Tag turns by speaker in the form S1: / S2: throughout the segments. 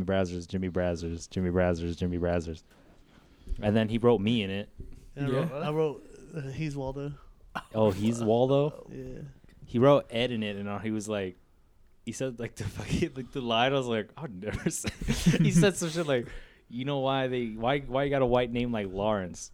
S1: Brazzers, Jimmy Brazzers, Jimmy Brazzers, Jimmy Brazzers. And then he wrote me in it.
S2: And I
S3: Yeah.
S2: wrote, I wrote uh, he's Waldo.
S1: Oh, he's Waldo.
S2: Yeah.
S1: He wrote Ed in it, and uh, he was like, he said like the fucking like the line. I was like, I'd never. Say. he said some shit like, you know why they why why you got a white name like Lawrence,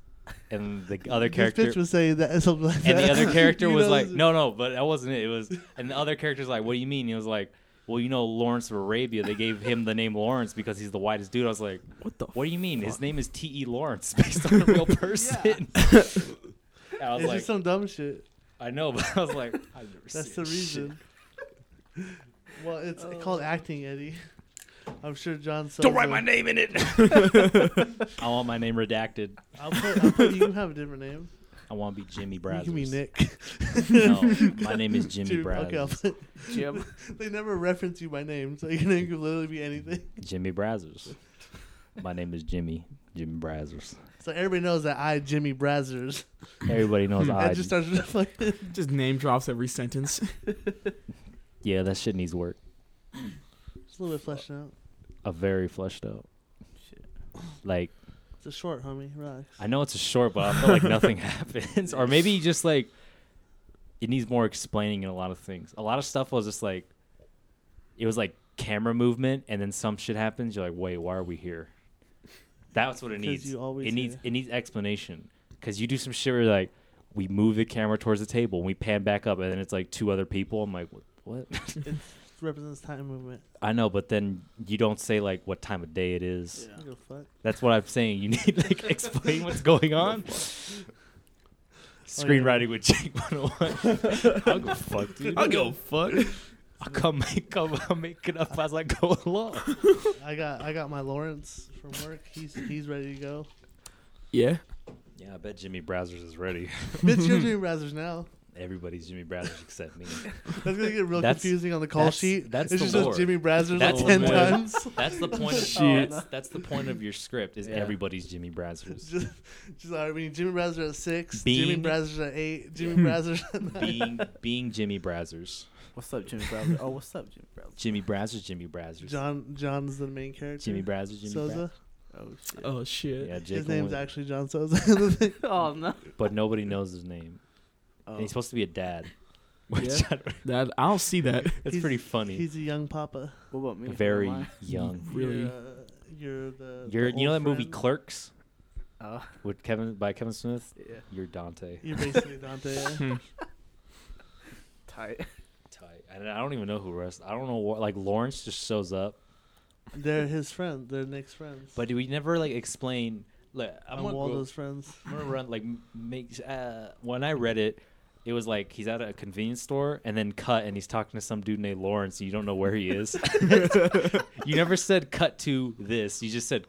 S1: and the other character
S2: This bitch was saying that and something like
S1: and
S2: that.
S1: the other character
S2: You
S1: was
S2: know,
S1: like,
S2: this-
S1: no, no, but that wasn't it. It was, and the other character's like, what do you mean? He was like, well, you know, Lawrence of Arabia, they gave him the name Lawrence because he's the whitest dude. I was like,
S3: What the?
S1: what do you mean? His name is T.E. Lawrence based on a real person. And I was
S2: It's
S1: like,
S2: just some dumb shit.
S1: I know, but I was like, I've never
S2: That's
S1: seen
S2: the
S1: shit.
S2: reason. well, it's called acting, Eddie. I'm sure John.
S1: Don't write my
S2: Sullivan-
S1: name in it. I want my name redacted.
S2: I'll put, I'll put. You can have a different name.
S1: I want to be Jimmy
S2: You
S1: Brazzers.
S2: can be Nick.
S1: No, my name is Jimmy
S2: Dude,
S1: Brazzers.
S2: Okay, I'll put,
S4: Jim.
S2: they never reference you by name, so your name could literally be anything.
S1: Jimmy Brazzers. My name is Jimmy. Jimmy Brazzers.
S2: So everybody knows that I, Jimmy Brazzers,
S1: Everybody knows
S2: I
S1: I.
S2: just started to fucking.
S3: Just name drops every sentence.
S1: yeah, that shit needs work.
S2: It's a little bit fleshed out.
S1: a very fleshed out.
S4: Shit.
S1: Like
S2: It's a short, homie. Relax.
S1: I know it's a short, but I feel like nothing happens, or maybe you just like it needs more explaining in a lot of things. A lot of stuff was just like it was like camera movement, and then some shit happens. You're like, wait, why are we here? That's what it
S2: 'Cause
S1: needs.
S2: you always
S1: it needs
S2: here.
S1: it needs explanation because you do some shit where you're like we move the camera towards the table and we pan back up, and then it's like two other people. I'm like, what?
S2: It represents time movement.
S1: I know, but then you don't say like what time of day it is.
S2: I don't give a fuck.
S1: That's what I'm saying. You need like explain what's going on. Screenwriting with Jake 101. I'll go fuck, dude.
S3: I'll go fuck.
S1: I'll come make come I'll make it up as I go along.
S2: I got I got my Lawrence from work. He's he's ready to go.
S3: Yeah.
S1: Yeah, I bet Jimmy Brazzers is ready.
S2: Bitch, you're Jimmy Brazzers now.
S1: Everybody's Jimmy Brazzers except me.
S2: That's gonna get real
S1: That's-
S2: confusing on the call
S1: that's-
S2: sheet.
S1: that's
S2: it's
S1: the
S2: just
S1: lore.
S2: says Jimmy Brazzers
S1: That's
S2: like ten
S1: the lore.
S2: times.
S1: That's the point of
S2: Shit.
S1: that's, that's the point of your script is
S3: Yeah.
S1: everybody's Jimmy
S2: It's
S1: Brazzers.
S2: just, just all right, we need Jimmy Brazzers at six,
S1: Bean.
S2: Jimmy Brazzers at eight, Jimmy Brazzers at nine.
S1: being being Jimmy Brazzers.
S4: What's up, Jimmy Browser? Oh, what's up, Jimmy Browser?
S1: Jimmy Brazzers, Jimmy Brazzers.
S2: John John's the main character.
S1: Jimmy Brazzers, Jimmy
S2: Sosa.
S4: Oh shit.
S3: Oh shit.
S1: Brazzers. Yeah,
S2: His
S1: Jake
S2: name's
S1: Owen.
S2: actually John Sosa.
S4: Oh no.
S1: but nobody knows his name.
S4: Oh.
S1: And he's supposed to be a dad. Which
S3: Yeah.
S1: I don't-
S3: That I don't see that.
S1: That's
S2: He's-
S1: pretty funny.
S2: He's a young papa.
S4: what about me? Who
S1: very
S4: am
S1: young.
S3: Really?
S2: You're, uh, you're the.
S1: You're
S2: the
S1: you know that
S2: old
S1: movie
S2: friend.
S1: Clerks
S4: I? Oh
S1: with Kevin by Kevin Smith.
S4: yeah.
S1: You're Dante.
S2: You're basically Dante. yeah.
S1: Hmm.
S4: Tight.
S1: Tight. And I don't even know who rest. I don't know what like Lawrence just shows up,
S2: They're his friends. They're Nick's friends.
S1: but do we never like explain? Like, I'm
S2: I'm
S1: gonna, go,
S2: Waldo's friends.
S1: I'm gonna run like m- make. Uh, when I read it, it was like he's at a convenience store and then cut and he's talking to some dude named Lawrence. And you don't know where he is. you never said cut to this. You just said.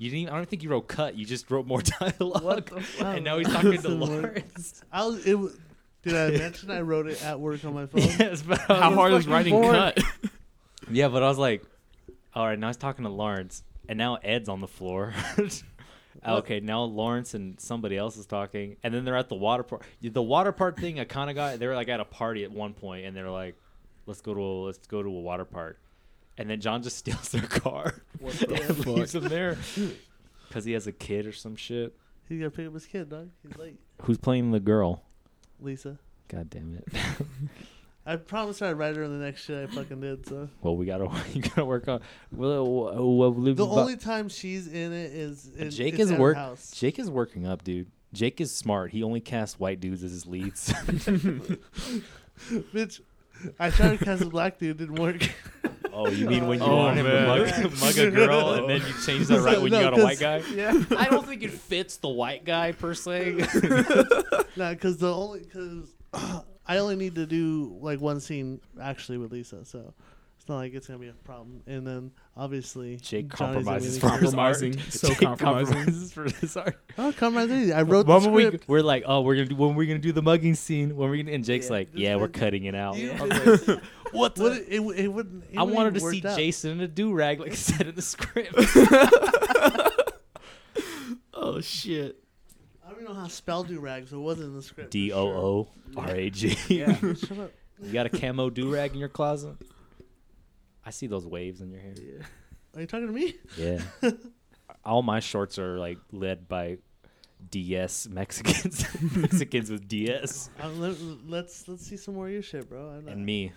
S1: You didn't. Even, I don't think you wrote cut. You just wrote more dialogue, and now he's talking to
S2: Doesn't work.
S1: Lawrence.
S2: I was, it, w- did I mention I wrote it at work on my phone?
S1: yes, but
S2: Oh,
S1: I was
S3: How hard is
S4: fucking
S3: writing
S4: bored.
S3: cut?
S1: Yeah, but I was like, all right, now he's talking to Lawrence, and now Ed's on the floor. okay, now Lawrence and somebody else is talking, and then they're at the water park. The water park thing, I kind of got. They were like at a party at one point, and they're like, let's go to a, let's go to a water park, and then John just steals their car
S4: What
S1: and
S3: fuck?
S1: leaves them there because he has a kid or some shit.
S2: He's gonna pick up his kid, dog. He's late.
S1: Who's playing the girl?
S2: Lisa.
S1: God damn it!
S2: I promised I'd write her in the next shit I fucking did. So
S1: Well, we gotta you gotta work on. Well, well, well,
S2: the
S1: but-
S2: only time she's in it is in,
S1: Jake
S2: it's
S1: is
S2: at her
S1: work-
S2: House.
S1: Jake is working up, dude. Jake is smart. He only casts white dudes as his leads.
S2: Bitch, I tried to cast a black dude, didn't work.
S1: oh, you mean when you
S3: Oh,
S1: want him to
S3: man.
S1: mug, mug a girl and then you change that right when
S2: No,
S1: you got a
S2: 'cause-
S1: white guy?
S4: Yeah.
S1: I don't think it fits the white guy per se.
S2: nah, because the only because I only need to do like one scene actually with Lisa, so it's not like it's gonna be a problem. And then obviously
S1: Jake
S2: Johnny's gonna be
S1: compromises
S2: the
S1: for his art.
S3: Compromising. So
S1: Jake
S3: compromising.
S1: compromises for his art.
S2: Oh, come right there. I wrote the
S1: When we,
S2: script.
S1: we're like, oh, we're gonna do when we're gonna do the mugging scene. When we're gonna, and Jake's
S4: Yeah.
S1: like, yeah, we're cutting it out.
S2: You-
S1: I was like, what? The?
S2: Would it, it, it wouldn't. It
S1: I
S2: wouldn't
S1: wanted to
S2: even worked
S1: see
S2: out.
S1: Jason in a do rag, like I said in the script.
S3: Oh shit.
S2: I don't even know how to spell do rag, so it wasn't in the script. for
S1: D O O R A G.
S4: Yeah.
S2: sure. Shut up.
S1: You got a camo do rag in your closet? I see those waves in your hair.
S4: yeah.
S2: Are you talking to me?
S1: Yeah. All my shorts are like led by DS Mexicans, Mexicans with DS,
S2: Uh, let, let's let's see some more of your shit, bro. I,
S1: and me,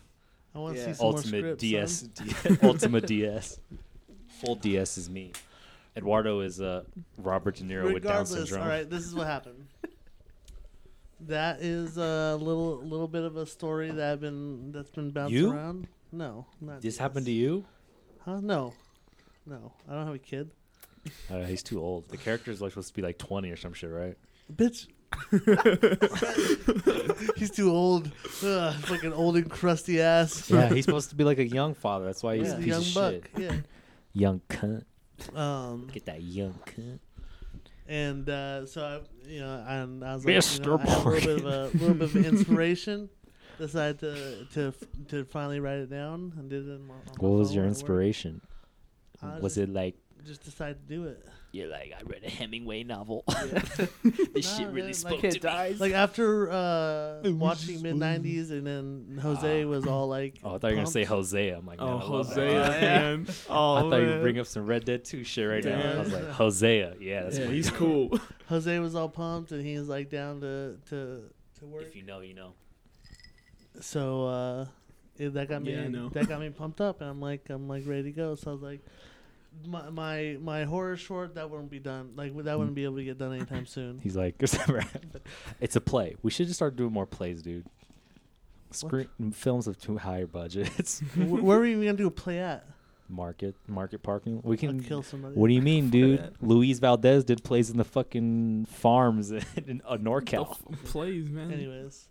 S2: I want to
S4: Yeah.
S2: see some
S1: ultimate
S2: more scripts,
S1: DS,
S2: son.
S1: D- ultimate DS. Full DS is me. Eduardo is uh, Robert De Niro with Down
S2: Regardless,
S1: syndrome.
S2: all right, this is what happened. that is a little little bit of a story that I've been that's been bouncing
S1: You?
S2: around. No, not
S1: This
S2: DS.
S1: happened to you?
S2: Huh? No, no, I don't have a kid.
S1: Uh, he's too old. The character's like supposed to be like twenty or some shit, right?
S2: Bitch. He's too old. Ugh, fucking old and crusty ass.
S1: Yeah, he's supposed to be like a young father. That's why he's
S2: Yeah,
S1: a piece
S2: young
S1: of
S2: buck.
S1: shit.
S2: Yeah.
S1: Young cunt.
S2: Um,
S1: Get that young cunt.
S2: and uh, so I, you know, and I was like,
S1: Mr.
S2: you know, I had a little bit of a little bit of inspiration. Decided to to to finally write it down and did it. In my, on my
S1: What was
S2: phone
S1: your
S2: at work.
S1: inspiration?
S2: I
S1: Was
S2: just,
S1: it like
S2: Just decided to do it.
S1: you're like I read a Hemingway novel?
S2: This
S1: shit really spoke
S4: Kid dies.
S2: Like after uh,
S3: It was
S2: watching
S3: just-
S2: mid '90s, and then Jose was all like,
S1: Oh, I thought you were gonna say
S2: pumped.
S1: Jose. I'm like,
S3: Oh,
S1: man, I love that.
S3: Hosea,
S4: Oh, yeah.
S3: man. Oh,
S1: I thought you
S3: man.
S1: would bring up some Red Dead 2 shit right now. I was like,
S2: Yeah.
S1: Hosea. Yeah, that's
S3: Yeah,
S1: what
S3: he's cool.
S2: Jose was all pumped, and he was like down to to to work.
S1: If you know, you know.
S2: so uh it, that got me
S3: Yeah, I know.
S2: that got me pumped up and i'm like i'm like ready to go so i was like my my, my horror short that wouldn't be done like that wouldn't be able to get done anytime soon
S1: He's like, it's never happened. It's a play. We should just start doing more plays, dude. Screen films of too higher budgets.
S2: Wh- where are we even gonna do a play at
S1: market, market parking. We
S2: I'll
S1: can.
S2: kill somebody
S1: What do you mean, dude?
S3: that.
S1: Luis Valdez did plays in the fucking farms in, in uh, NorCal.
S3: The f- plays, man.
S2: anyways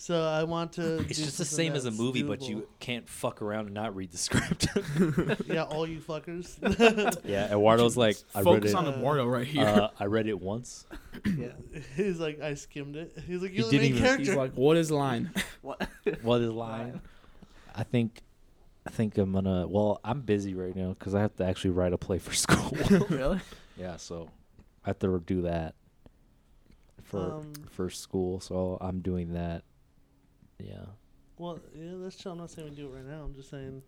S2: so i want to
S1: It's
S2: do
S1: just the
S2: something
S1: same as a
S2: that's
S1: movie, but
S2: doable.
S1: you can't fuck around and not read the script.
S2: yeah all you fuckers
S1: yeah, Eduardo's like, I read
S3: Focus
S1: it.
S3: on
S2: uh,
S3: Eduardo right here.
S1: Uh, I read it once.
S4: yeah.
S2: he's like i skimmed it he's like
S1: He
S2: you're the
S1: didn't
S2: main
S1: even-
S3: he's
S2: character
S3: like, what is line?
S4: What?
S1: What is lying? I think, I think I'm gonna. Well, I'm busy right now because I have to actually write a play for school.
S4: really?
S1: yeah, so I have to do that for
S2: Um,
S1: for school. So I'm doing that. Yeah.
S2: well yeah that's chill i'm not saying we do it right now i'm just saying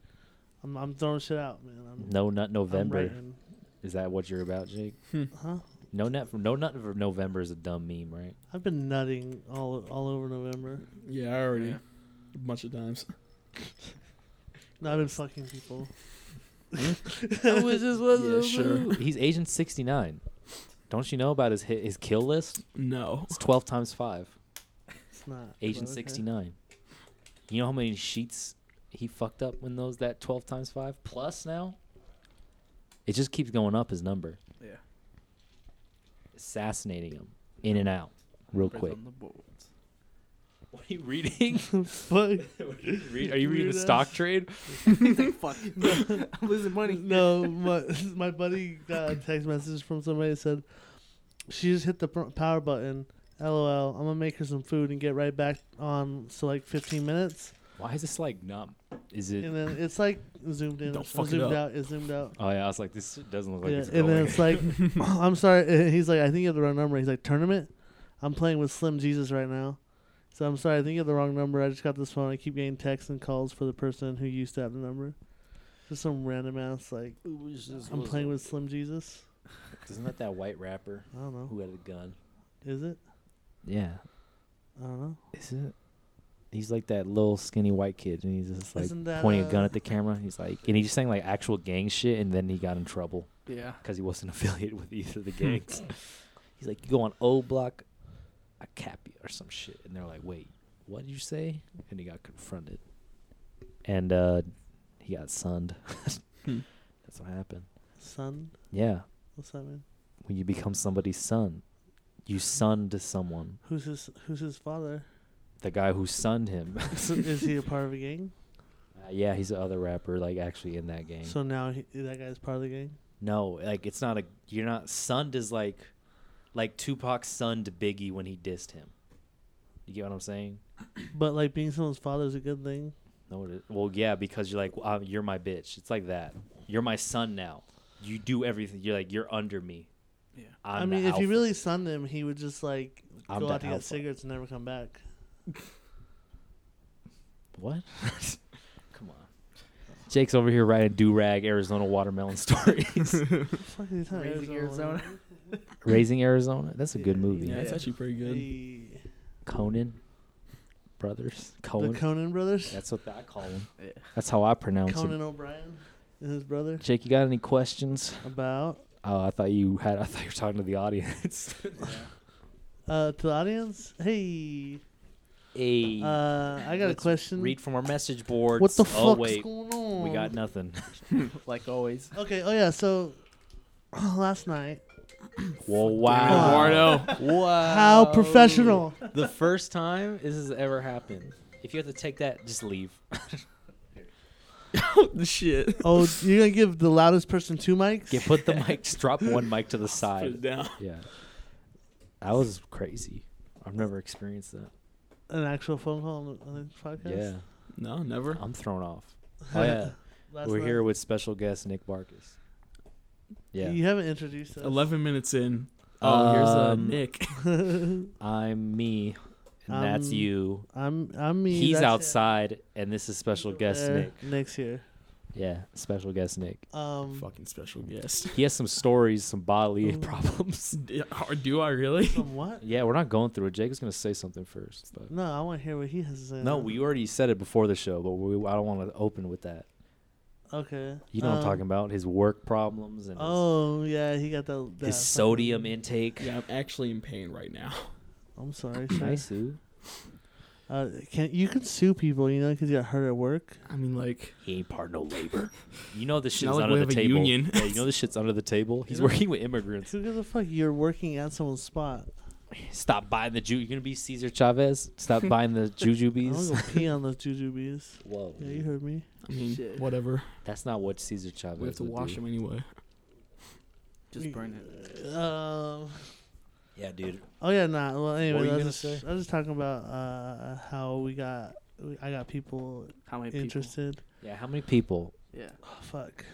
S2: i'm, I'm throwing shit out man i'm
S1: No Nut
S2: I'm
S1: November.
S2: writing.
S1: Is that what you're about, Jake?
S2: huh
S1: No Nut. No Nut for November is a dumb meme, right?
S2: I've been nutting all all over November.
S3: yeah, I already.
S4: Yeah.
S3: A bunch of times.
S2: No, I've been fucking people.
S4: I was just
S3: Yeah, sure.
S1: He's Agent 69. Don't you know about his hit, his kill list?
S3: No.
S1: It's 12 times five.
S2: It's not
S1: Agent
S2: but okay.
S1: 69. You know how many sheets he fucked up when those that 12 times 5 plus now? It just keeps going up his number.
S4: Yeah.
S1: Assassinating him in and out real
S4: Numbers
S1: quick.
S4: On the boards.
S1: What are you reading?
S2: Fuck.
S1: Are you reading the
S2: Weirdo.
S1: stock trade?
S4: He's like, fuck. I'm losing money.
S2: No, my my buddy got a text message from somebody that said she just hit the pr- power button. LOL. I'm gonna make her some food and get right back on so like 15 minutes,
S1: Why is this like numb? Is it
S2: and then it's like zoomed in,
S3: Don't
S2: or
S3: fuck it
S2: zoomed
S3: up.
S2: out, it's zoomed out.
S1: Oh yeah, I was like this doesn't look like
S2: yeah,
S1: it's
S2: and
S1: going.
S2: then it's like, I'm sorry. and He's like, I think you have the wrong number. He's like, tournament. I'm playing with Slim Jesus right now, so I'm sorry. I think you have the wrong number. I just got this phone. I keep getting texts and calls for the person who used to have the number. Just some random ass like, I'm playing with Slim Jesus.
S1: Isn't that that white rapper
S2: I don't know.
S1: who had a gun?
S2: Is it?
S1: Yeah.
S2: I don't know.
S1: Is it? He's like that little skinny white kid, and he's just like
S2: Isn't that,
S1: pointing a gun
S2: uh,
S1: at the camera. He's like, and he just sang like actual gang shit, and then he got in trouble
S4: Yeah.
S1: because he wasn't affiliated with either of the gangs. he's like, you go on O Block, I cap you or some shit, and they're like, wait, what did you say? And he got confronted, and uh he got sunned.
S3: Hmm.
S1: That's what happened.
S2: Son.
S1: Yeah,
S2: What's that mean?
S1: when you become somebody's son, you sunned someone.
S2: Who's his Who's his father?
S1: The guy who sunned him.
S2: Is he a part of a gang?
S1: Uh, yeah, he's the other rapper, like actually in that game.
S2: So now he, that guy's part of the gang.
S1: no, like it's not a. You're not sunned is like, like Tupac sunned Biggie when he dissed him. You get what I'm saying?
S2: But like being someone's father is a good thing.
S1: No, it is. well, yeah, because you're like, uh, you're my bitch. It's like that. You're my son now. You do everything. You're like, you're under me.
S4: Yeah.
S1: I'm
S2: I mean,
S1: the
S2: if you
S1: alpha.
S2: really sunned him, he would just like
S1: I'm
S2: go
S1: the
S2: out to
S1: alpha.
S2: get cigarettes and never come back.
S1: what? Come on. Jake's over here writing do rag Arizona watermelon stories.
S2: the fuck are you talking
S4: Raising
S2: Arizona?
S1: Raising Arizona. That's a good movie.
S3: Yeah, it's actually pretty good.
S2: Hey.
S1: Conan Brothers.
S2: The
S1: Conan.
S2: Conan brothers?
S1: That's what I call him.
S4: Yeah.
S1: That's how I pronounce him.
S2: Conan O'Brien and his brother?
S1: Jake, you got any questions?
S2: About?
S1: Oh, I thought you had. I thought you were talking to the audience.
S2: Uh, to the audience? Hey.
S1: hey,
S2: Uh, I got a
S4: Let's
S2: question.
S1: read from our message boards.
S2: what the
S1: Oh
S2: fuck's
S1: wait,
S2: going on?
S1: we got nothing.
S4: like always.
S2: Okay, oh yeah, so last night.
S1: Whoa,
S2: Wow.
S1: wow, wow!
S2: How professional.
S1: The first time this has ever happened. If you have to take that, just leave.
S3: the shit.
S2: Oh, you're going to give the loudest person two mics?
S1: Get put the mic. Just drop one mic to the
S3: Put it
S1: side.
S3: down.
S1: Yeah, that was crazy. I've never experienced that.
S2: An actual phone call on the, on the podcast?
S3: No, never.
S1: Yeah, I'm thrown off. Oh yeah,
S2: Last
S1: we're
S2: night.
S1: here with special guest Nick Barkis. Yeah.
S2: You haven't introduced us.
S3: Eleven minutes in. Oh, here's uh,
S1: Um,
S3: Nick.
S1: I'm me, and that's
S2: Um,
S1: you.
S2: I'm I'm me.
S1: He's
S2: that's
S1: outside, and this is special
S2: him.
S1: guest
S2: Uh,
S1: Nick.
S2: Nick's here.
S1: Yeah, special guest Nick.
S2: Um,
S3: Fucking special guest.
S1: He has some stories, some bodily
S2: Ooh.
S1: problems.
S3: D- Or do I really?
S2: from what?
S1: Yeah, we're not going through it. Jake is gonna say something first, but
S2: No, I want to hear what he has to say.
S1: no,
S2: now.
S1: we already said it before the show, but we, I don't want to open with that.
S2: Okay.
S1: You know what I'm
S2: um,
S1: talking about? His work problems and his,
S2: Oh yeah, he got that. that
S1: his
S2: fucking-
S1: sodium intake.
S3: Yeah, I'm actually in pain right now.
S2: I'm sorry. sir.
S1: Nice, Sue.
S2: Uh, can you can sue people, you know, because you got hurt at work.
S3: I mean, like,
S1: He ain't part of no labor. You know this
S3: Not
S1: shit's
S3: like
S1: under
S3: we
S1: the
S3: have a
S1: table.
S3: union.
S1: Yeah, you know this shit's under the table. He's
S2: know-
S1: working with immigrants.
S2: Who gives a fuck? You're working at someone's spot.
S1: Stop buying the Jew. You're gonna be Cesar Chavez. Stop buying the
S2: I'm gonna
S1: Jujubes.
S2: go pee on those jujubes.
S1: Whoa,
S2: Yeah, you heard me.
S3: I mean,
S4: Shit.
S3: whatever.
S1: that's not what Cesar Chavez.
S3: We have to
S1: would
S3: wash
S1: do.
S3: them anyway.
S4: Just burn it.
S2: Um.
S1: Yeah, dude.
S2: Oh yeah, nah. Well, anyway,
S1: were you
S2: I was,
S1: gonna
S2: just,
S1: say?
S2: I was just talking about uh how we got we, I got people
S4: How many people?
S2: interested.
S1: Yeah, how many people
S4: Yeah.
S2: Oh, fuck.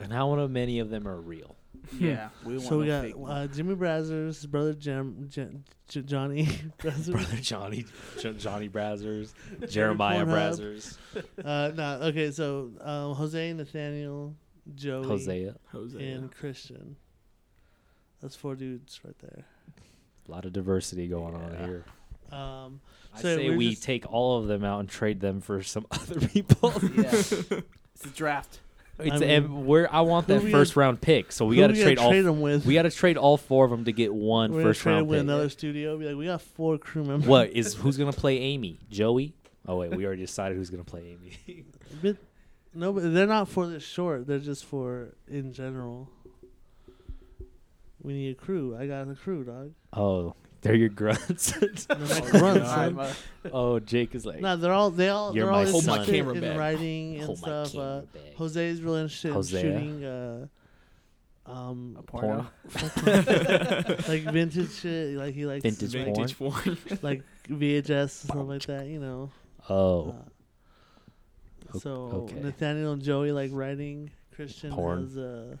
S1: and how many of them are real?
S4: Yeah. We want
S2: So we
S4: no
S2: got
S4: fake ones.
S2: uh, Jimmy Brazzers, his brother Jim, Jim J- Johnny Brazzers.
S1: Brother Johnny, Jo- Johnny Brazzers, Jeremiah
S2: Pornhub.
S1: Brazzers,
S2: uh, no, okay. So um, Jose, Nathaniel, Joey,
S1: Hosea.
S3: Jose.
S2: and Christian. That's four dudes right there.
S1: A lot of diversity going on
S4: Yeah.
S1: here.
S2: Um,
S1: I
S2: So
S1: say
S2: we're
S1: we
S2: just-
S1: take all of them out and trade them for some other people.
S4: yeah. It's a draft.
S1: it's
S2: mean,
S1: and we're I want
S2: who
S1: that
S2: we
S1: first
S2: gonna-
S1: round pick, so we
S2: who
S1: got to
S2: we gonna
S1: trade all.
S2: trade them with.
S1: We got to trade all four of them to get one
S2: We're gonna
S1: first
S2: trade
S1: round
S2: them with
S1: pick.
S2: another studio. Be like, we got four crew members.
S1: What is who's gonna play Amy? Joey? Oh wait, we already decided who's gonna play Amy.
S2: But no, but they're not for this short. They're just for in general. We need a crew. I got a crew, dog.
S1: oh, they're your grunts.
S2: And they're
S3: Oh,
S2: my grunts,
S3: God.
S2: son.
S4: I'm, uh,
S1: oh, Jake is like
S2: No, they're all they all
S1: You're
S2: they're
S1: my
S2: all
S1: Hold my
S2: interested
S3: camera
S2: in
S3: back.
S2: writing and
S1: hold my
S2: stuff. Uh,
S1: camera bag.
S2: Jose's really interested
S1: Hosea.
S2: in shooting uh, um
S4: a porno.
S1: Porn.
S2: fucking- like vintage shit. Like he likes
S1: Vintage
S2: like,
S3: Vintage porn.
S2: like VHS and stuff like that. You know.
S1: Oh,
S2: Uh,
S1: O-
S2: so
S1: okay.
S2: Nathaniel and Joey like writing. Christian
S1: Porn.
S2: has a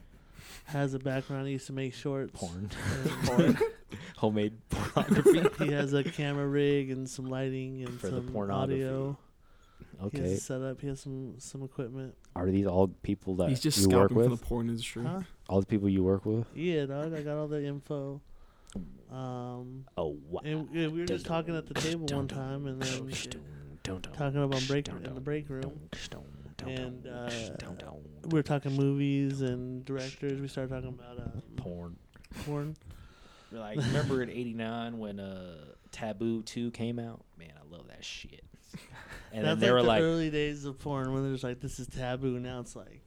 S2: has a background. He used to make shorts.
S1: porn,
S2: and
S4: Porn.
S1: homemade pornography.
S2: he has a camera rig and some lighting and
S1: For the
S2: some
S1: pornography.
S2: audio. He
S1: Okay,
S2: has a setup. He has some some equipment.
S1: are these all people that
S3: He's just
S1: you work
S3: scalping for
S1: with?
S3: the porn industry.
S2: Huh?
S1: all the people you work with?
S2: Yeah, dog. I got all the info. Um,
S1: Oh wow!
S2: and, and we were just talking at the table one time, and then talking about break in the break room. and, uh, We were talking movies and directors. We started talking about um,
S1: porn.
S2: porn.
S1: Like remember in '89 when uh, Taboo Two came out? Man, I love that shit. And then
S2: That's
S1: they were
S2: the
S1: like,
S2: early days of porn when there's like this is taboo. Now it's like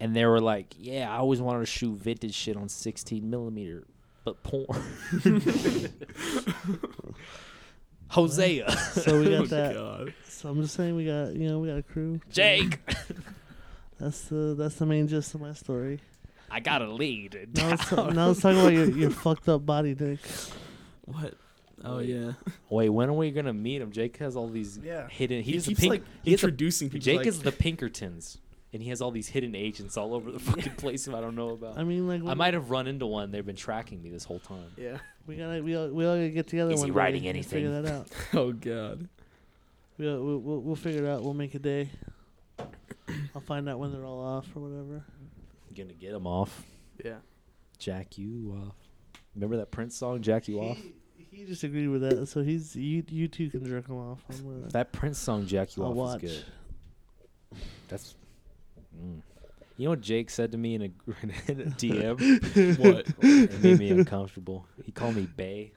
S1: and they were like, yeah, I always wanted to shoot vintage shit on 16 millimeter, but porn. Hosea,
S2: so we
S3: oh,
S2: got that.
S3: God.
S2: So I'm just saying we got you know we got a crew.
S1: Jake,
S2: That's the that's the main gist of my story.
S1: I got a lead.
S2: Now let's, ta- now let's talk about your, your fucked up body, Dick.
S3: What? Oh,
S1: Wait.
S3: yeah.
S1: Wait, when are we gonna meet him? Jake has all these
S4: Yeah.
S1: hidden. He's
S3: he
S1: the
S3: keeps,
S1: pink.
S3: like,
S1: he has a-
S3: introducing people.
S1: Jake
S3: like,
S1: is the Pinkertons, and he has all these hidden agents all over the fucking place who I don't know about.
S2: I mean, like
S1: I might have run into one. They've been tracking me this whole time.
S4: Yeah.
S2: We gotta we all, we all gotta get together.
S1: Is
S2: one
S1: he
S2: day
S1: writing
S2: and
S1: anything?
S2: Figure that out.
S3: Oh, God.
S2: We'll, we'll we'll figure it out. We'll make a day. I'll find out when they're all off or whatever.
S1: Gonna get him off.
S4: Yeah.
S1: Jack you off. Remember that Prince song, Jack You Off?
S2: He, he just agreed with that, so he's you. You two can jerk him off. I'm gonna,
S1: That Prince song, Jack You
S2: I'll
S1: Off,
S2: watch.
S1: is good. That's. Mm. You know what Jake said to me in a, in a DM?
S3: what?
S1: it made me uncomfortable. He called me Bay,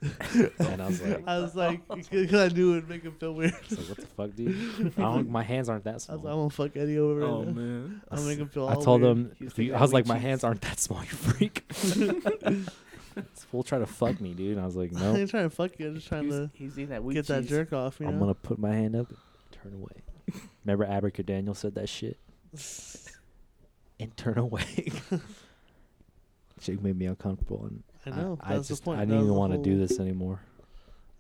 S1: and I was like,
S2: I was like, because I knew it would make him feel weird.
S1: I was like, "What the fuck, dude? I don't, my hands aren't that
S2: I was
S1: small."
S2: like, I'm gonna fuck Eddie over.
S3: Oh
S2: and
S3: man.
S2: I'll make him feel.
S1: I
S2: all
S1: told
S2: weird.
S1: him,
S2: He's
S1: "Dude,"
S2: thinking
S1: I was
S2: we
S1: like, my
S2: cheat.
S1: hands aren't that small, you freak. This fool tried to fuck me, dude. And I was like,
S2: I
S1: no,
S2: ain't trying to fuck you. I'm just trying
S4: He's,
S2: to
S4: he's eating that weak
S2: get that
S4: cheese.
S2: jerk off. You
S1: I'm
S2: know.
S1: gonna put my hand up and turn away. Remember Abracadaniel said that shit? And turn away. Jake made me uncomfortable, and
S2: I know.
S1: I,
S2: that's
S1: just
S2: the point.
S1: I
S2: That
S1: didn't
S2: was
S1: even
S2: the
S1: want to do
S2: whole-
S1: this anymore.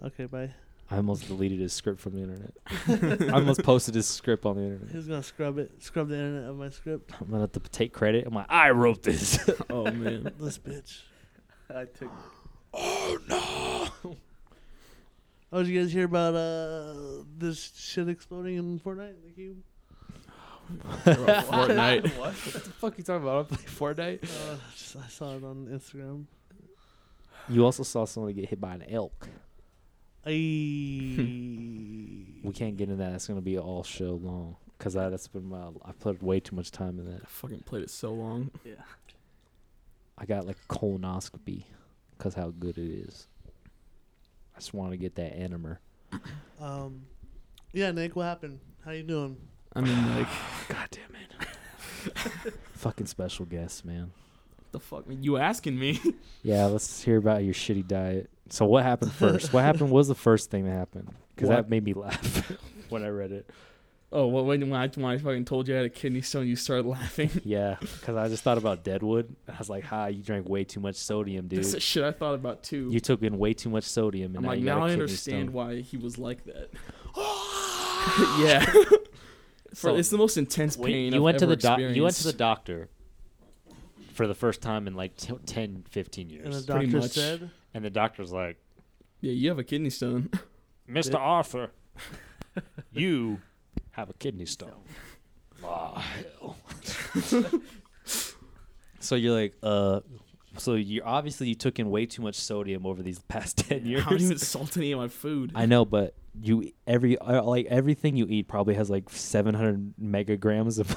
S2: Okay, bye.
S1: I almost deleted his script from the internet. I almost posted his script on the internet.
S2: He's gonna scrub it. Scrub the internet of my script.
S1: I'm gonna have to take credit. I'm like, I wrote this.
S3: Oh man.
S2: This bitch.
S4: I took.
S2: Oh, did you guys hear about uh this shit exploding in Fortnite? The cube.
S3: Fortnite.
S4: what?
S1: what the fuck are you talking about? I play Fortnite.
S2: Uh, just, I saw it on Instagram.
S1: You also saw someone get hit by an elk.
S2: Ayy.
S1: We can't get into that. It's gonna be all show long. Cause I, that's been my. I put way too much time in that.
S3: I fucking played it so long.
S4: Yeah.
S1: I got like colonoscopy, cause how good it is. I just want to get that animer.
S2: um, yeah, Nick, what happened? How you doing?
S3: I mean, like,
S1: God damn it. Fucking special guest, man.
S3: the fuck? You asking me?
S1: Yeah, let's hear about your shitty diet. So what happened first? what happened was the first thing that happened? Because
S3: What?
S1: that made me laugh when I read it.
S3: Oh, well, when, when, I, when I fucking told you I had a kidney stone, you started laughing.
S1: Yeah, because I just thought about Deadwood. I was like, "Ha, you drank way too much sodium, dude.
S3: That's the shit I thought about too.
S1: You took in way too much sodium." And
S3: I'm
S1: now
S3: like,
S1: you got
S3: now
S1: a
S3: I
S1: kidney
S3: understand
S1: stone."
S3: why he was like that. yeah. For,
S1: So-
S3: it's the most intense
S1: Wait,
S3: pain.
S1: you
S3: I've
S1: went to
S3: ever
S1: the doc- you went to the
S3: experienced.
S1: doctor for the first time in like t- 10, 15 years,
S2: And the
S3: Pretty
S2: doctor
S3: much.
S2: said,
S1: and the doctor's like,
S3: Yeah, you have a kidney stone.
S1: "Mr. Arthur, you have a kidney stone." so you're like, uh, so you obviously you took in way too much sodium over these past ten
S3: I don't even
S1: years.
S3: salt any of my food.
S1: I know, but you every uh, like everything you eat probably has like 700 megagrams of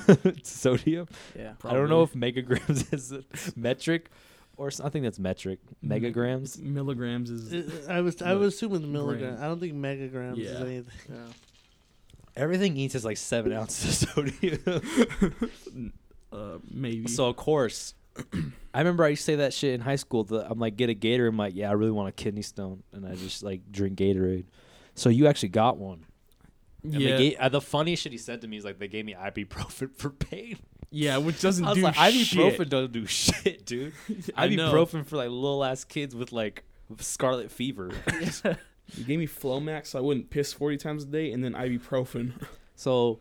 S1: sodium.
S4: Yeah.
S1: I don't know if megagrams is a metric or something that's metric.
S3: Mm.
S1: Megagrams.
S3: milligrams is.
S2: I- I was I
S3: Look,
S2: was assuming the milligram.
S3: gram.
S2: I don't think megagrams is
S3: Yeah.
S2: anything.
S4: Yeah.
S1: Everything eats is like seven ounces of sodium.
S3: uh, maybe.
S1: So of course, I remember I used to say that shit in high school. The, I'm like, get a Gatorade. I'm like, yeah, I really want a kidney stone, and I just like drink Gatorade. So you actually got one. And
S3: yeah,
S1: They gave, uh, the funniest shit he said to me is like, they gave me ibuprofen for pain.
S3: yeah, which doesn't
S1: I was
S3: do
S1: like,
S3: shit.
S1: ibuprofen don't do shit, dude.
S3: I know.
S1: ibuprofen for like little ass kids with like scarlet fever.
S3: You gave me Flomax so I wouldn't piss 40 times a day, and then ibuprofen.
S1: so,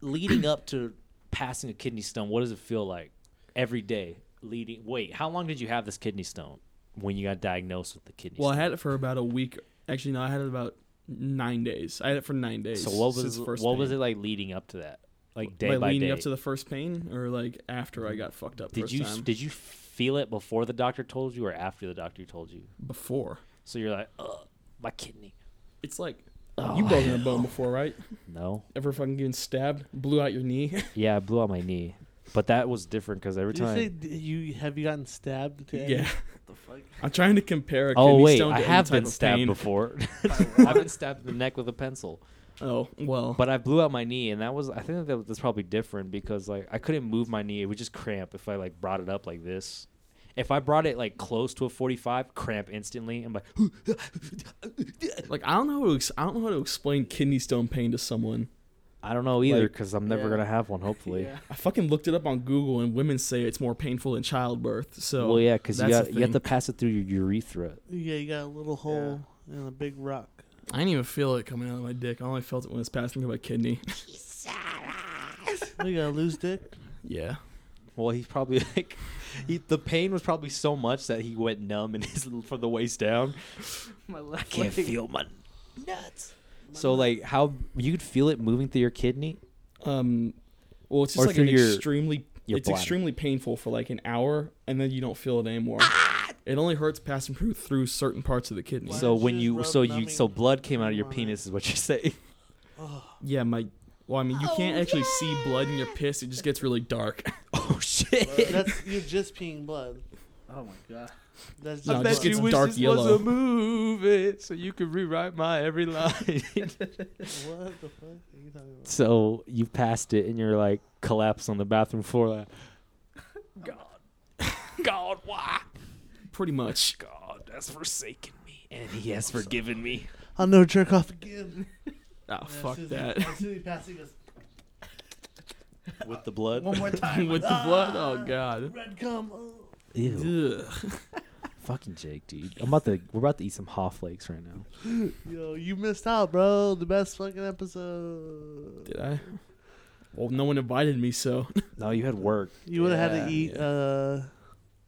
S1: leading up to passing a kidney stone, what does it feel like every day? Leading. Wait, how long did you have this kidney stone when you got diagnosed with the kidney?
S3: Well, I
S1: stone?
S3: had it for about a week. Actually, no, I had it about nine days. I had it for nine days.
S1: So what
S3: since
S1: was
S3: the
S1: what
S3: first
S1: was
S3: pain.
S1: it like leading up to that? Like day
S3: Like,
S1: by
S3: leading
S1: day.
S3: up to the first pain, or like after I got fucked up?
S1: did
S3: first
S1: you
S3: time?
S1: did you feel it before the doctor told you or after the doctor told you?
S3: before?
S1: So you're like, Ugh, my kidney.
S3: It's like
S1: Oh,
S3: you broken a bone before, right?
S1: No.
S3: Ever fucking getting stabbed, blew out your knee?
S1: Yeah, I blew out my knee, but that was different because every
S2: Did you say
S1: time.
S2: d- you have you gotten stabbed? To any-
S3: yeah,
S4: The fuck?
S3: I'm trying to compare. A
S1: Oh
S3: kidney
S1: wait,
S3: stone to
S1: I
S3: any
S1: have
S3: type
S1: been
S3: of
S1: stabbed
S3: pain.
S1: before. I've been stabbed in the neck with a pencil,
S3: Oh well,
S1: but I blew out my knee, and that was I think that was probably different because like I couldn't move my knee; it would just cramp if I like brought it up like this. If I brought it like close to a 45, cramp instantly. I'm like,
S3: like I don't know. How to ex- I don't know how to explain kidney stone pain to someone.
S1: I don't know either
S3: Like-
S1: because I'm never
S4: Yeah.
S1: gonna have one. Hopefully.
S4: Yeah.
S3: I fucking looked it up on Google, and women say it's more painful than childbirth. So
S1: well, yeah, because you
S3: that's
S1: got
S3: the
S1: you have to
S3: thing.
S1: pass it through your urethra.
S2: Yeah, you got a little hole and a big rock.
S3: I didn't even feel it coming out of my dick. I only felt it when it was passing through my kidney.
S2: Oh, you got a loose dick.
S3: Yeah.
S1: Well, he's probably like, he, the pain was probably so much that he went numb in his from the waist down.
S4: My left
S1: Can't
S4: leg.
S1: feel my nuts. So like how you could feel it moving through your kidney.
S3: Um, Well, it's
S1: Or
S3: just like
S1: through
S3: an
S1: your-
S3: extremely.
S1: your
S3: it's
S1: bladder.
S3: extremely painful for like an hour, and then you don't feel it anymore.
S1: Ah!
S3: It only hurts passing through through certain parts of the kidney.
S2: Why
S1: So
S2: don't
S1: when
S2: you
S1: you
S2: rub
S1: so you
S2: numbing
S1: so blood came out of your
S2: on it?
S1: penis is what you're saying.
S2: Oh,
S3: yeah, my. Well, I mean, you can't actually see blood in your piss. It just gets really dark.
S1: Oh shit!
S2: That's you're just peeing blood.
S4: Oh my god.
S2: That's
S3: No,
S2: just
S3: it just
S2: blood.
S3: gets dark yellow.
S1: movie so you could rewrite my every line.
S2: what the fuck are you talking about?
S1: so you passed it and you're like collapsed on the bathroom floor. Like, God, God, why?
S3: Pretty much.
S1: God has forsaken me and He has forgiven me.
S2: I'll never jerk off again.
S3: Oh,
S2: And as
S3: fuck
S2: soon as-
S3: that.
S2: As soon as he passes, he goes
S1: With the blood.
S4: One more time.
S3: With the blood. Oh god.
S2: red cum. Oh.
S1: Ew.
S3: Ugh.
S1: Fucking Jake, dude. I'm about to. We're about to eat some hot flakes right now.
S2: Yo, you missed out, bro. The best fucking episode.
S3: Did I? Well, no one invited me, so
S1: No, you had work
S2: You would have had
S3: Yeah,
S2: to eat.
S3: yeah.
S2: Uh,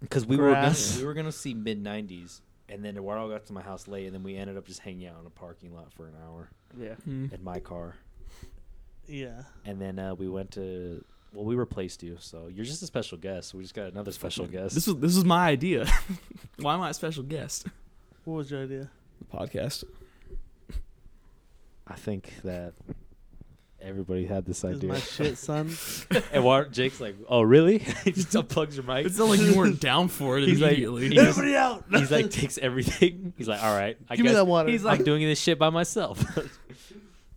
S1: because we were gonna,
S2: Grass.
S1: we were gonna see mid '90s, and then Eduardo got to my house late, and then we ended up just hanging out in a parking lot for an hour
S4: Yeah.
S3: Hmm.
S1: in my car,
S2: yeah.
S1: and then uh, we went to. Well, we replaced you, so you're just a special guest. We just got another special guest.
S3: this was this was my idea. Why am I a special guest?
S2: What was your idea?
S3: The podcast.
S1: I think that everybody had this
S2: Is
S1: idea.
S2: my shit, son.
S1: Eduardo, Jake's like, "Oh, really?" he just unplugs your mic.
S3: It's not like you weren't down for it
S1: He's like-
S3: immediately.
S1: he just-
S2: Everybody out.
S1: He's like takes everything. He's like, all right, I
S2: Give me
S1: guess
S2: that water.
S1: He's like, I'm doing this shit by myself.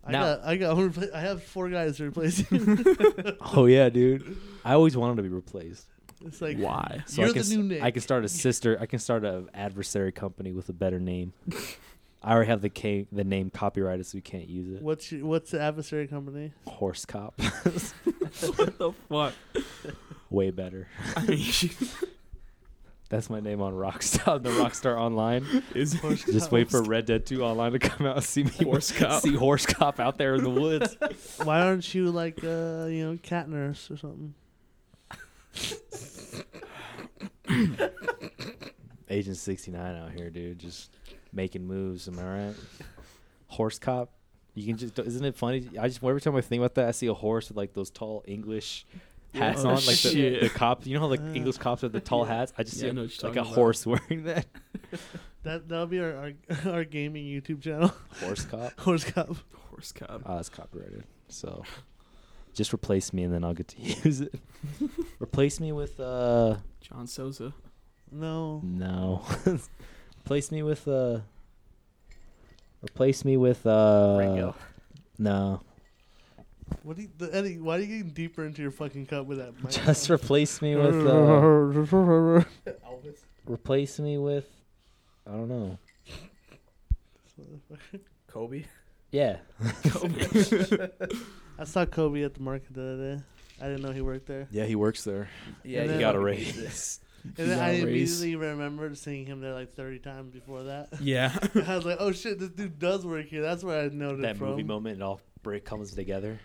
S2: I
S1: now-
S2: got, I got, one repla- I have four guys to replace you.
S1: oh yeah, dude. I always wanted to be replaced.
S2: It's like
S3: Why?
S1: So
S2: You're
S1: I can
S2: the new
S1: s- I
S2: Nick.
S1: can start a sister. I can start an adversary company with a better name. I already have the ca- the name copyrighted, so we can't use it.
S2: What's your, what's the adversary company?
S1: Horse cop,
S3: what the fuck?
S1: way better.
S3: I mean,
S1: That's my name on Rockstar, the Rockstar Online.
S3: is
S1: Just wait for Red Dead 2 Online to come out. See me
S3: Horse cop.
S1: See horse cop out there in the woods.
S2: Why aren't you like uh, you know cat nurse or something?
S1: Agent 69 out here, dude, just making moves. Am I right? Horse cop. You can just isn't it funny? I just every time I think about that, I see a horse with like those tall English hats
S3: Oh,
S1: on, like the,
S3: shit. Uh,
S1: the cops. You know how like
S2: Ah.
S1: English cops have the tall
S4: Yeah.
S1: hats. I just
S3: Yeah,
S1: see
S3: I know
S1: a,
S3: what you're
S1: like a
S3: talking about.
S1: horse wearing that
S2: That that'll be our our, our gaming YouTube channel.
S1: horse cop.
S2: Horse Cup.
S3: horse cop.
S1: Ah, it's copyrighted, so just replace me and then I'll get to use it. replace me with uh
S3: John Souza.
S2: No.
S1: no. replace me with uh. Replace me with uh.
S4: Ringo.
S1: No.
S2: What do you, the, Eddie? Why are you getting deeper into your fucking cup with that? mic?
S1: Just replace me with uh,
S4: Elvis.
S1: replace me with I don't know.
S4: Kobe.
S1: Yeah.
S2: I saw Kobe at the market the other day. I didn't know he worked there.
S1: Yeah, he works there.
S2: And
S1: he
S2: then-
S1: got a raise.
S2: And then I
S3: Yeah, raise.
S2: immediately remembered seeing him there like 30 times before that.
S3: Yeah.
S2: I was like, oh shit, this dude does work here. That's where I noted
S1: that
S2: from.
S1: movie moment it all break comes together.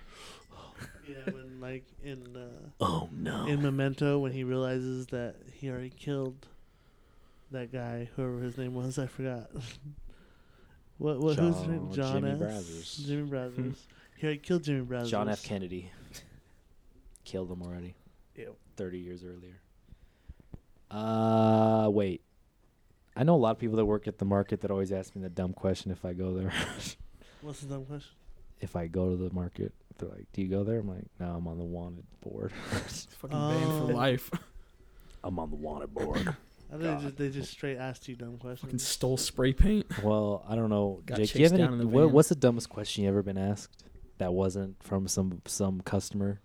S2: Yeah, when like in uh,
S1: Oh no.
S2: in Memento when he realizes that he already killed that guy, whoever his name was, I forgot. what what who's his name?
S1: John-
S2: John
S1: Jimmy
S2: S.
S1: Brazzers.
S2: Jimmy Brazzers. he already killed Jimmy Brazzers.
S1: John F. Kennedy. Killed him already.
S4: Ew.
S1: Thirty years earlier. Uh wait. I know a lot of people that work at the market that always ask me the dumb question if I go there.
S2: What's the dumb question?
S1: if I go to the market, they're like, "Do you go there?" I'm like, "No, I'm on the wanted board.
S3: Fucking banned for
S2: Oh.
S3: life.
S1: I'm on the wanted board."
S2: I think they just, they just straight asked you dumb
S3: Fucking
S2: questions.
S3: stole spray paint.
S1: Well, I don't know,
S3: Got
S1: Jake. Do you have
S3: chased
S1: any?
S3: down in the
S1: wha-
S3: van.
S1: what's the dumbest question you ever been asked that wasn't from some some customer?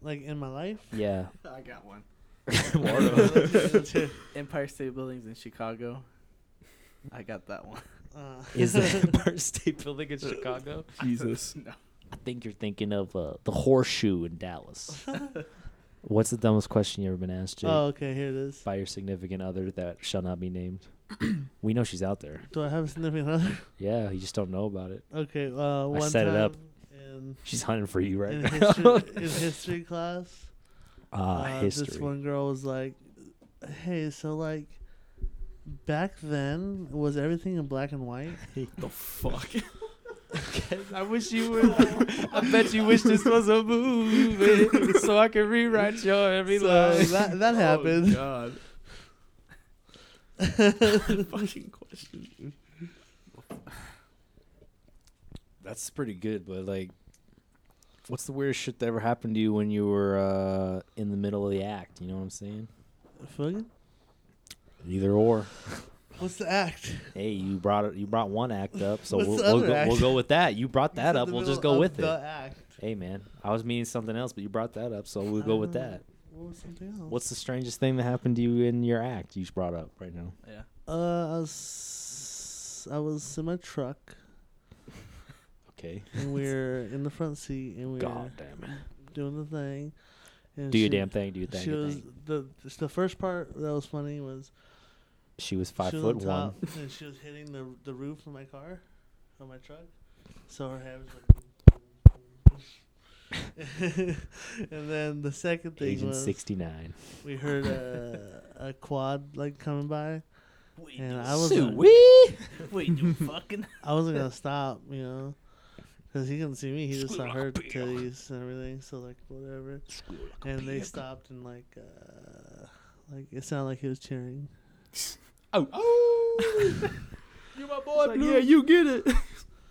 S2: Like in my life.
S1: Yeah,
S4: I got one.
S2: Let's hear- let's hear.
S4: Empire State Buildings in Chicago. I got that one.
S2: Uh,
S1: is the Empire State Building in Chicago?
S3: Jesus.
S4: No.
S1: I think you're thinking of uh, the Horseshoe in Dallas. what's the dumbest question you ever been asked, Jake,
S3: Uh,
S2: oh, okay. Here it is.
S1: by your significant other that shall not be named? we know she's out there.
S2: Do I have a significant other?
S1: Yeah, you just don't know about it.
S2: Okay. Uh, one
S1: set it
S2: time
S1: up.
S2: In,
S1: She's hunting for you right
S2: in,
S1: now.
S2: history, in history class,
S1: Ah,
S2: uh, this
S1: history.
S2: one girl was like, "Hey, so like, back then was everything in black and white?"
S3: The fuck.
S4: I wish you would. I bet you wish this was a movie so I could rewrite your every
S2: So
S4: line.
S2: that that happened.
S3: God. Fucking question.
S1: That's pretty good, but like, what's the weirdest shit that ever happened to you when you were uh, in the middle of the act? You know what I'm saying?
S2: Fucking.
S1: Either or.
S2: What's the act?
S1: Hey, you brought it. You brought one act up, so
S2: What's
S1: we'll
S2: the
S1: we'll
S2: other
S1: go,
S2: act?
S1: we'll go with that. You brought that
S2: It's in
S1: up.
S2: the
S1: We'll just go
S2: middle of
S1: with it.
S2: the Act.
S1: Hey, man, I was meaning something else, but you brought that up, so we'll go with
S2: Uh,
S1: that.
S2: What was something else?
S1: What's the strangest thing that happened to you in your act? You just brought up right now.
S4: Yeah.
S2: Uh, I was I was in my truck
S1: Okay.
S2: and we are in the front seat and we
S1: God
S2: are
S1: damn it.
S2: doing the thing. And
S1: Do your
S2: she-
S1: damn thing. Do your thing.
S2: She
S1: your
S2: was
S1: thing.
S2: the the first part that was funny was
S1: She was five
S2: she was
S1: foot
S2: on
S1: one.
S2: top, and she was hitting the the roof of my car, of my truck. So her head was like. and then the second thing
S1: Agent
S2: was
S1: sixty nine.
S2: we heard a, a quad like coming by,
S4: Wait,
S2: and
S4: you-
S2: I was
S1: Sue
S2: like-
S1: wee.
S4: wait, you fucking.
S2: I wasn't gonna stop, you know, because he couldn't see me. He just saw her titties and everything. So like whatever. And they stopped and like, uh, like it sounded like he was cheering.
S1: Oh, oh.
S4: You my
S3: It's
S4: boy,
S3: like, yeah, you get it.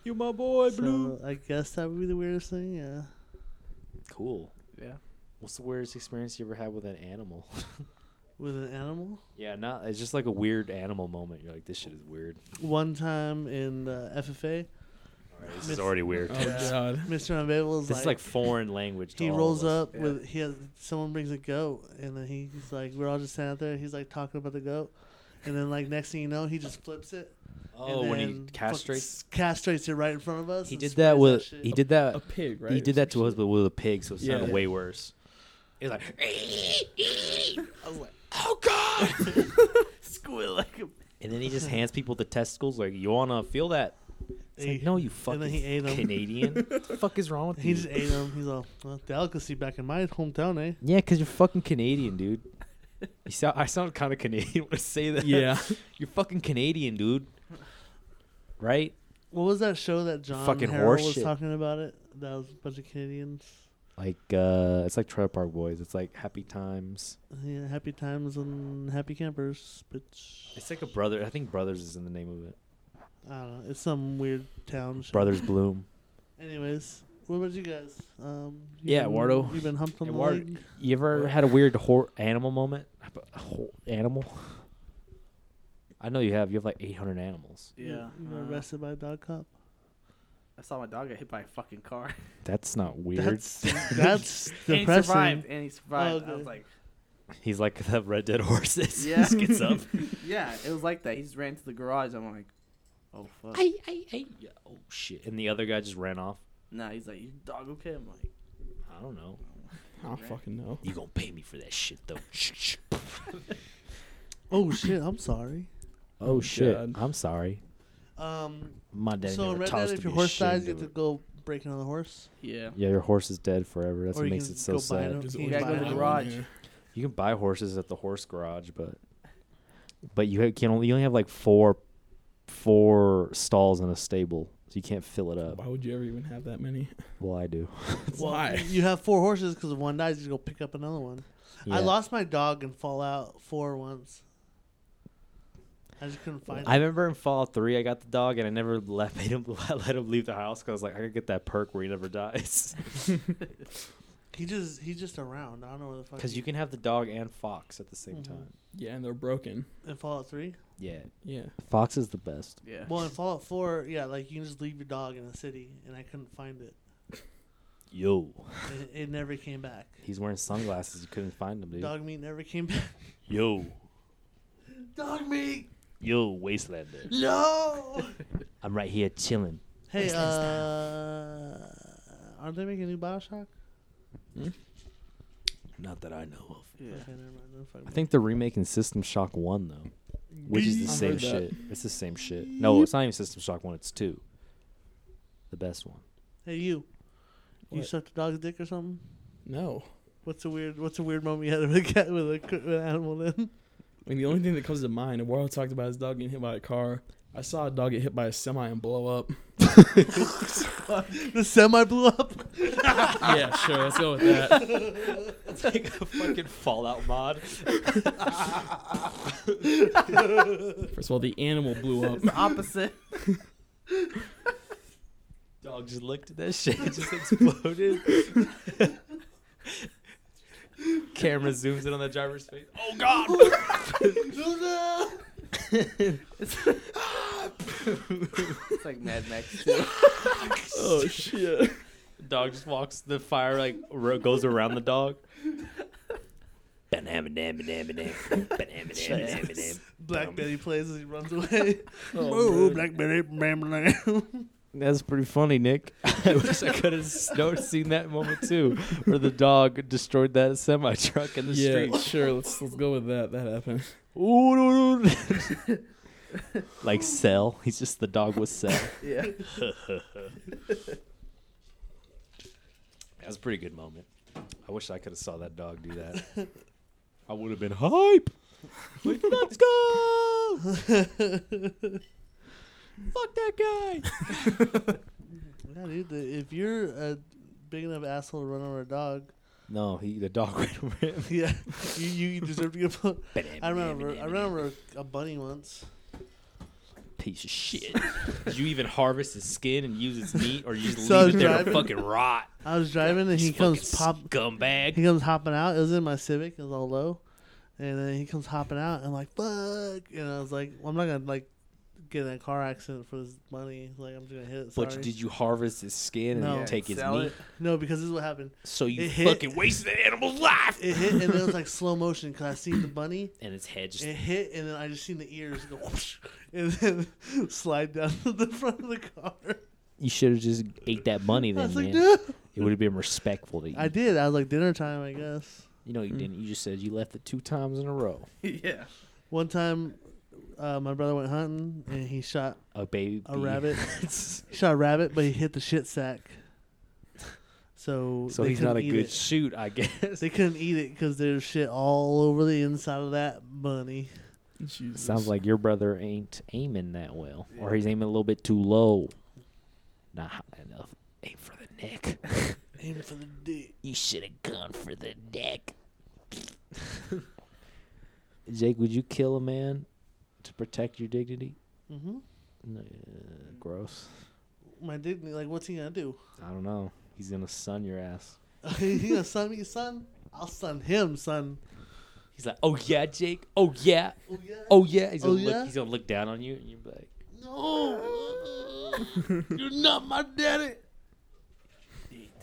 S1: you my boy,
S2: So I guess that would be the weirdest thing. Yeah.
S1: Cool.
S4: Yeah.
S1: What's the weirdest experience you ever had with an animal?
S2: With an animal.
S1: yeah, not. It's just like a weird animal moment. You're like, this shit is weird.
S2: One time in uh, the FFA,
S1: All right, this
S2: Miss-
S1: is already weird.
S3: Oh
S2: Yeah.
S3: God.
S2: Mr. Unavailable is
S1: This is like foreign language. To
S2: he
S1: all
S2: rolls
S1: of us.
S2: up with he has someone brings a goat and then he's like we're all just standing out there. He's like talking about the goat, and then like next thing you know he just flips it. and
S1: Oh, when he
S2: then fuck-
S1: castrates.
S2: castrates it right in front of us.
S1: He
S2: and
S1: did
S2: sprays
S1: that with.
S2: shit.
S1: He did that.
S3: A pig, right?
S1: He did that to us, but with a pig, so it
S3: Yeah.
S1: sounded
S3: Yeah.
S1: way worse. It's like,
S4: I was like,
S1: oh god!
S4: squeal like a.
S1: and then he just hands people the testicles, like, you wanna feel that? It's like,
S2: He-
S1: no, you fucking
S2: and then he ate 'em.
S1: Canadian. what the fuck is wrong with
S2: He
S1: you?
S2: just ate them. He's all well, delicacy back in my hometown, eh?
S1: Yeah, because you're fucking Canadian, dude. You sound, I sound kind of Canadian when I say that.
S3: Yeah.
S1: You're fucking Canadian, dude. Right?
S2: What was that show that John
S1: Fucking
S2: Harrell
S1: horse
S2: was
S1: shit.
S2: talking about? It that was a bunch of Canadians.
S1: Like, uh, it's like Trailer Park Boys. It's like Happy Times.
S2: Yeah, happy times and happy campers, bitch.
S1: It's like a brother. I think Brothers is in the name of it.
S2: I don't know. It's some weird town. Show.
S1: Brothers Bloom.
S2: Anyways, what about you guys? Um, you
S1: Yeah,
S2: been-
S1: Eduardo.
S2: You been humped on
S1: Eduardo.
S2: the leg?
S1: You ever had a weird hor- animal moment? A hor- Animal? I know you have. You have like 800 animals.
S2: You-
S4: Yeah.
S2: You were
S4: uh,
S2: arrested by a dog cop.
S4: I saw my dog get hit by a fucking car.
S1: That's not weird.
S2: That's that's
S4: and
S2: depressing.
S4: he survived. And he survived. I
S2: Oh,
S4: was
S2: good.
S4: like,
S1: He's like the Red Dead horses.
S4: Yeah.
S1: Just gets up.
S4: yeah, it was like that. He just ran to the garage. I'm like, oh fuck.
S1: I, I, I. Oh shit! And the other guy just ran off.
S4: Nah, he's like, you dog okay? I'm like,
S1: I don't know.
S3: I don't fucking know.
S1: You gonna pay me for that shit though?
S2: Oh shit! I'm sorry.
S1: oh shit!
S3: God.
S1: I'm sorry.
S2: Um,
S1: My dad
S2: so in
S1: never
S2: Red
S1: taught
S2: Dead,
S1: us to
S2: if your
S1: be
S2: horse
S1: ashamed
S2: dies, you have
S1: of
S2: to
S1: it.
S2: go break another horse.
S4: yeah.
S1: Yeah, your horse is dead forever. That's
S2: Or
S1: what
S2: you
S1: makes
S2: can
S1: it so
S2: go buy
S1: sad.
S2: another-
S3: Just
S2: You
S3: order
S4: gotta go to the
S3: one,
S4: garage.
S3: yeah.
S1: You can buy horses at the horse garage, but but you ha- can only you only have like four four stalls in a stable, so you can't fill it up.
S3: Why would you ever even have that many?
S1: Well, I do.
S3: Why?
S2: You have four horses because if one dies, you go pick up another one.
S1: Yeah.
S2: I lost my dog in Fallout 4 once. I just couldn't find
S1: I
S2: it.
S1: remember in Fallout Three, I got the dog, and I never let made him let him leave the house because I was like, I could get that perk where he never dies.
S2: He just he's just around. I don't know where the fuck.
S1: Because
S2: he-
S1: you can have the dog and fox at the same
S3: Mm-hmm.
S2: Mhm.
S1: time.
S3: Yeah, and they're broken.
S2: in Fallout 3.
S1: Yeah,
S3: Yeah.
S1: fox is the best.
S4: Yeah.
S2: Well, in Fallout 4, yeah, like you can just leave your dog in a city, and I couldn't find it.
S1: Yo,
S2: It, it never came back.
S1: he's wearing sunglasses. You couldn't find him, dude.
S2: Dog meat never came back.
S1: Yo,
S2: Dog meat,
S1: yo, wastelander.
S2: no.
S1: I'm right here chilling.
S2: hey, uh, aren't they making a new Bioshock?
S1: Not that I know of.
S4: yeah.
S2: Okay, never mind. Then fuck
S1: I
S2: me.
S1: think they're remaking System Shock One though, which is the
S3: I
S1: same
S3: heard that.
S1: shit. It's the same shit. No, it's not even System Shock One. It's two. The best one.
S2: Hey, you. You
S3: What?
S2: sucked a dog's dick or something?
S3: No.
S2: What's a weird What's a weird moment you had with a cat with a cr- with an animal in?
S3: I mean, the only thing that comes to mind, and Warhol talked about his dog getting hit by a car. I saw a dog get hit by a semi and blow up.
S2: The semi blew up.
S3: yeah, sure. Let's go with that.
S1: It's like a fucking Fallout mod.
S3: First of all, the animal blew up.
S4: Opposite.
S1: Dog just looked at that shit, it just exploded. Camera zooms in on the driver's face. Oh god!
S4: It's like Mad Max 2.
S3: oh shit.
S1: Dog just walks the fire, like ro- goes around the dog.
S2: Blackberry plays as he runs away. Oh, Blackberry. bam, bam.
S1: That's pretty funny, Nick. I wish I could have seen that moment too, where the dog destroyed that semi truck in the
S3: yeah,
S1: street.
S3: sure. Let's let's go with that. That happened.
S1: Ooh, doo, doo. like Cell. He's just the dog with Cell.
S4: Yeah.
S1: That was a pretty good moment. I wish I could have saw that dog do that. I would have been hype. Like, let's go! Fuck that guy.
S2: Yeah, dude. the- If you're a big enough asshole to run over a dog,
S1: No, he the dog ran over him.
S2: yeah, you, you deserve to get. pulled. I remember. I remember a bunny once.
S1: Piece of shit. Did you even harvest his skin and use its meat, or you just
S2: So I
S1: leave
S2: was
S1: it there to
S2: driving.
S1: fucking rot?
S2: I was driving and he
S1: Just
S2: comes pop.
S1: fucking scumbag.
S2: He comes hopping out. It was in my Civic. It was all low, and then he comes hopping out. And I'm like, "Fuck!" And I was like, well, "I'm not gonna like get in a car accident for this money. Like, I'm just gonna hit it." Sorry.
S1: But did you harvest his skin and
S2: No.
S1: then take his
S4: Sell
S1: meat?
S4: it.
S2: no, because this is what happened.
S1: So you
S2: It hit-
S1: fucking wasted the animal's life.
S2: It hit, and then it was like slow motion because I seen the bunny.
S1: And its head just
S2: It hit, and then I just seen the ears go, whoosh, and then slide down to the front of the car.
S1: You should have just ate that money
S2: I
S1: then,
S2: was like,
S1: man.
S2: "Dude."
S1: It would have been respectful to you.
S2: I Mm. did. I was like, dinner time, I guess.
S1: You know you didn't. You just said you left it two times in a row.
S4: yeah.
S2: One time, uh, my brother went hunting, and he shot
S1: A baby.
S2: a rabbit. he shot a rabbit, but he hit the shit sack. So
S1: So
S2: they
S1: he's not
S2: couldn't
S1: a
S2: eat
S1: good
S2: It.
S1: shoot, I guess.
S2: They couldn't eat it because there's shit all over the inside of that bunny.
S3: Jesus.
S1: Sounds like your brother ain't aiming that well, or he's aiming a little bit too low. Not high enough. Aim for the neck.
S2: Aim for the dick.
S1: you should have gone for the neck. Jake, would you kill a man to protect your dignity?
S2: hmm
S1: Uh, gross.
S2: My dignity. Like, what's he gonna do?
S1: I don't know. He's gonna sun your ass.
S2: he gonna sun me, son? I'll sun him, son.
S1: He's like, oh yeah, Jake. Oh yeah.
S2: Oh yeah.
S1: Oh yeah. He's
S2: Oh,
S1: gonna
S2: yeah?
S1: look. He's gonna look down on you, and you're like,
S2: No, you're not my daddy.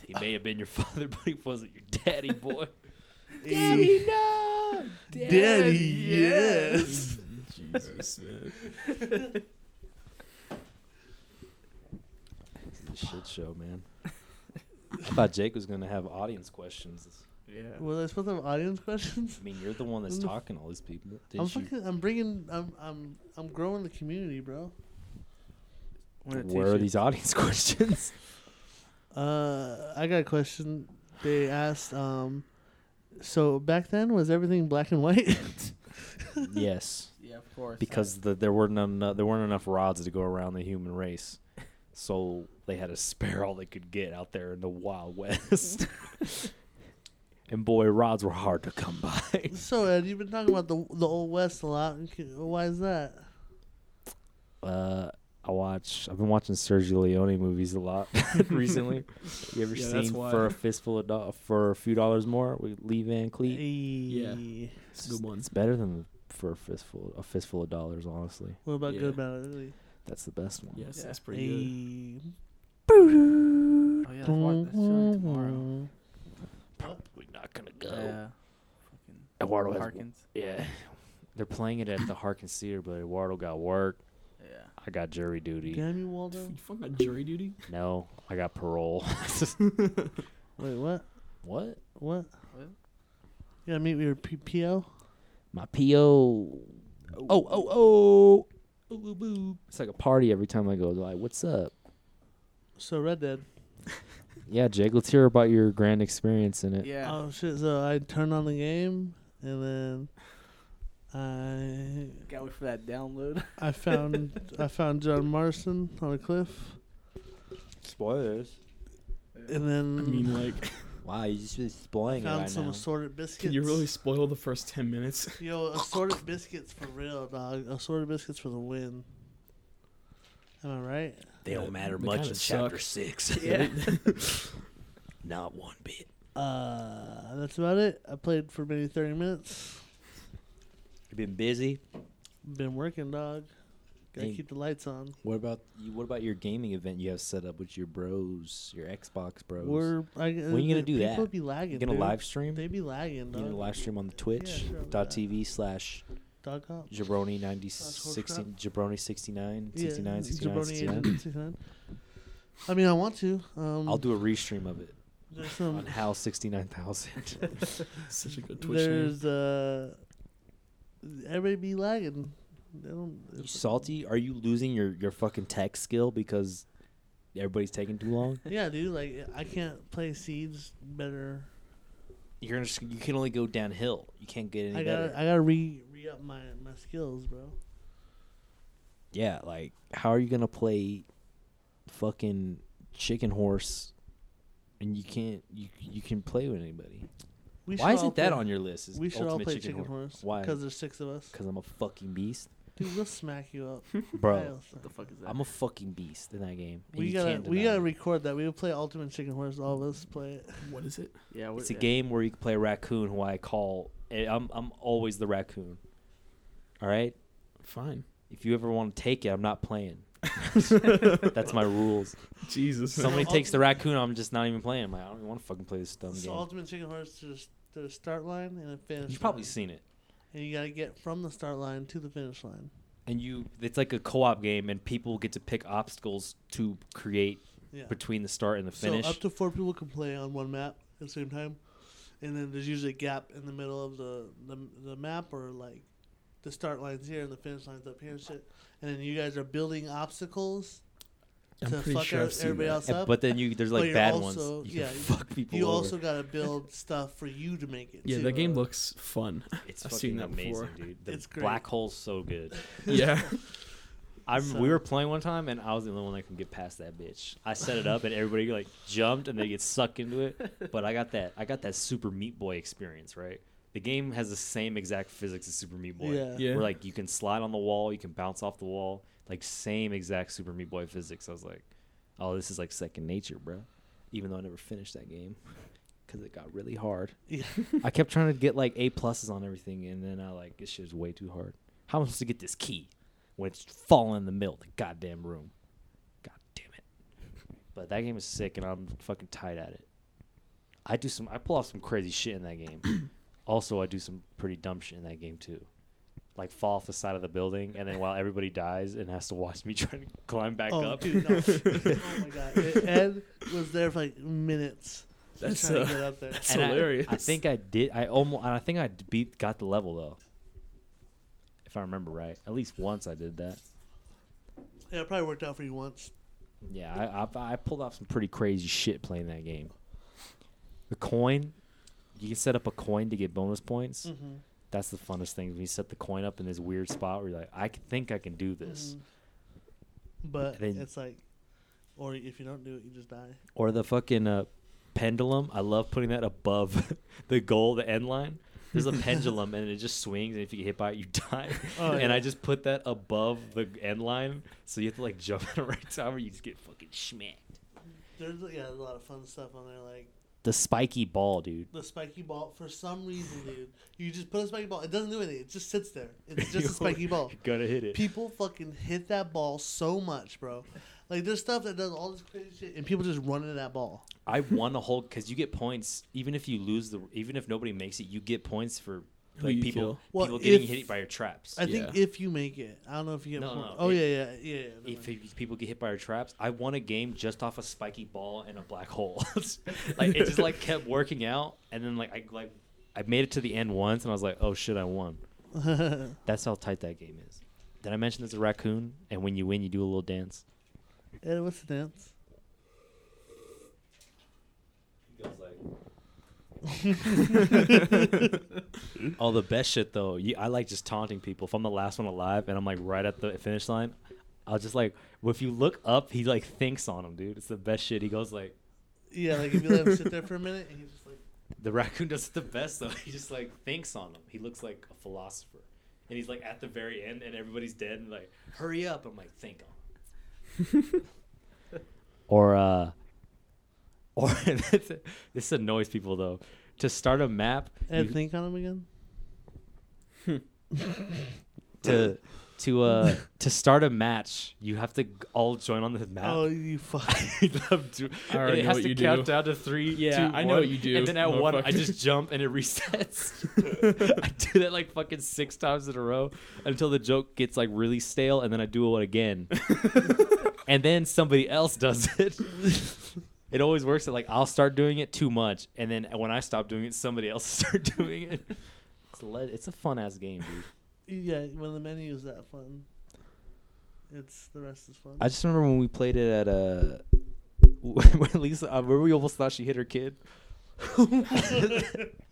S1: he may have been your father, but he wasn't your daddy, boy.
S2: Daddy,
S1: no.
S2: daddy, yes.
S3: Jesus. man.
S1: Shit show, man. I thought Jake was gonna have audience questions.
S4: Yeah.
S2: Was I supposed to have audience questions?
S1: I mean, you're the one that's
S2: I'm the-
S1: talking to all these people. Did
S2: I'm
S1: you?
S2: fucking. I'm bringing. I'm. I'm. I'm growing the community, bro.
S4: What a
S1: Where are
S4: t-shirt.
S1: these audience questions?
S2: Uh, I got a question. They asked. Um, so back then was everything black and white?
S1: yes,
S4: Yeah, of course.
S1: because the, there weren't enough, there weren't enough rods to go around the human race, so they had to spare all they could get out there in the wild west. and boy, rods were hard to come by.
S2: so Ed, you've been talking about the the old west a lot. and c- Why is that?
S1: Uh, I watch. I've been watching Sergio Leone movies a lot recently. You ever
S3: Yeah, that's
S1: seen
S3: why.
S1: for a fistful of do- for a few dollars more with Lee Van Cleet?
S2: Yeah.
S3: It's a good one.
S1: It's better than for a fistful a fistful of dollars. Honestly,
S2: What about
S3: Yeah.
S2: good, bad, and ugly?
S1: that's the best one.
S3: Yes,
S4: Yeah.
S3: that's pretty
S2: Ayy.
S4: Oh, yeah, that's why- that's showing tomorrow.
S1: Probably not gonna go.
S4: Yeah.
S1: Eduardo has.
S4: Harkins.
S1: Yeah, they're playing it at the Harkins Theater, but Eduardo got work.
S4: Yeah.
S1: I got jury duty.
S2: Damn you,
S3: good.
S2: Waldo.
S3: You fucking got jury duty?
S1: No, I got parole.
S2: Wait,
S1: what?
S2: what? What?
S4: What?
S2: You gotta meet with your P- PO?
S1: My PO. Oh, oh, oh. Ooh, ooh, boo. It's like a party every time I go. They're like, what's up?
S2: So Red Dead.
S1: Yeah, Jake, let's hear about your grand experience in it.
S4: Yeah.
S2: Oh shit! So I turned on the game, and then I
S4: Gotta wait for that download.
S2: I found I found John Marston on a cliff,
S1: Spoilers.
S2: and then
S3: I mean, like,
S1: Wow, you're just really
S2: I
S1: spoiling it
S2: found
S1: right
S2: some
S1: now.
S2: assorted biscuits.
S3: can you really spoil the first ten minutes?
S2: Yo, assorted biscuits for real, dog. Assorted biscuits for the win. Am I right?
S5: They
S3: Yeah,
S5: don't matter
S3: they
S5: much
S3: kinda
S5: in chapter
S3: suck.
S5: six.
S4: Yeah.
S5: Not one bit.
S2: Uh, that's about it. I played for maybe thirty minutes.
S1: You've been busy.
S2: Been working, dog. Gotta
S1: Hey.
S2: keep the lights on.
S1: What about you? What about your gaming event you have set up with your bros, your Xbox bros?
S2: We're I,
S1: When you gonna do
S2: people
S1: that?
S2: be lagging.
S1: you gonna
S2: dude.
S1: live stream?
S2: They be lagging,
S1: you
S2: dog.
S1: gonna live stream on the
S2: sure, I'll do that.
S1: Twitch.tv slash
S2: dog cop.
S1: Jabroni
S2: Slash horse
S1: 9016 Jabroni 69
S2: Yeah,
S1: 69 69
S2: Jabroni
S1: 69.
S2: 89. I mean, I want to. Um,
S1: I'll do a restream of it
S2: There's some.
S1: on Hal 69000.
S3: Such a good Twitch name.
S2: There's uh, everybody be lagging. They don't.
S1: You salty? Are you losing your your fucking tech skill because everybody's taking too long?
S2: Yeah, dude. Like I can't play seeds better.
S1: You're gonna just, you can only go downhill. You can't get any
S2: I
S1: better.
S2: gotta I gotta re re up my my skills, bro.
S1: Yeah, like how are you gonna play fucking chicken horse and you can't you you can play with anybody?
S2: We
S1: Why
S2: should
S1: isn't
S2: all
S1: that
S2: play-
S1: on your list? Is
S2: We should all
S1: Ultimate
S2: play chicken, horse.
S1: Why?
S2: Because there's six of us.
S1: Because I'm a fucking beast,
S2: Dude, we'll smack you up,
S1: bro.
S2: Hell, son.
S4: what the fuck is that?
S1: I'm a fucking beast in that game. and
S2: We
S1: you
S2: gotta
S1: can't
S2: we
S1: deny
S2: gotta
S1: it.
S2: record that. We will play Ultimate Chicken Horse. All of us play it.
S3: What is it?
S4: yeah, we're,
S1: It's a
S4: yeah.
S1: game where you can play raccoon, who I call. eh, I'm I'm always the raccoon. All right.
S3: Fine.
S1: If you ever want to take it, I'm not playing. That's my rules.
S3: Jesus. man.
S1: Somebody
S2: So
S1: takes the raccoon, I'm just not even playing. I'm like, I don't even want to fucking play this dumb
S2: so
S1: game.
S2: Ultimate Chicken Horse to the, s- to the start line and the finish.
S1: You've probably
S2: line.
S1: seen it.
S2: And you gotta get from the start line to the finish line.
S1: and you it's like a co-op game and people get to pick obstacles to create
S2: Yeah.
S1: between the start and the finish
S2: So up to four people can play on one map at the same time, and then there's usually a gap in the middle of the the, the map or like the start lines here and the finish lines up here and shit. And then you guys are building obstacles
S3: I'm
S2: to
S3: pretty
S2: fuck
S3: sure I've
S2: out
S3: seen
S2: everybody
S3: that.
S2: else
S1: And-
S2: up.
S1: but then you there's
S2: but
S1: like
S2: you're
S1: bad
S2: also-
S1: ones you
S2: yeah,
S1: can fuck people
S2: you
S1: over.
S2: also gotta build stuff for you to make it.
S3: Yeah,
S2: too.
S3: that game looks fun.
S1: it's
S3: I've
S1: fucking
S3: seen that
S1: amazing
S3: before.
S1: dude the
S2: It's great.
S1: black hole's so good
S3: yeah.
S1: i
S2: So-
S1: we were playing one time and i was the only one that can get past that bitch i set it up and everybody like jumped and they get sucked into it but i got that i got that super meat boy experience right the game has the same exact physics as super meat boy
S2: Yeah.
S3: Yeah.
S1: Where like you can slide on the wall, you can bounce off the wall, like same exact Super Meat Boy physics. I was like, oh, this is like second nature, bro. Even though I never finished that game because it got really hard.
S2: Yeah.
S1: I kept trying to get like A pluses on everything, and then I like this shit is way too hard. How am I supposed to get this key when it's falling in the middle of the goddamn room? God damn it! But that game is sick, and I'm fucking tight at it. I do some, I pull off some crazy shit in that game. also, I do some pretty dumb shit in that game too like fall off the side of the building, and then while everybody dies and has to watch me trying to climb back
S2: oh,
S1: up.
S2: dude, no. oh my god! Ed was there for like minutes. just
S3: That's,
S2: trying
S3: uh,
S2: to get up there.
S3: that's
S1: And I-
S3: hilarious.
S1: I, think I did. I almost. I think I beat got the level though, if I remember right. At least once I did that.
S2: Yeah, it probably worked out for you once.
S1: Yeah, I, I, I pulled off some pretty crazy shit playing that game. The coin, you can set up a coin to get bonus points.
S2: Mm-hmm.
S1: That's the funnest thing. When you set the coin up in this weird spot where you're like, I c- think I can do this.
S2: Mhm. But
S1: Then-
S2: it's like, or if you don't do it, you just die.
S1: or the fucking uh, pendulum. I love putting that above the goal, the end line. There's a pendulum and it just swings, and if you get hit by it, you die.
S2: Oh,
S1: and I
S2: yeah.
S1: just put that above the end line, so you have to like jump at the right time, or you just get fucking smacked.
S2: There's yeah, there's a lot of fun stuff on there, like
S1: The spiky ball, dude.
S2: the spiky ball. For some reason, dude, you just put a spiky ball. It doesn't do anything. It just sits there. It's just a spiky ball.
S1: You're gonna hit it.
S2: People fucking hit that ball so much, bro. Like there's stuff that does all this crazy shit, and people just run into that ball.
S1: I won a whole because you get points even if you lose the even if nobody makes it, you get points for
S3: Who
S1: like
S3: you
S1: people
S3: kill.
S2: Well,
S1: people getting
S2: if-
S1: hit by your traps.
S2: I think
S3: Yeah.
S2: if you make it, I don't know if you get.
S1: No,
S2: point-
S1: no,
S2: oh
S1: if-
S2: yeah, yeah, yeah. yeah never
S1: if
S2: mind.
S1: if people get hit by our traps, I won a game just off a spiky ball and a black hole. like it just like kept working out, and then like I like I made it to the end once, and I was like, oh shit, I won. That's how tight that game is. Did I mention there's a raccoon? And when you win, you do a little dance.
S2: Ed, what's the dance?
S1: He goes like, Oh, the best shit though. You, I like just taunting people. If I'm the last one alive and I'm like right at the finish line, I'll just like. Well, if you look up, he like thinks on him, dude. It's the best shit. He goes like,
S2: Yeah, E like if you let him sit there for a minute, and he's just like,
S1: the raccoon does it the best though. He just like thinks on him. He looks like a philosopher, and he's like at the very end, and everybody's dead, and like, hurry up. I'm like, think on. him." or uh, or this annoys people though. To start a map,
S2: Ed,
S1: you-
S2: think on him again.
S1: to to uh to start a match, you have to g- all join on the map.
S2: Oh, you fuck.
S1: Love to-
S3: I already
S1: and it
S3: know
S1: has
S3: what
S1: to
S3: you
S1: count
S3: do.
S1: down to three.
S3: Yeah,
S1: two,
S3: I know
S1: one,
S3: what you do,
S1: And then at one, I
S3: motherfucker.
S1: just jump and it resets. I do that like fucking six times in a row until the joke gets like really stale, and then I do it again. and then somebody else does it. It always works that like I'll start doing it too much, and then when I stop doing it, somebody else start doing it. It's, le- it's a fun ass game, dude.
S2: yeah, when the menu is that fun, it's the rest is fun.
S1: I just remember when we played it at uh when Lisa, uh, remember we almost thought she hit her kid. I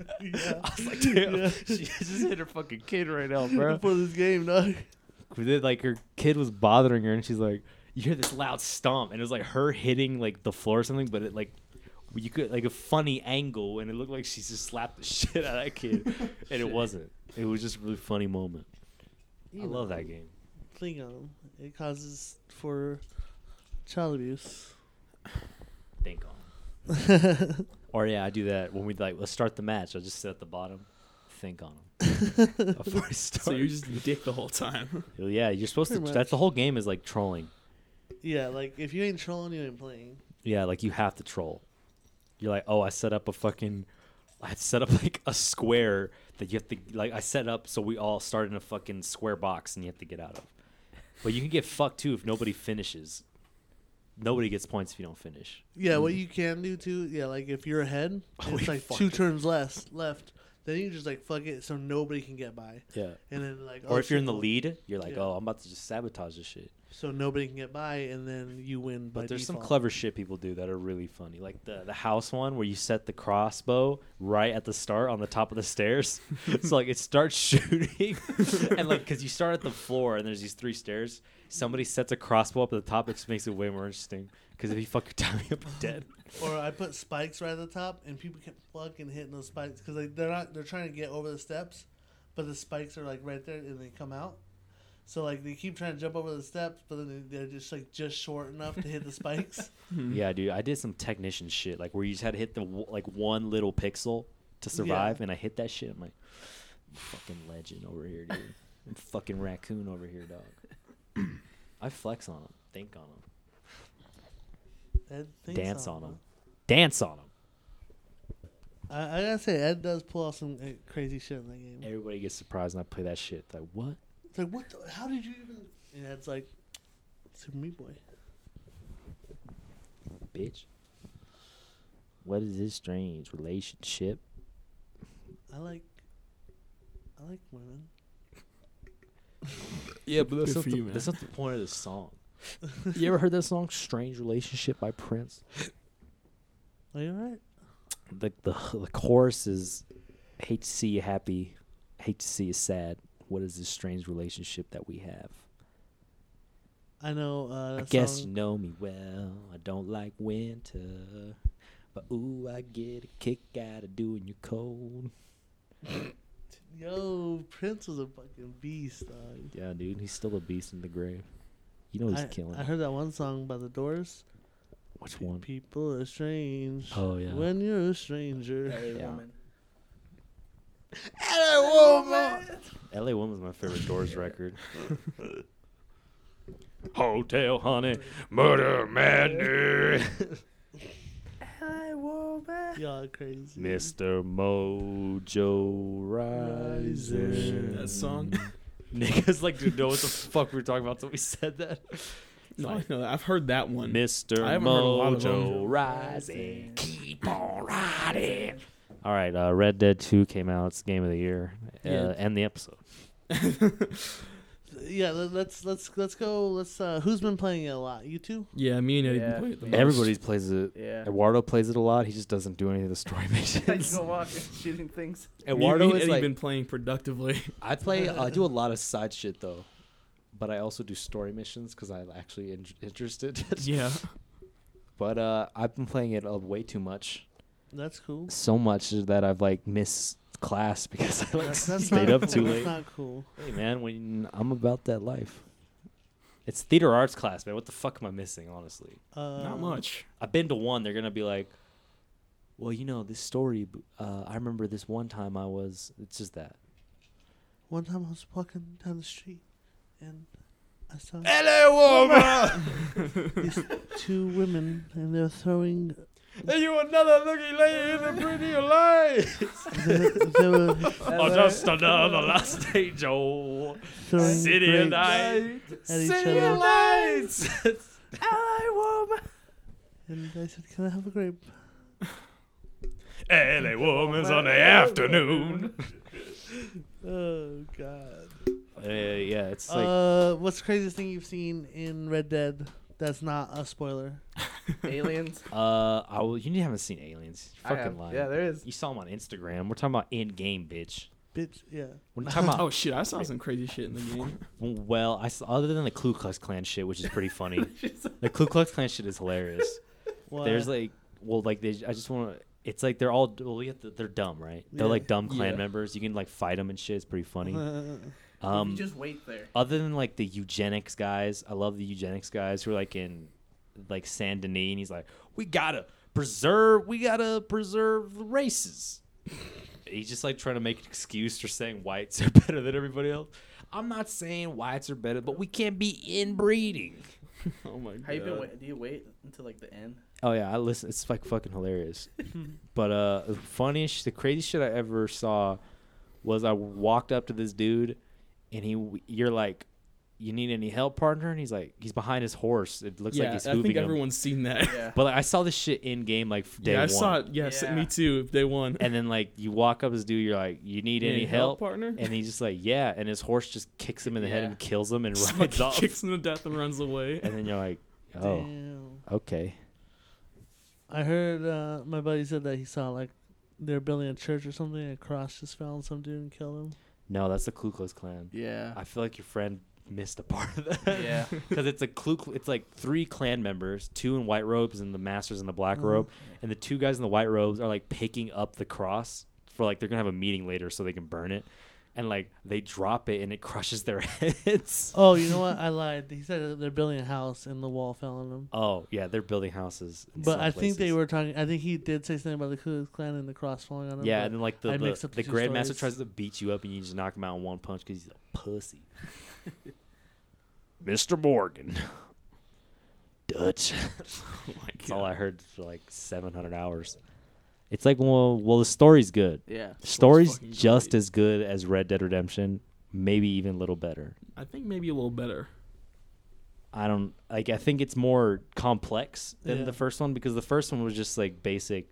S1: was like, damn,
S2: Yeah.
S1: she just hit her fucking kid right now, bro.
S2: For this game, dog.
S1: We did like her kid was bothering her, and she's like, you hear this loud stomp, and it was like her hitting like the floor or something, but it like. You could like a funny angle, and it looked like she just slapped the shit out of that kid, and it wasn't. It was just a really funny moment.
S2: You
S1: I
S2: know,
S1: love that game.
S2: Think on him. It causes for child abuse.
S1: Think on. Or yeah, I do that when we like let's start the match. I'll just sit at the bottom, think on them before we start.
S3: So you're just a dick the whole time.
S1: yeah, you're supposed to.
S2: Pretty much.
S1: That's the whole game is like trolling.
S2: yeah, like if you ain't trolling, you ain't playing.
S1: Yeah, like you have to troll. You're like, oh, I set up a fucking, I set up like a square that you have to like. I set up so we all start in a fucking square box and you have to get out of. But you can get fucked too if nobody finishes. Nobody gets points if you don't finish.
S2: Yeah, what you can do too, yeah, like if you're ahead,
S1: Mm. Oh,
S2: it's
S1: yeah,
S2: like
S1: fuck
S2: two
S1: it.
S2: turns less left. Then you just like fuck it, so nobody can get by.
S1: Yeah.
S2: And then like,
S1: Or
S2: oh,
S1: if you're in
S2: shit,
S1: the
S2: well,
S1: lead, you're like,
S2: Yeah.
S1: oh, I'm about to just sabotage this shit.
S2: so nobody can get by, and then you win. by
S1: But there's some
S2: default.
S1: clever shit people do that are really funny, like the the house one where you set the crossbow right at the start on the top of the stairs. so like it starts shooting, and like because you start at the floor and there's these three stairs, somebody sets a crossbow up at the top, it just makes it way more interesting. Because if you fuck your timing up, you're dead.
S2: Or I put spikes right at the top, and people kept fucking hitting those spikes because like, they're not they're trying to get over the steps, but the spikes are like right there, and they come out. So like they keep trying to jump over the steps, but then they- they're just like just short enough to hit the spikes.
S1: Yeah, dude, I did some technician shit, like where you just had to hit the w- like one little pixel to survive, and I hit that shit. I'm like, fucking legend over here, dude. I'm fucking raccoon over here, dog. I flex on him, think on him.
S2: Ed thinks
S1: dance on
S2: it.
S1: them. Dance on them.
S2: I, I gotta say, Ed does pull off some uh, crazy shit in that game.
S1: Everybody gets surprised and I play that shit. Like, what?
S2: It's like, what? The, how did you even? And Ed's like, Super Meat Boy.
S1: Bitch. What is this strange relationship?
S2: I like, I like women.
S3: Yeah, but
S1: That's
S3: that's
S1: not,
S3: up
S1: the,
S3: to you, man.
S1: that's not the point of the song. you ever heard that song Strange Relationship by Prince?
S2: Are you alright?
S1: The the the chorus is hate to see you happy, hate to see you sad. What is this strange relationship that we have?
S2: I know. Uh,
S1: I
S2: that
S1: guess you
S2: song-
S1: know me well. I don't like winter. But ooh, I get a kick out of doing you cold.
S2: Yo, Prince was a fucking beast, dog.
S1: Yeah, dude, he's still a beast in the grave. You know he's
S2: I,
S1: killing.
S2: I
S1: it.
S2: heard that one song by The Doors.
S1: Which one?
S2: People are strange.
S1: Oh yeah.
S2: When you're a stranger.
S4: Hey,
S1: Yeah.
S4: woman.
S1: L.A. Woman's my favorite Doors record. Hotel, honey, murder, madness,
S2: Y'all crazy.
S1: Mr. Mojo
S2: Rising.
S1: Rising.
S3: that song.
S2: Mm.
S1: Niggas like, dude, know what the fuck we were talking about until we said that.
S3: No, I know that. I've heard that one.
S1: Mr.
S3: I haven't heard a lot of
S1: Mojo
S3: them.
S1: Rising. Keep on riding. All right, uh, Red Dead 2 came out. It's game of the year. Uh,
S3: Yeah.
S1: End the episode.
S2: yeah, let- let's let's let's go. Let's. uh Who's been playing it a lot? You two?
S3: Yeah, me and Eddie
S4: Yeah.
S3: can play it the most.
S1: Everybody plays it.
S4: Yeah.
S1: Eduardo plays it a lot. He just doesn't do any of the story missions.
S4: shooting things.
S3: me,
S1: Eduardo
S3: me and
S1: is
S3: Eddie
S1: like
S3: been playing productively.
S1: I play. I do a lot of side shit though, but I also do story missions because I'm actually in- interested.
S3: yeah.
S1: but uh, I've been playing it uh, way too much,
S2: That's cool.
S1: so much that I've like missed class because I like
S2: That's, that's
S1: stayed
S2: not
S1: up
S2: cool.
S1: too
S2: that's
S1: late.
S2: Not cool.
S1: Hey man, when I'm about that life. It's theater arts class, man. What the fuck am I missing, honestly?
S2: Uh,
S3: Not much.
S1: I've been to one. They're gonna be like, well, you know, this story. b- Uh, I remember this one time I was. It's just that.
S2: One time I was walking down the street, and I saw
S3: Hello, woman.
S2: these two women, and they're throwing.
S3: Are you another looking lady in the pretty light?
S2: They, they were
S1: Oh, just another last stage. Oh,
S2: throwing grapes at each other.
S1: lights.
S2: And I said, "Can I have a grape?"
S1: LA woman's on the afternoon.
S2: Oh God.
S1: Uh, yeah, it's like
S2: uh, what's the craziest thing you've seen in Red Dead? That's not a spoiler.
S4: Aliens.
S1: uh, I will, you haven't seen Aliens. You're
S4: I
S1: fucking
S4: have.
S1: lying.
S4: Yeah, there is.
S1: You saw them on Instagram. We're talking about in game, bitch.
S2: Bitch. Yeah.
S1: We're not talking
S3: Oh
S1: about
S3: shit! I saw some crazy shit in the game.
S1: well, I saw, other than the Ku Klux Klan shit, which is pretty funny. the Ku Klux Klan shit is hilarious.
S2: What?
S1: There's like, well, like they. I just want to. It's like they're all. Well, you have to, they're dumb, right? They're
S2: Yeah.
S1: like dumb clan
S3: Yeah.
S1: members. You can like fight them and shit. It's pretty funny.
S4: you
S1: Um,
S4: just wait there.
S1: other than like the eugenics guys, I love the eugenics guys who are like in like Saint Denis, and he's like, we gotta preserve, we gotta preserve the races. he's just like trying to make an excuse for saying whites are better than everybody else. I'm not saying whites are better, but we can't be inbreeding.
S3: Oh my god.
S4: How you been? Wait, do you wait until like the end?
S1: Oh yeah, I listen. It's like fucking hilarious. but uh, the funniest, the craziest shit I ever saw was I walked up to this dude, and he, you're like, you need any help, partner? And he's like, he's behind his horse. It looks
S3: yeah,
S1: like he's
S3: I
S1: hooving
S3: think
S1: him.
S3: everyone's seen that.
S4: Yeah.
S1: But like, I saw this shit in game like f- day
S3: yeah, I
S1: one.
S3: saw it. Yes,
S4: Yeah.
S3: me too. Day one.
S1: And then like you walk up to this dude, you're like, you need
S3: You
S1: any
S3: need
S1: help?
S3: partner?
S1: And he's just like, yeah. And his horse just kicks him in the head
S4: Yeah.
S1: and kills him and
S3: Just
S1: rides
S3: fucking
S1: off.
S3: kicks him to death and runs away.
S1: And then you're like, oh,
S2: Damn.
S1: okay.
S2: I heard uh, my buddy said that he saw like they're building a church or something, and a cross just fell on some dude and killed him.
S1: No, that's the Ku Klux Klan.
S4: Yeah.
S1: I feel like your friend missed a part of that.
S4: Yeah.
S1: because it's a clue. It's like three clan members, two in white robes and the masters in the black
S2: Mhm.
S1: robe, and the two guys in the white robes are like picking up the cross for like they're gonna have a meeting later so they can burn it, and like they drop it and it crushes their heads.
S2: Oh, you know what? I lied. He said that they're building a house and the wall fell on him.
S1: Oh yeah, they're building houses. in
S2: But
S1: some
S2: I think they
S1: places.
S2: were talking. I think he did say something about the Ku Klux Klan and the cross falling on him.
S1: Yeah,
S2: but
S1: and then like the
S2: I
S1: the,
S2: mixed up
S1: the
S2: the two
S1: grandmaster
S2: stories.
S1: tries to beat you up and you just knock him out in one punch because he's a pussy. Mr. Morgan, Dutch.
S3: Oh
S1: That's all I heard for like 700 hours. It's like well, well, the story's good.
S4: Yeah.
S1: The story's
S3: fucking
S1: just
S3: great.
S1: as good as Red Dead Redemption, maybe even a little better.
S3: I think maybe a little better.
S1: I don't like. I think it's more complex than
S2: Yeah.
S1: the first one because the first one was just like basic.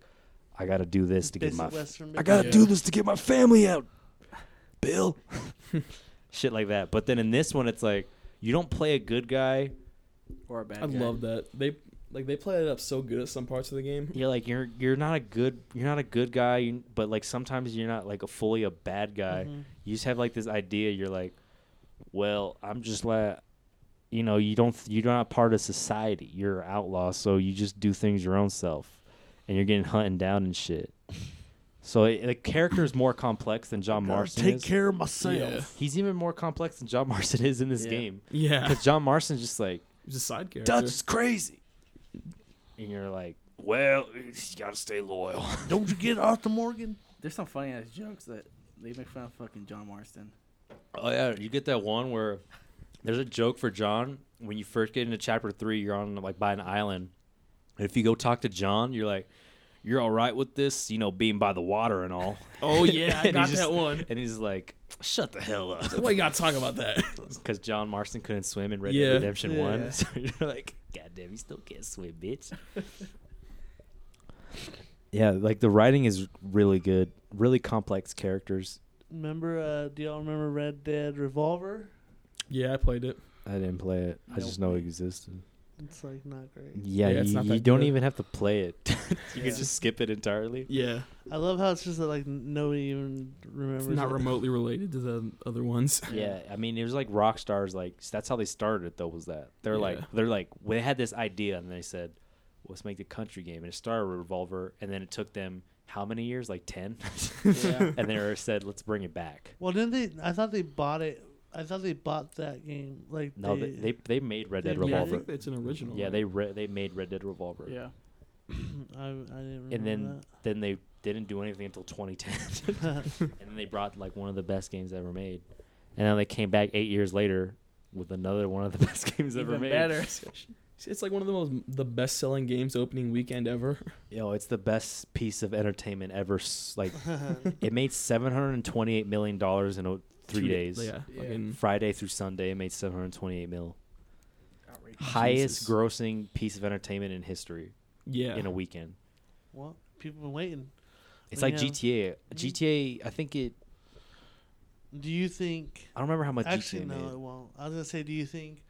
S1: I gotta do this to get
S2: Basic
S1: my.
S2: Western
S1: I gotta
S3: Yeah.
S1: do this to get my family out. Bill. Shit like that. But then in this one, it's like you don't play a good guy.
S4: Or a bad
S3: I
S4: guy.
S3: love that they like they play it up so good at some parts of the game.
S1: You're like you're you're not a good you're not a good guy. you- But like sometimes you're not like a fully a bad guy.
S2: Mhm.
S1: You just have like this idea. You're like, well, I'm just like. You know, you don't you're not part of society. You're an outlaw, so you just do things your own self, and you're getting hunted down and shit. So it, the character is more complex than John
S2: Gotta
S1: Marston.
S2: Take
S1: is.
S2: care of myself.
S3: Yeah.
S1: He's even more complex than John Marston is in this
S4: Yeah.
S1: game.
S3: Yeah,
S1: Because John Marston's just like,
S3: he's a side character.
S1: Dutch is crazy. And you're like, well, you gotta stay loyal.
S2: Don't you get Arthur Morgan?
S4: There's some funny ass jokes that they make fun of fucking John Marston.
S1: Oh, yeah. You get that one where there's a joke for John. When you first get into chapter three, you're on, like, by an island. And if you go talk to John, you're like, you're all right with this, you know, being by the water and all.
S3: Oh yeah, I
S1: And
S3: got
S1: he's just-
S3: that one.
S1: And he's like, shut the hell up.
S3: Why you gotta talk about that?
S1: Because John Marston couldn't swim in Red
S3: Yeah.
S1: Dead Redemption
S2: Yeah.
S1: 1. So you're like, God damn, you still can't swim, bitch. yeah, like the writing is really good. Really complex characters.
S2: Remember? Uh, do y'all remember Red Dead Revolver?
S3: Yeah, I played it.
S1: I didn't play it. I just know it existed.
S2: It's like not great.
S1: Yeah,
S3: Yeah, it's
S1: you,
S3: not that
S1: you don't
S3: good.
S1: even have to play it. you
S3: Yeah.
S1: can just skip it entirely.
S3: Yeah,
S2: I love how it's just that like nobody even remembers.
S3: it's not
S2: it.
S3: remotely related to the other ones.
S1: Yeah, I mean, it was like rock stars. Like s- that's how they started. Though was that they're like
S3: Yeah.
S1: they're like they had this idea and they said, let's make the country game and it started with Revolver and then it took them how many years? Like ten.
S4: Yeah.
S1: and they were said, let's bring it back.
S2: Well, didn't they? I thought they bought it. I thought they bought that game. Like
S1: No, they
S2: they,
S1: they, they made Red
S2: they
S1: Dead
S2: made
S3: Yeah, I
S1: Revolver.
S3: think it's an original.
S1: Yeah,
S3: right?
S1: they re- they made Red Dead Revolver.
S4: Yeah.
S2: I, I didn't. Remember
S1: And then then they didn't do anything until 2010. and then they brought like one of the best games ever made. And then they came back 8 years later with another one of the best games ever
S4: Even
S1: made.
S4: better.
S3: See, It's like one of the most the best selling games opening weekend ever.
S1: Yo, it's the best piece of entertainment ever s- like
S2: that.
S1: it made 728 million dollars in o- 3
S3: Two da-
S1: days.
S3: Yeah. Mm-hmm.
S4: Yeah.
S3: fucking-
S1: Friday through Sunday it made 728 mil.
S4: Outrageous.
S1: Highest
S3: Jesus.
S1: grossing piece of entertainment in history
S3: yeah.
S1: in a weekend.
S2: well, people been waiting.
S1: It's
S2: But
S1: like
S2: yeah.
S1: GTA. GTA, I think it.
S2: Do you think?
S1: I don't remember how much
S2: Actually,
S1: GTA
S2: no,
S1: made.
S2: it won't. I was gonna say, do you think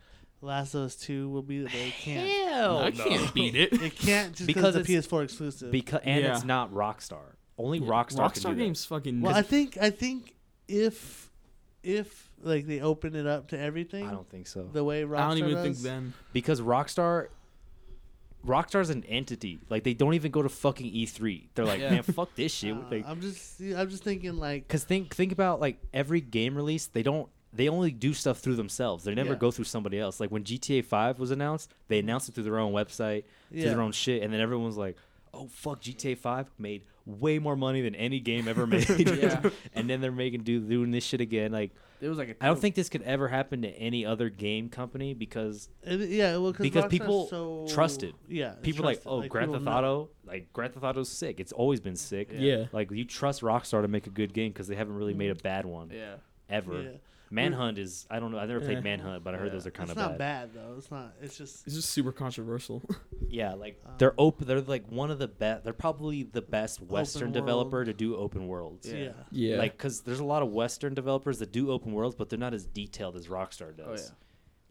S2: Last of Us Two will be? But it can't.
S1: Hell,
S3: I can't beat it.
S2: It can't just
S1: Because
S2: because it's a
S1: it's-
S2: PS4 exclusive.
S1: Because and
S3: Yeah.
S1: it's not Rockstar. Only
S3: Yeah.
S1: Rockstar.
S3: Rockstar
S1: can do that.
S3: games fucking.
S2: well, I think I think if if like they open it up to everything,
S1: I don't think so.
S2: the way Rockstar
S3: I don't even
S2: does,
S3: think then.
S1: Because Rockstar, Rockstar's an entity. Like they don't even go to fucking E3. They're like,
S4: Yeah.
S1: man, fuck this shit.
S2: Uh,
S1: Like,
S2: I'm just I'm just thinking like
S1: Cause think think about like every game release, they don't they only do stuff through themselves. They never
S2: Yeah.
S1: go through somebody else. Like when GTA Five was announced, they announced it through their own website, through
S2: Yeah.
S1: their own shit, and then everyone's like, "Oh fuck, GTA Five made way more money than any game ever made."
S4: Yeah.
S1: and then they're making do doing this shit again. Like
S4: It was like a
S1: I don't think this could ever happen to any other game company because
S2: it- yeah, well, 'cause
S1: Because
S2: Rockstar's
S1: people
S2: so,
S1: trusted.
S2: Yeah, it's
S1: people are like,
S2: trusted.
S1: "Oh, Grand
S2: people
S1: Theft
S2: know.
S1: Auto, like Grand Theft Auto's sick. It's always been sick."
S3: Yeah. Yeah.
S1: Like you trust Rockstar to make a good game because they haven't really made a bad one
S4: Yeah.
S1: ever.
S2: Yeah.
S1: Manhunt is I don't know. I never
S3: Yeah.
S1: played Manhunt, but I heard
S4: Yeah.
S1: those are kind
S2: it's
S1: of
S2: not
S1: bad.
S2: bad. though. It's not. It's just
S3: It's just super controversial.
S1: Yeah, like
S2: Um,
S1: they're open. They're like one of the best. They're probably the best Western
S2: world.
S1: developer to do open worlds.
S2: yeah.
S4: Yeah.
S3: yeah.
S1: Like, cause there's a lot of Western developers that do open worlds, but they're not as detailed as Rockstar
S4: Oh yeah.
S1: does.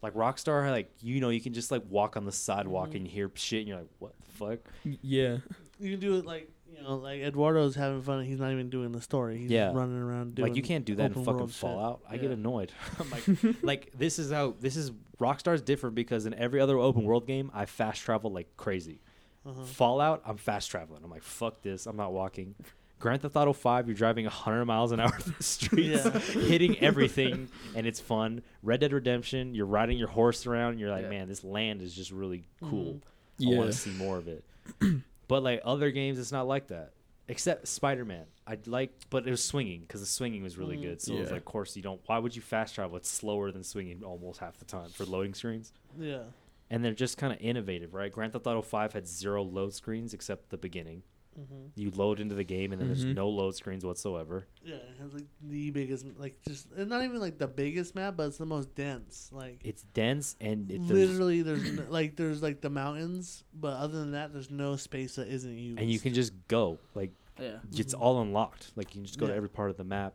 S1: Like Rockstar, like you know, you can just like walk on the sidewalk
S2: Mm-hmm.
S1: and you hear shit, and you're like, "What the fuck?"
S3: yeah.
S2: You can do it like you know, like Eduardo's having fun. and He's not even doing the story. He's
S1: Yeah.
S2: just running around doing
S1: Like you can't do that in
S2: open
S1: fucking
S2: world shit.
S1: Fallout. I get
S4: Yeah.
S1: annoyed. I'm like, like this is how this is Rockstar's different because in every other open world game, I fast travel like crazy.
S2: Uh-huh.
S1: Fallout, I'm fast traveling. I'm like, fuck this. I'm not walking. Grand Theft Auto 5, you're driving 100 miles an hour through the streets,
S2: Yeah.
S1: hitting everything, and it's fun. Red Dead Redemption, you're riding your horse around, and you're like,
S4: Yeah.
S1: man, this land is just really cool. I
S3: Yeah.
S1: want to see more of it. but like other games, it's not like that. Except Spider Man, I like, but it was swinging because the swinging was really
S2: Mhm.
S1: good. So it was
S3: Yeah.
S1: like, of course, you don't. Why would you fast travel? It's slower than swinging almost half the time for loading screens
S2: Yeah.
S1: and they're just kind of innovative, right? Grand Theft Auto 5 had zero load screens except the beginning.
S2: Mm-hmm.
S1: You load into the game and then
S3: Mhm.
S1: there's no load screens whatsoever.
S2: Yeah, it has like the biggest, like just it's not even like the biggest map, but it's the most dense. Like
S1: It's dense and it there's,
S2: literally, there's no, like there's like the mountains, but other than that, there's no space that isn't used.
S1: and you can just go. Like
S4: Yeah.
S1: it's all unlocked. Like you can just go to
S2: Mm-hmm. Yeah.
S1: every part of the map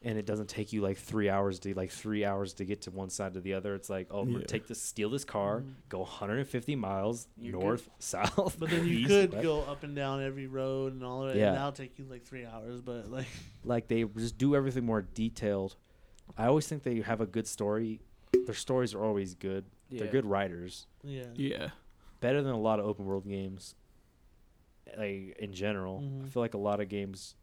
S1: and it doesn't take you like 3 hours to like 3 hours to get to one side to the other. It's like, "Oh, I'm gonna
S3: Yeah.
S1: take this steal this car, go 150 miles
S4: You're good.
S1: north, south."
S2: Mm-hmm. But then you
S1: east,
S2: could
S1: west."
S2: go up and down every road and all of it.
S1: Yeah.
S2: And that'll take you like three hours, but like
S1: like they just do everything more detailed. I always think they have a good story. Their stories are always good. They're
S4: Yeah. Oh,
S1: good writers,
S2: yeah.
S3: Yeah.
S1: better than a lot of open world games. Like in general, I
S2: Mhm.
S1: feel like a lot of games,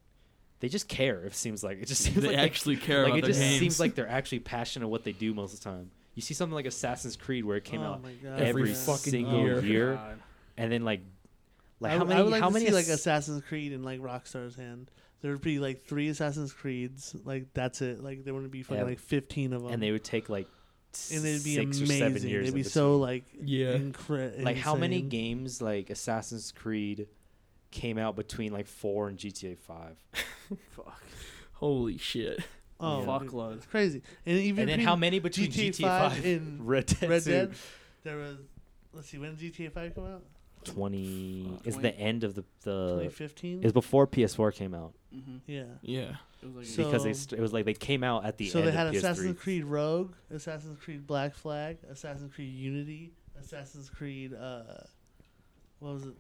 S1: they just care. It seems like it just seems
S3: They
S1: like
S3: actually
S1: they,
S3: care
S1: like
S3: about
S1: it
S3: their
S1: just
S3: games.
S1: seems like they're actually passionate what they do most of the time. You see something like Assassin's Creed where it came
S2: Oh
S1: out
S2: my God,
S1: every
S3: yeah.
S1: fucking
S3: Oh,
S1: single year.
S3: year.
S1: and then like, like
S2: Oh. I
S1: how
S2: w-
S1: many
S2: I would like
S1: how
S2: to
S1: many
S2: see like
S1: ass-
S2: Assassin's Creed in like Rockstar's hand. There would be like three Assassin's Creeds. Like that's it. Like there wouldn't be fucking
S1: Yeah.
S2: like fifteen of them.
S1: and they would take like
S2: and they'd be
S1: six
S2: amazing.
S1: or seven years.
S2: they'd
S1: in
S2: be
S1: between.
S2: so like
S3: Yeah.
S2: incre-
S1: like how many
S2: insane.
S1: games like Assassin's Creed came out between like four and GTA Five,
S4: Fuck.
S3: Holy shit.
S2: Oh,
S1: Yeah.
S2: dude,
S4: Fuckload.
S2: It's crazy. And even
S1: and then
S2: between
S1: how many between
S2: GTA
S1: GTA Five
S2: and
S1: Red Dead?
S2: Red
S1: two?
S2: Dead? There was let's see when did GTA Five come out.
S1: twenty. It's the
S4: Twenty-
S1: end of the the.
S2: 2015.
S1: It's before PS4 came out
S4: Mm-hmm.
S2: yeah.
S3: Yeah.
S4: It was like
S2: So-
S1: because they st- it was like they came out at the
S2: so
S1: end
S2: they had
S1: of PS3.
S2: Assassin's Creed Rogue, Assassin's Creed Black Flag, Assassin's Creed Unity, Assassin's Creed. Uh, what was it?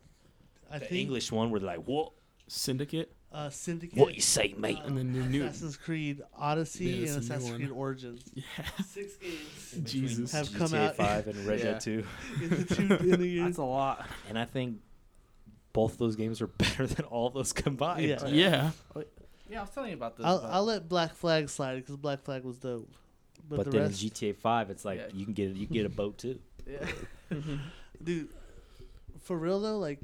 S2: I
S1: the
S2: think
S1: English one were like what
S3: Syndicate
S2: uh, Syndicate.
S1: what you say, mate?
S2: uh,
S3: and then the new.
S2: Assassin's Creed Odyssey
S3: Yeah, it's
S2: and
S3: a new
S2: Assassin's
S3: one.
S2: Creed Origins.
S3: Yeah.
S2: Six games
S3: Jesus.
S2: have come out
S1: Five and Red
S4: Yeah.
S1: Dead Two,
S2: in the two in the years.
S4: that's a lot.
S1: and I think both those games are better than all those combined.
S2: Oh, Yeah.
S3: yeah.
S4: Yeah, I was telling you about this.
S2: I'll,
S4: but-
S2: I'll let Black Flag slide because Black Flag was dope. But,
S1: But,
S2: the
S1: then
S2: rest,
S1: in GTA Five, it's like
S4: Yeah.
S1: you can get you can get a boat too.
S4: yeah.
S2: dude, for real though, like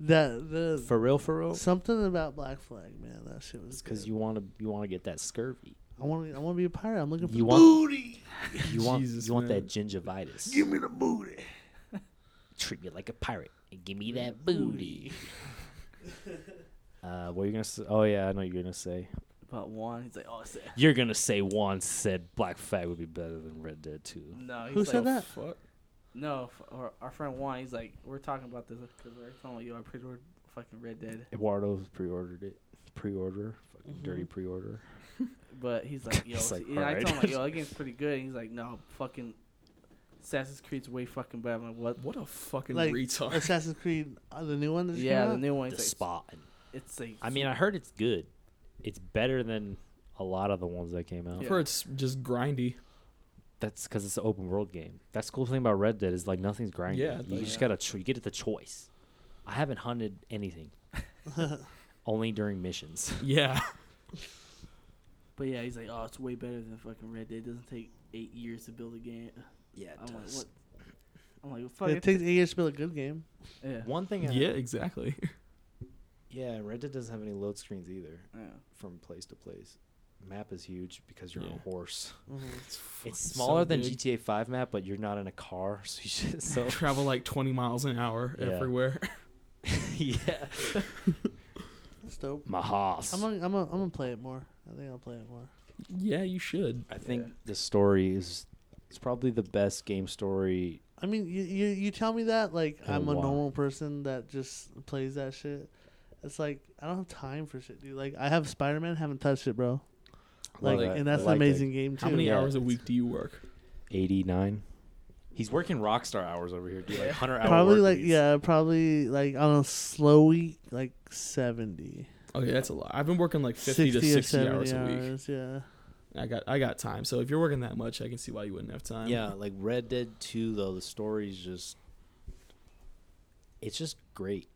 S2: that the
S1: For real, for real.
S2: something about Black Flag, man, that shit was
S1: Because
S2: good.
S1: you want to you want to get that scurvy.
S2: I want to I want to be a pirate. I'm looking for
S1: You want
S2: booty.
S1: you want
S3: Jesus,
S1: you want
S3: man.
S1: that gingivitis.
S2: me the booty.
S1: Treat me like a pirate and give me that booty. uh, what are you gonna say? Oh yeah, I know what you're gonna say.
S4: About one, he's like, oh, it's a-
S1: You're gonna say one said Black Flag would be better than Red Dead Two.
S4: no. He's
S2: Who
S4: like,
S2: said that?
S3: Fuck.
S4: No, f- our, our friend Juan. He's like, we're talking about this because we're telling you I pre-ordered fucking Red Dead,
S1: Eduardo pre-ordered it. Pre-order, fucking
S3: Mm-hmm.
S1: dirty
S2: Mhm.
S1: pre-order.
S4: but he's like, yo,
S1: It's
S4: see-
S1: like,
S4: and I
S1: alright.
S4: told him like, yo, that game's pretty good. And he's like, no, fucking Assassin's Creed's way fucking better. I'm like, what?
S3: What a fucking
S2: Like
S3: retard.
S2: Assassin's Creed, uh, the new one. That just
S4: Yeah,
S2: came
S4: the
S2: out?
S4: new one.
S1: the
S4: He's like,
S1: spot.
S4: It's like,
S1: I mean, I heard it's good. It's better than a lot of the ones that came out.
S3: I've heard it's just grindy.
S1: That's because it's an open world game. That's the cool thing about Red Dead is like nothing's grinding.
S3: Yeah,
S1: you
S3: like-
S1: just gotta cho- you get the choice. I haven't hunted anything, only during missions.
S3: Yeah.
S4: but yeah, he's like, oh, it's way better than fucking Red Dead. It doesn't take eight years to build a game.
S1: Yeah,
S4: I'm like, what? I'm like, well, fuck
S2: It takes eight years to build a good game.
S4: Yeah.
S1: One thing, I,
S3: Yeah, exactly.
S1: yeah, Red Dead doesn't have any load screens either
S4: yeah.
S1: from place to place. Map is huge because you're on
S3: Yeah.
S1: a horse.
S2: Mhm.
S1: It's
S3: Fucking
S1: smaller
S3: so
S1: than
S3: big.
S1: GTA 5 map, but you're not in a car, so you should, so
S3: Travel like 20 miles an hour
S1: Yeah.
S3: everywhere.
S1: yeah.
S2: That's dope.
S1: My horse.
S2: I'm gonna, I'm gonna, I'm gonna play it more. I think I'll play it more.
S3: yeah, you should.
S1: I think
S4: Yeah.
S1: the story is it's probably the best game story.
S2: I mean, you you, you tell me that like
S1: a
S2: I'm a
S1: while.
S2: normal person that just plays that shit. It's like I don't have time for shit, dude. Like I have Spider Man, haven't touched it, bro. Like,
S1: Like,
S2: and that's
S1: like
S2: an
S1: the-
S2: amazing game too.
S3: How many
S1: Yeah.
S3: hours a week do you work?
S1: 89. He's working Rockstar hours over here, dude. Like 100 hours.
S2: Probably like yeah, probably like on a slow week, like seventy.
S3: Okay, Oh, that's a lot. I've been working like 50 to 60 hours a week.
S2: yeah.
S3: I got I got time. So if you're working that much, I can see why you wouldn't have time.
S1: Yeah, like Red Dead 2 though, the story's just it's just great.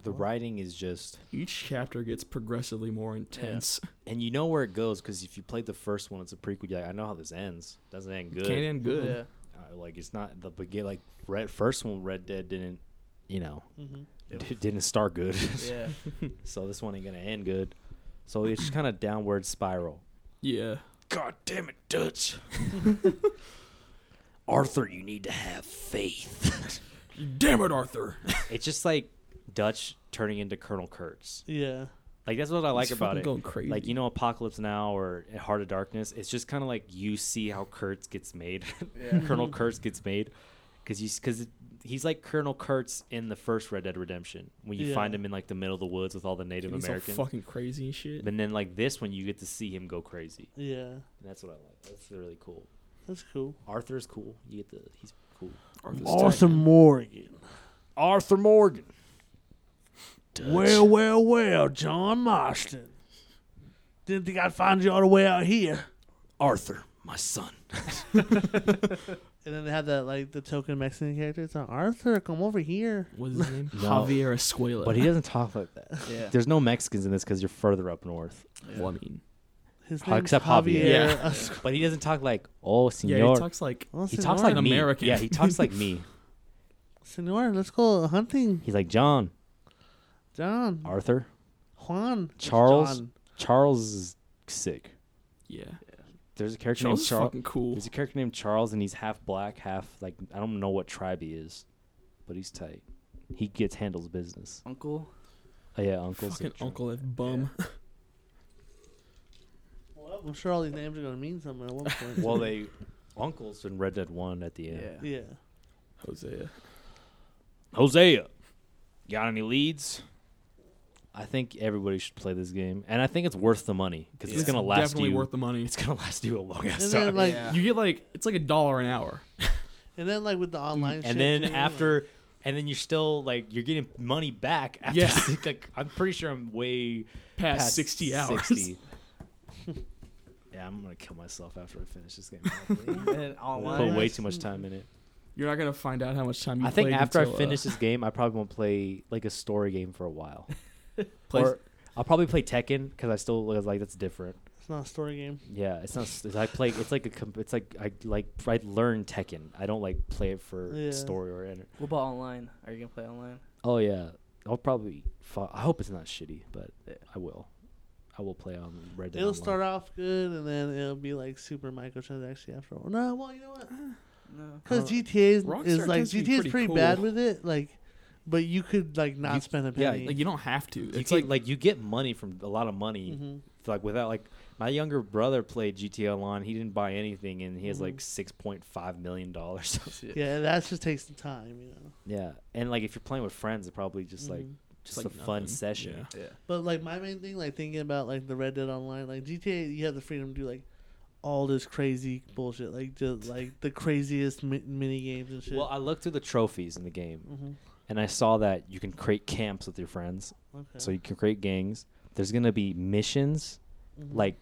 S1: The writing is just
S3: Each chapter gets progressively more intense.
S1: and you know where it goes because if you played the first one, it's a prequel. You're like, I know how this ends. Doesn't end good.
S3: Can't end good.
S4: Yeah.
S1: Uh, like it's not the begin. Like Red first one, Red Dead didn't, you know,
S2: Mm-hmm.
S1: d- didn't start good.
S4: Yeah.
S1: so this one ain't gonna end good. So it's just kind of downward spiral.
S3: Yeah.
S1: God damn it, Dutch. Arthur, you need to have faith.
S3: Damn it, Arthur.
S1: it's just like Dutch turning into Colonel Kurtz.
S2: Yeah.
S1: Like that's what I like
S3: He's
S1: about
S3: fucking
S1: it.
S3: Going crazy.
S1: Like you know, Apocalypse Now or Heart of Darkness. It's just kind of like you see how Kurtz gets made.
S4: Yeah.
S1: Colonel Kurtz gets made because he's because he's like Colonel Kurtz in the first Red Dead Redemption when you
S2: Yeah.
S1: find him in like the middle of the woods with all the Native
S3: he's
S1: Americans.
S3: all fucking crazy and shit.
S1: and then like this one, you get to see him go crazy.
S2: Yeah.
S1: And that's what I like. That's really cool.
S2: That's cool.
S1: Arthur's cool. You get the he's cool.
S3: Arthur's
S2: Arthur Morgan.
S1: Arthur Morgan.
S2: Well, well, well, John Marston. Didn't think I'd find you all the way out here.
S1: Arthur, my son.
S2: And then they have that like the token Mexican character. It's like Arthur, come over here.
S3: What is his name?
S1: No.
S3: Javier Escuela.
S1: But he doesn't talk like that.
S4: Yeah.
S1: There's no Mexicans in this because you're further up north.
S3: Well, I mean,
S2: His
S1: Ho-
S2: name's
S1: except Javier.
S2: Javier.
S3: Yeah.
S2: As-
S1: But he doesn't talk like oh senor.
S3: yeah, he talks like
S2: Well,
S1: he
S2: senor,
S1: talks like
S3: an
S1: me.
S3: American.
S1: Yeah, he talks like me.
S2: senor, let's go hunting.
S1: He's like John,
S2: John,
S1: Arthur,
S2: Juan, It's
S1: Charles?
S2: John.
S1: Charles is sick.
S3: yeah.
S1: There's a character
S3: Charles is
S1: named Charles.
S3: fucking cool.
S1: There's a character named Charles, and he's half black, half like I don't know what tribe he is, but he's tight. He gets handles business.
S4: Uncle.
S1: Oh yeah, uncle's a
S3: Fucking
S1: tri-
S3: uncle that bum.
S2: Well, I'm sure all these names are gonna mean something at one point.
S1: Well, they uncles in Red Dead One at the
S4: Yeah.
S1: end.
S2: yeah.
S3: Hosea.
S1: Hosea, got any leads? I think everybody should play this game, and I think it's worth the money because it's, gonna last
S3: Definitely
S1: you.
S3: worth the money.
S1: it's gonna last you a long ass
S2: And
S1: time.
S2: then like
S4: Yeah.
S3: You get like it's like a dollar an hour.
S2: and then like with the online shit
S1: and then
S2: too, like-
S1: after and then you're still like you're getting money back after
S3: Yeah.
S1: six- like i'm pretty sure i'm way
S3: Past,
S1: past
S3: 60 hours.
S1: 60. yeah i'm gonna kill myself after i finish this game probably.
S4: And
S1: put
S4: online.
S1: way too much time in it
S3: You're not gonna find out how much time you.
S1: i think
S3: played
S1: after i
S3: until, uh,
S1: finish this game i probably won't play like a story game for a while
S3: Play-
S1: or i'll probably play tekken because i still was like that's different
S2: it's not a story game.
S1: yeah it's not it's, i play it's like a comp- it's like i like i learn tekken i don't like play it for
S2: Yeah.
S1: story or enter-
S4: What about online? Are you gonna play online?
S1: Oh yeah, I'll probably. Fo- I hope it's not shitty, but eh,
S4: Yeah.
S1: I will. I will play on Red Dead.
S2: It'll
S1: Online.
S2: start off good and then it'll be like super microtransaction after all. No, well you know what?
S4: No.
S2: Because
S3: Uh,
S2: GTA
S3: Rockstar
S2: is, is like
S3: tends to be
S2: GTA
S3: pretty
S2: is pretty
S3: cool.
S2: bad with it, like, but you could like not
S1: You-
S2: spend a
S1: yeah,
S2: penny.
S3: Like you don't have to.
S1: You
S3: It's
S1: get-
S3: like,
S1: like you get money from a lot of money,
S3: Mm-hmm.
S2: Mhm.
S1: like without like my younger brother played GTA Online. He didn't buy anything, and he has like
S2: Mhm.
S1: six point five million dollars.
S4: Shit.
S2: Yeah, that just takes the time, you know.
S1: yeah, and like if you're playing with friends, it probably just like
S2: Mhm.
S1: just
S3: like
S1: a fun
S3: nothing.
S1: session.
S3: Yeah.
S4: Yeah.
S2: But like my main thing, like thinking about like the Red Dead Online, like GTA, you have the freedom to do like all this crazy bullshit, like just like the craziest mi- mini games and shit.
S1: Well, I looked through the trophies in the game,
S2: Mhm.
S1: and I saw that you can create camps with your friends,
S2: Okay.
S1: so you can create gangs. There's gonna be missions
S2: Mhm.
S1: like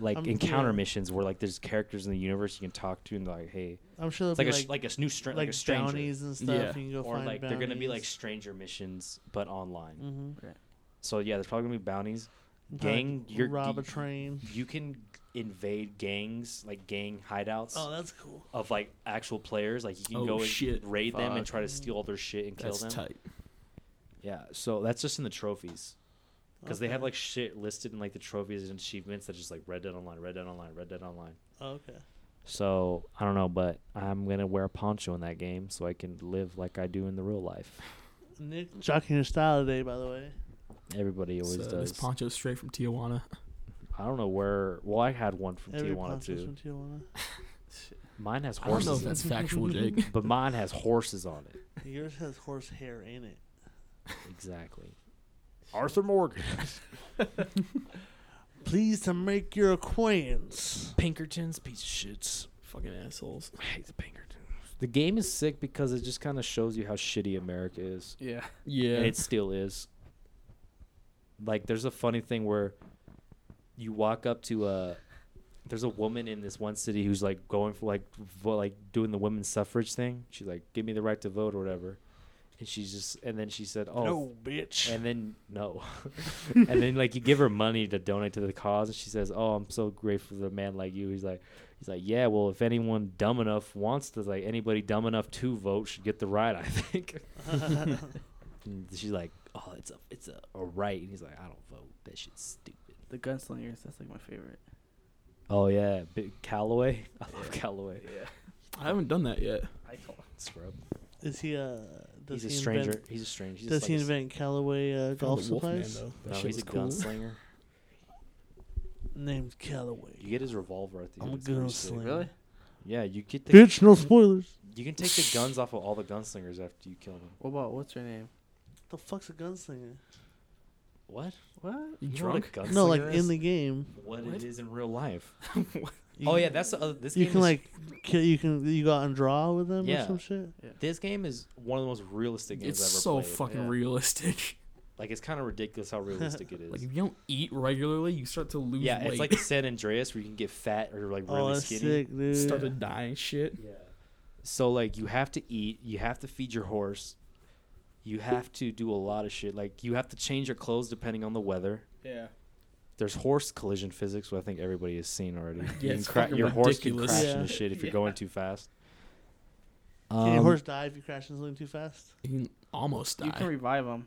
S1: like
S2: Um,
S1: encounter
S2: yeah.
S1: missions where like there's characters in the universe you can talk to and like hey
S2: I'm sure
S1: it's like
S2: there'll
S1: a
S2: be
S1: sh-
S2: like
S1: like a s- new str-
S2: like,
S1: like, a stranger
S2: bounties and stuff.
S3: Yeah.
S2: You can go
S1: or
S2: find
S1: like they're gonna be like
S2: bounties.
S1: stranger missions but online
S2: Mhm.
S1: so yeah there's probably gonna be bounties
S2: And kinda
S1: gang you're,
S2: rob a
S1: you-
S2: train.
S1: you can invade gangs like gang hideouts
S2: Oh, that's cool.
S1: of like actual players like you can
S3: Oh,
S1: go and
S3: shit.
S1: raid them and
S3: Fuck.
S1: try to steal all their shit and kill
S3: that's
S1: them
S3: tight.
S1: yeah so that's just in the trophies because they have
S2: Okay.
S1: like shit listed in like the trophies and achievements that just like red dead online red dead online red dead online
S2: Oh, okay.
S1: So I don't know, but I'm gonna wear a poncho in that game so I can live like I do in the real life.
S2: Nick jocking your style today, by the way.
S1: Everybody always
S3: So
S1: does.
S3: This poncho straight from Tijuana.
S1: I don't know where. Well, I had one from
S2: Every
S1: Tijuana
S2: poncho's
S1: too.
S2: from Tijuana.
S1: Mine has
S3: I don't know if
S1: horses, in
S3: that's factual, Jake.
S1: it, but mine has horses on it.
S2: Yours has horse hair in it.
S1: Exactly. Arthur Morgan,
S2: Pleased to make your acquaintance.
S1: Pinkertons, piece of shits.
S3: Fucking assholes.
S1: I hate the Pinkertons. The game is sick because it just kind of shows you how shitty America is.
S4: Yeah.
S3: Yeah.
S1: And it still is. Like there's a funny thing where you walk up to a there's a woman in this one city who's like going for like vo- like doing the women's suffrage thing. She's like, "Give me the right to vote" or whatever. And she's just and then she said, "Oh."
S2: No, bitch.
S1: And then no. and then like you give her money to donate to the cause and she says, "Oh, I'm so grateful to a man like you." He's like he's like, "Yeah, well, if anyone dumb enough wants to like anybody dumb enough to vote should get the right, I think." And she's like, "Oh, it's a it's a, a right," and he's like, "I don't vote. That shit's stupid."
S4: The gunslingers. That's like my favorite.
S1: Oh yeah, Big Calloway. I love Calloway.
S3: I haven't done that yet.
S4: I don't.
S1: Scrub.
S2: Is he uh? Does
S1: he's a
S2: he
S1: stranger.
S2: Invent,
S1: he's a stranger. He's
S2: does
S1: just
S2: he
S1: like a s-
S2: invent Callaway uh, golf
S3: The Wolfman,
S2: supplies?
S3: though. That
S1: No,
S3: shit
S1: he's a
S3: was cool.
S1: gunslinger.
S2: Named Callaway.
S1: You get his revolver at the
S2: I'm
S1: end.
S2: a
S1: it's pretty sick.
S2: gunslinger.
S4: Really?
S1: Yeah, you get the,
S2: Bitch, no spoilers.
S1: you can take the guns off of all the gunslingers after you kill them.
S4: What about what's her name?
S2: the fuck's a gunslinger?
S1: What?
S4: What?
S3: You
S1: You know what a
S3: drunk?
S1: gunslinger
S2: No, like in
S1: is?
S2: the game.
S1: what,
S3: What?
S1: it is in real life.
S2: You
S1: Oh
S2: can-
S1: yeah, that's the other. This
S2: You
S1: game
S2: can
S1: is,
S2: like kill. You can you go out and draw with them or
S1: Yeah.
S2: some shit.
S1: this game is one of the most realistic games
S3: It's
S1: I've ever
S3: so
S1: played.
S3: fucking
S4: yeah.
S3: realistic.
S1: like it's kind of ridiculous how realistic it is.
S3: Like if you don't eat regularly, you start to lose
S1: Yeah,
S3: weight.
S1: it's like San Andreas where you can get fat or like really
S2: oh, that's
S1: skinny.
S2: sick, dude.
S3: start to die and shit.
S1: Yeah. So like you have to eat, you have to feed your horse, you have to do a lot of shit. Like you have to change your clothes depending on the weather.
S3: Yeah.
S1: There's horse collision physics, which I think everybody has seen already. You can
S3: it's
S1: cra-
S3: fucking
S1: your horse can
S3: ridiculous.
S1: crash
S2: Yeah.
S1: into shit if you're
S3: Yeah.
S1: going too fast.
S2: Can your
S1: Um,
S2: horse die if you crash into something too fast?
S3: You can almost die.
S4: You can revive them.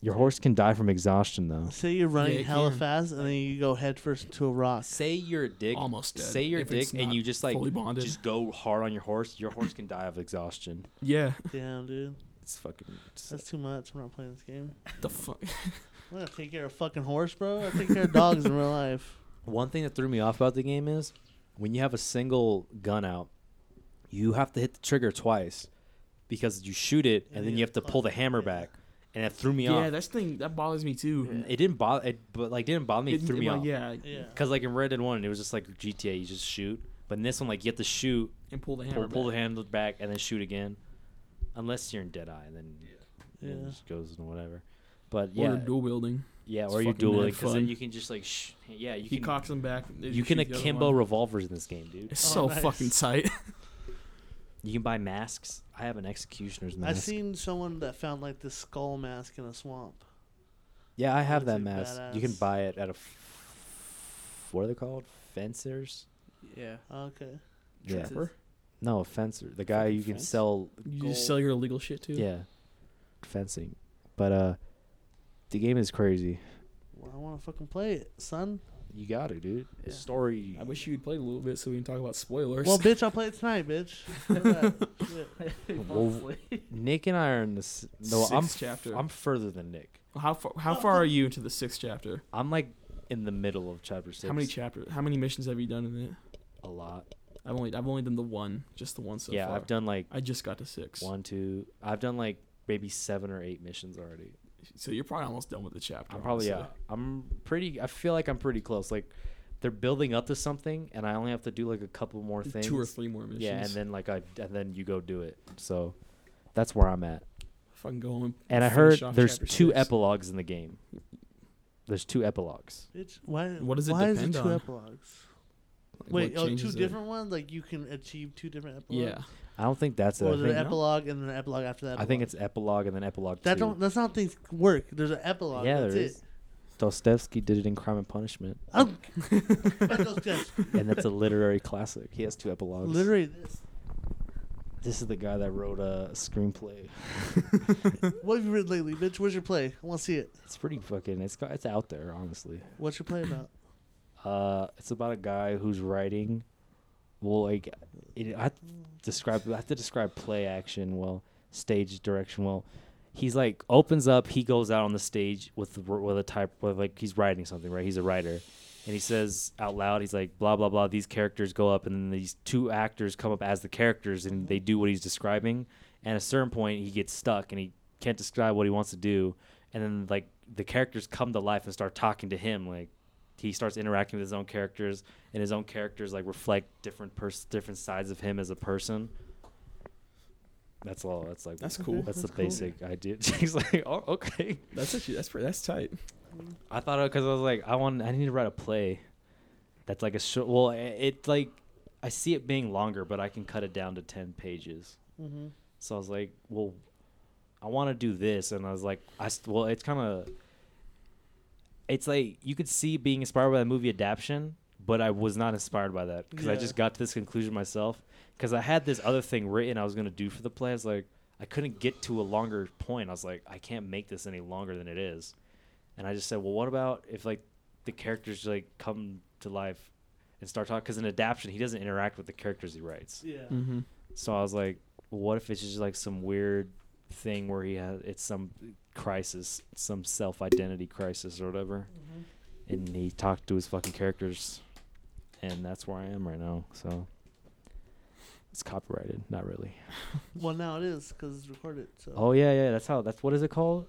S1: your horse can die from exhaustion though.
S2: Say you're running
S3: it
S2: hella
S3: can.
S2: fast and then you go headfirst into a rock.
S1: Say you're a dick.
S3: almost dead.
S1: Say you're a
S3: if it's
S1: dick and
S3: not
S1: you just like
S3: fully bonded.
S1: just go hard on your horse. Your horse can die of exhaustion.
S3: yeah.
S2: Damn, dude,
S1: It's fucking. it's-
S2: that's too much. I'm not playing this game.
S3: The fuck.
S2: I'm gonna take care of fucking horse, bro. I take care of dogs in real life.
S1: One thing that threw me off about the game is when you have a single gun out, you have to hit the trigger twice because you shoot it and,
S2: And
S1: then
S2: you
S1: you have to pull the
S2: clock,
S1: hammer
S2: yeah.
S1: back, and it threw me
S3: Yeah,
S1: off.
S3: that's thing that bothers me too.
S1: N- It didn't bother, it, but like didn't bother me. It,
S3: It-
S1: threw me
S3: well,
S1: off.
S3: Yeah,
S2: Yeah.
S1: Because like in Red Dead One, it was just like GTA, you just shoot. But in this one, like you have to shoot,
S3: and pull the
S1: pull,
S3: hammer.
S1: pull the
S3: back.
S1: handle back, and then shoot again. Unless you're in Dead Eye, then
S2: Yeah.
S1: it just goes and whatever. But
S3: Or
S1: yeah,
S3: the dual wielding.
S1: yeah,
S3: It's
S1: or you
S3: fucking
S1: duel
S3: mad
S1: it because then
S3: fun.
S1: you can just like, sh- yeah, you
S3: he
S1: can
S3: cocks him back. they
S1: you
S3: just
S1: can
S3: shoot the other
S1: akimbo
S3: one.
S1: revolvers in this game, dude.
S3: It's
S2: Oh,
S3: so
S2: nice.
S3: fucking tight.
S1: You can buy masks. I have an executioner's mask.
S2: I've seen someone that found like this skull mask in a swamp.
S1: Yeah, I have
S2: Looks
S1: that
S2: like
S1: mask. You can
S2: badass.
S1: buy it at a f- what are they called? Fencers?
S4: Yeah.
S2: Okay.
S1: Yeah.
S3: Trapper.
S1: No, fencer. The guy
S4: Fucking
S1: you can
S4: fence?
S1: sell.
S3: You
S1: gold-
S3: just sell your illegal shit too.
S1: Yeah, fencing. But uh, the game is crazy.
S2: Well, I want to fucking play it, son.
S1: You got it, dude. The
S4: Yeah.
S1: Story.
S3: I wish you'd played a little bit so we can talk about spoilers.
S2: Well, bitch, I'll play it tonight, bitch. Look at that. Shit.
S1: Well, Nick and I are in this. No, I'm.
S3: Sixth
S1: f-
S3: chapter.
S1: I'm further than Nick.
S3: how far? How far are you into the sixth chapter?
S1: I'm like in the middle of chapter six.
S3: How many chapters? How many missions have you done in it?
S1: A lot.
S3: I've only I've only done the one, just the one so
S1: yeah,
S3: far.
S1: I've done like
S3: I just got to six.
S1: one, two. I've done like maybe seven or eight missions already.
S3: So you're probably almost done with the chapter.
S1: I'm probably yeah.
S3: honestly.
S1: I'm pretty. I feel like I'm pretty close. Like they're building up to something, and I only have to do like a couple more things.
S3: Two or three more missions.
S1: Yeah, and then like I and then you go do it. So that's where I'm at.
S3: fucking go home.
S1: And
S3: And,
S1: I
S3: finish
S1: heard
S3: off
S1: there's
S3: chapter
S1: two
S3: six.
S1: epilogues in the game. There's two epilogues.
S2: bitch, why?
S3: What does it
S2: why
S3: depend
S2: is it two
S3: on?
S2: epilogues?
S3: Like,
S2: Wait,
S3: what
S2: oh, two
S3: changes it?
S2: different ones. Like you can achieve two different epilogues.
S3: Yeah,
S1: I don't think that's it.
S2: Or
S1: I
S2: Oh, is it an
S1: think,
S2: epilogue and then an epilogue after that?
S1: I think it's epilogue and then epilogue
S2: that.
S1: two.
S2: Don't that's not how things work. There's an epilogue.
S1: yeah,
S2: that's
S1: there
S2: it.
S1: is. Dostoevsky did it in Crime and Punishment,
S2: Oh, fuck those guys.
S1: and that's a literary classic. He has two epilogues.
S2: Literally, this.
S1: This is the guy that wrote a screenplay.
S2: What have you written lately, bitch? Where's your play? I want to see it.
S1: It's pretty fucking. It's got- it's out there, honestly.
S2: What's your play about?
S1: Uh, it's about a guy who's writing. Well, like, it, I describe. I have to describe play action well, stage direction well. He's like opens up. He goes out on the stage with r- with a type with like he's writing something right. He's a writer, and he says out loud. He's like blah blah blah. These characters go up, and then these two actors come up as the characters, and they do what he's describing. And at a certain point, he gets stuck, and he can't describe what he wants to do. And then like the characters come to life and start talking to him like he starts interacting with his own characters and his own characters like reflect different pers- different sides of him as a person that's all that's like
S3: that's cool.
S1: that's, the
S2: cool.
S1: basic idea he's like oh okay
S3: That's actually that's pretty, that's tight.
S1: i thought because i was like i want i need to write a play that's like a short well i- it like i see it being longer but i can cut it down to 10 pages
S2: Mm-hmm.
S1: so I was like, well, I want to do this, and I was like, I st- well, it's kind of, it's like you could see being inspired by the movie adaptation, but I was not inspired by that because I
S2: Yeah.
S1: just got to this conclusion myself because I had this other thing written I was gonna do for the play. I was like, I couldn't get to a longer point. I was like, I can't make this any longer than it is, and I just said, well, what about if like the characters like come to life and start talking? Because in adaptation, he doesn't interact with the characters he writes.
S2: Yeah.
S3: Mm-hmm.
S1: So I was like, what if it's just like some weird thing where he has it's some crisis, some self identity crisis or whatever,
S4: Mm-hmm.
S1: and he talked to his fucking characters, and that's where I am right now. So it's copyrighted, not really.
S2: Well, now it is because it's recorded. So
S1: Oh yeah, yeah. That's how. That's what is it called?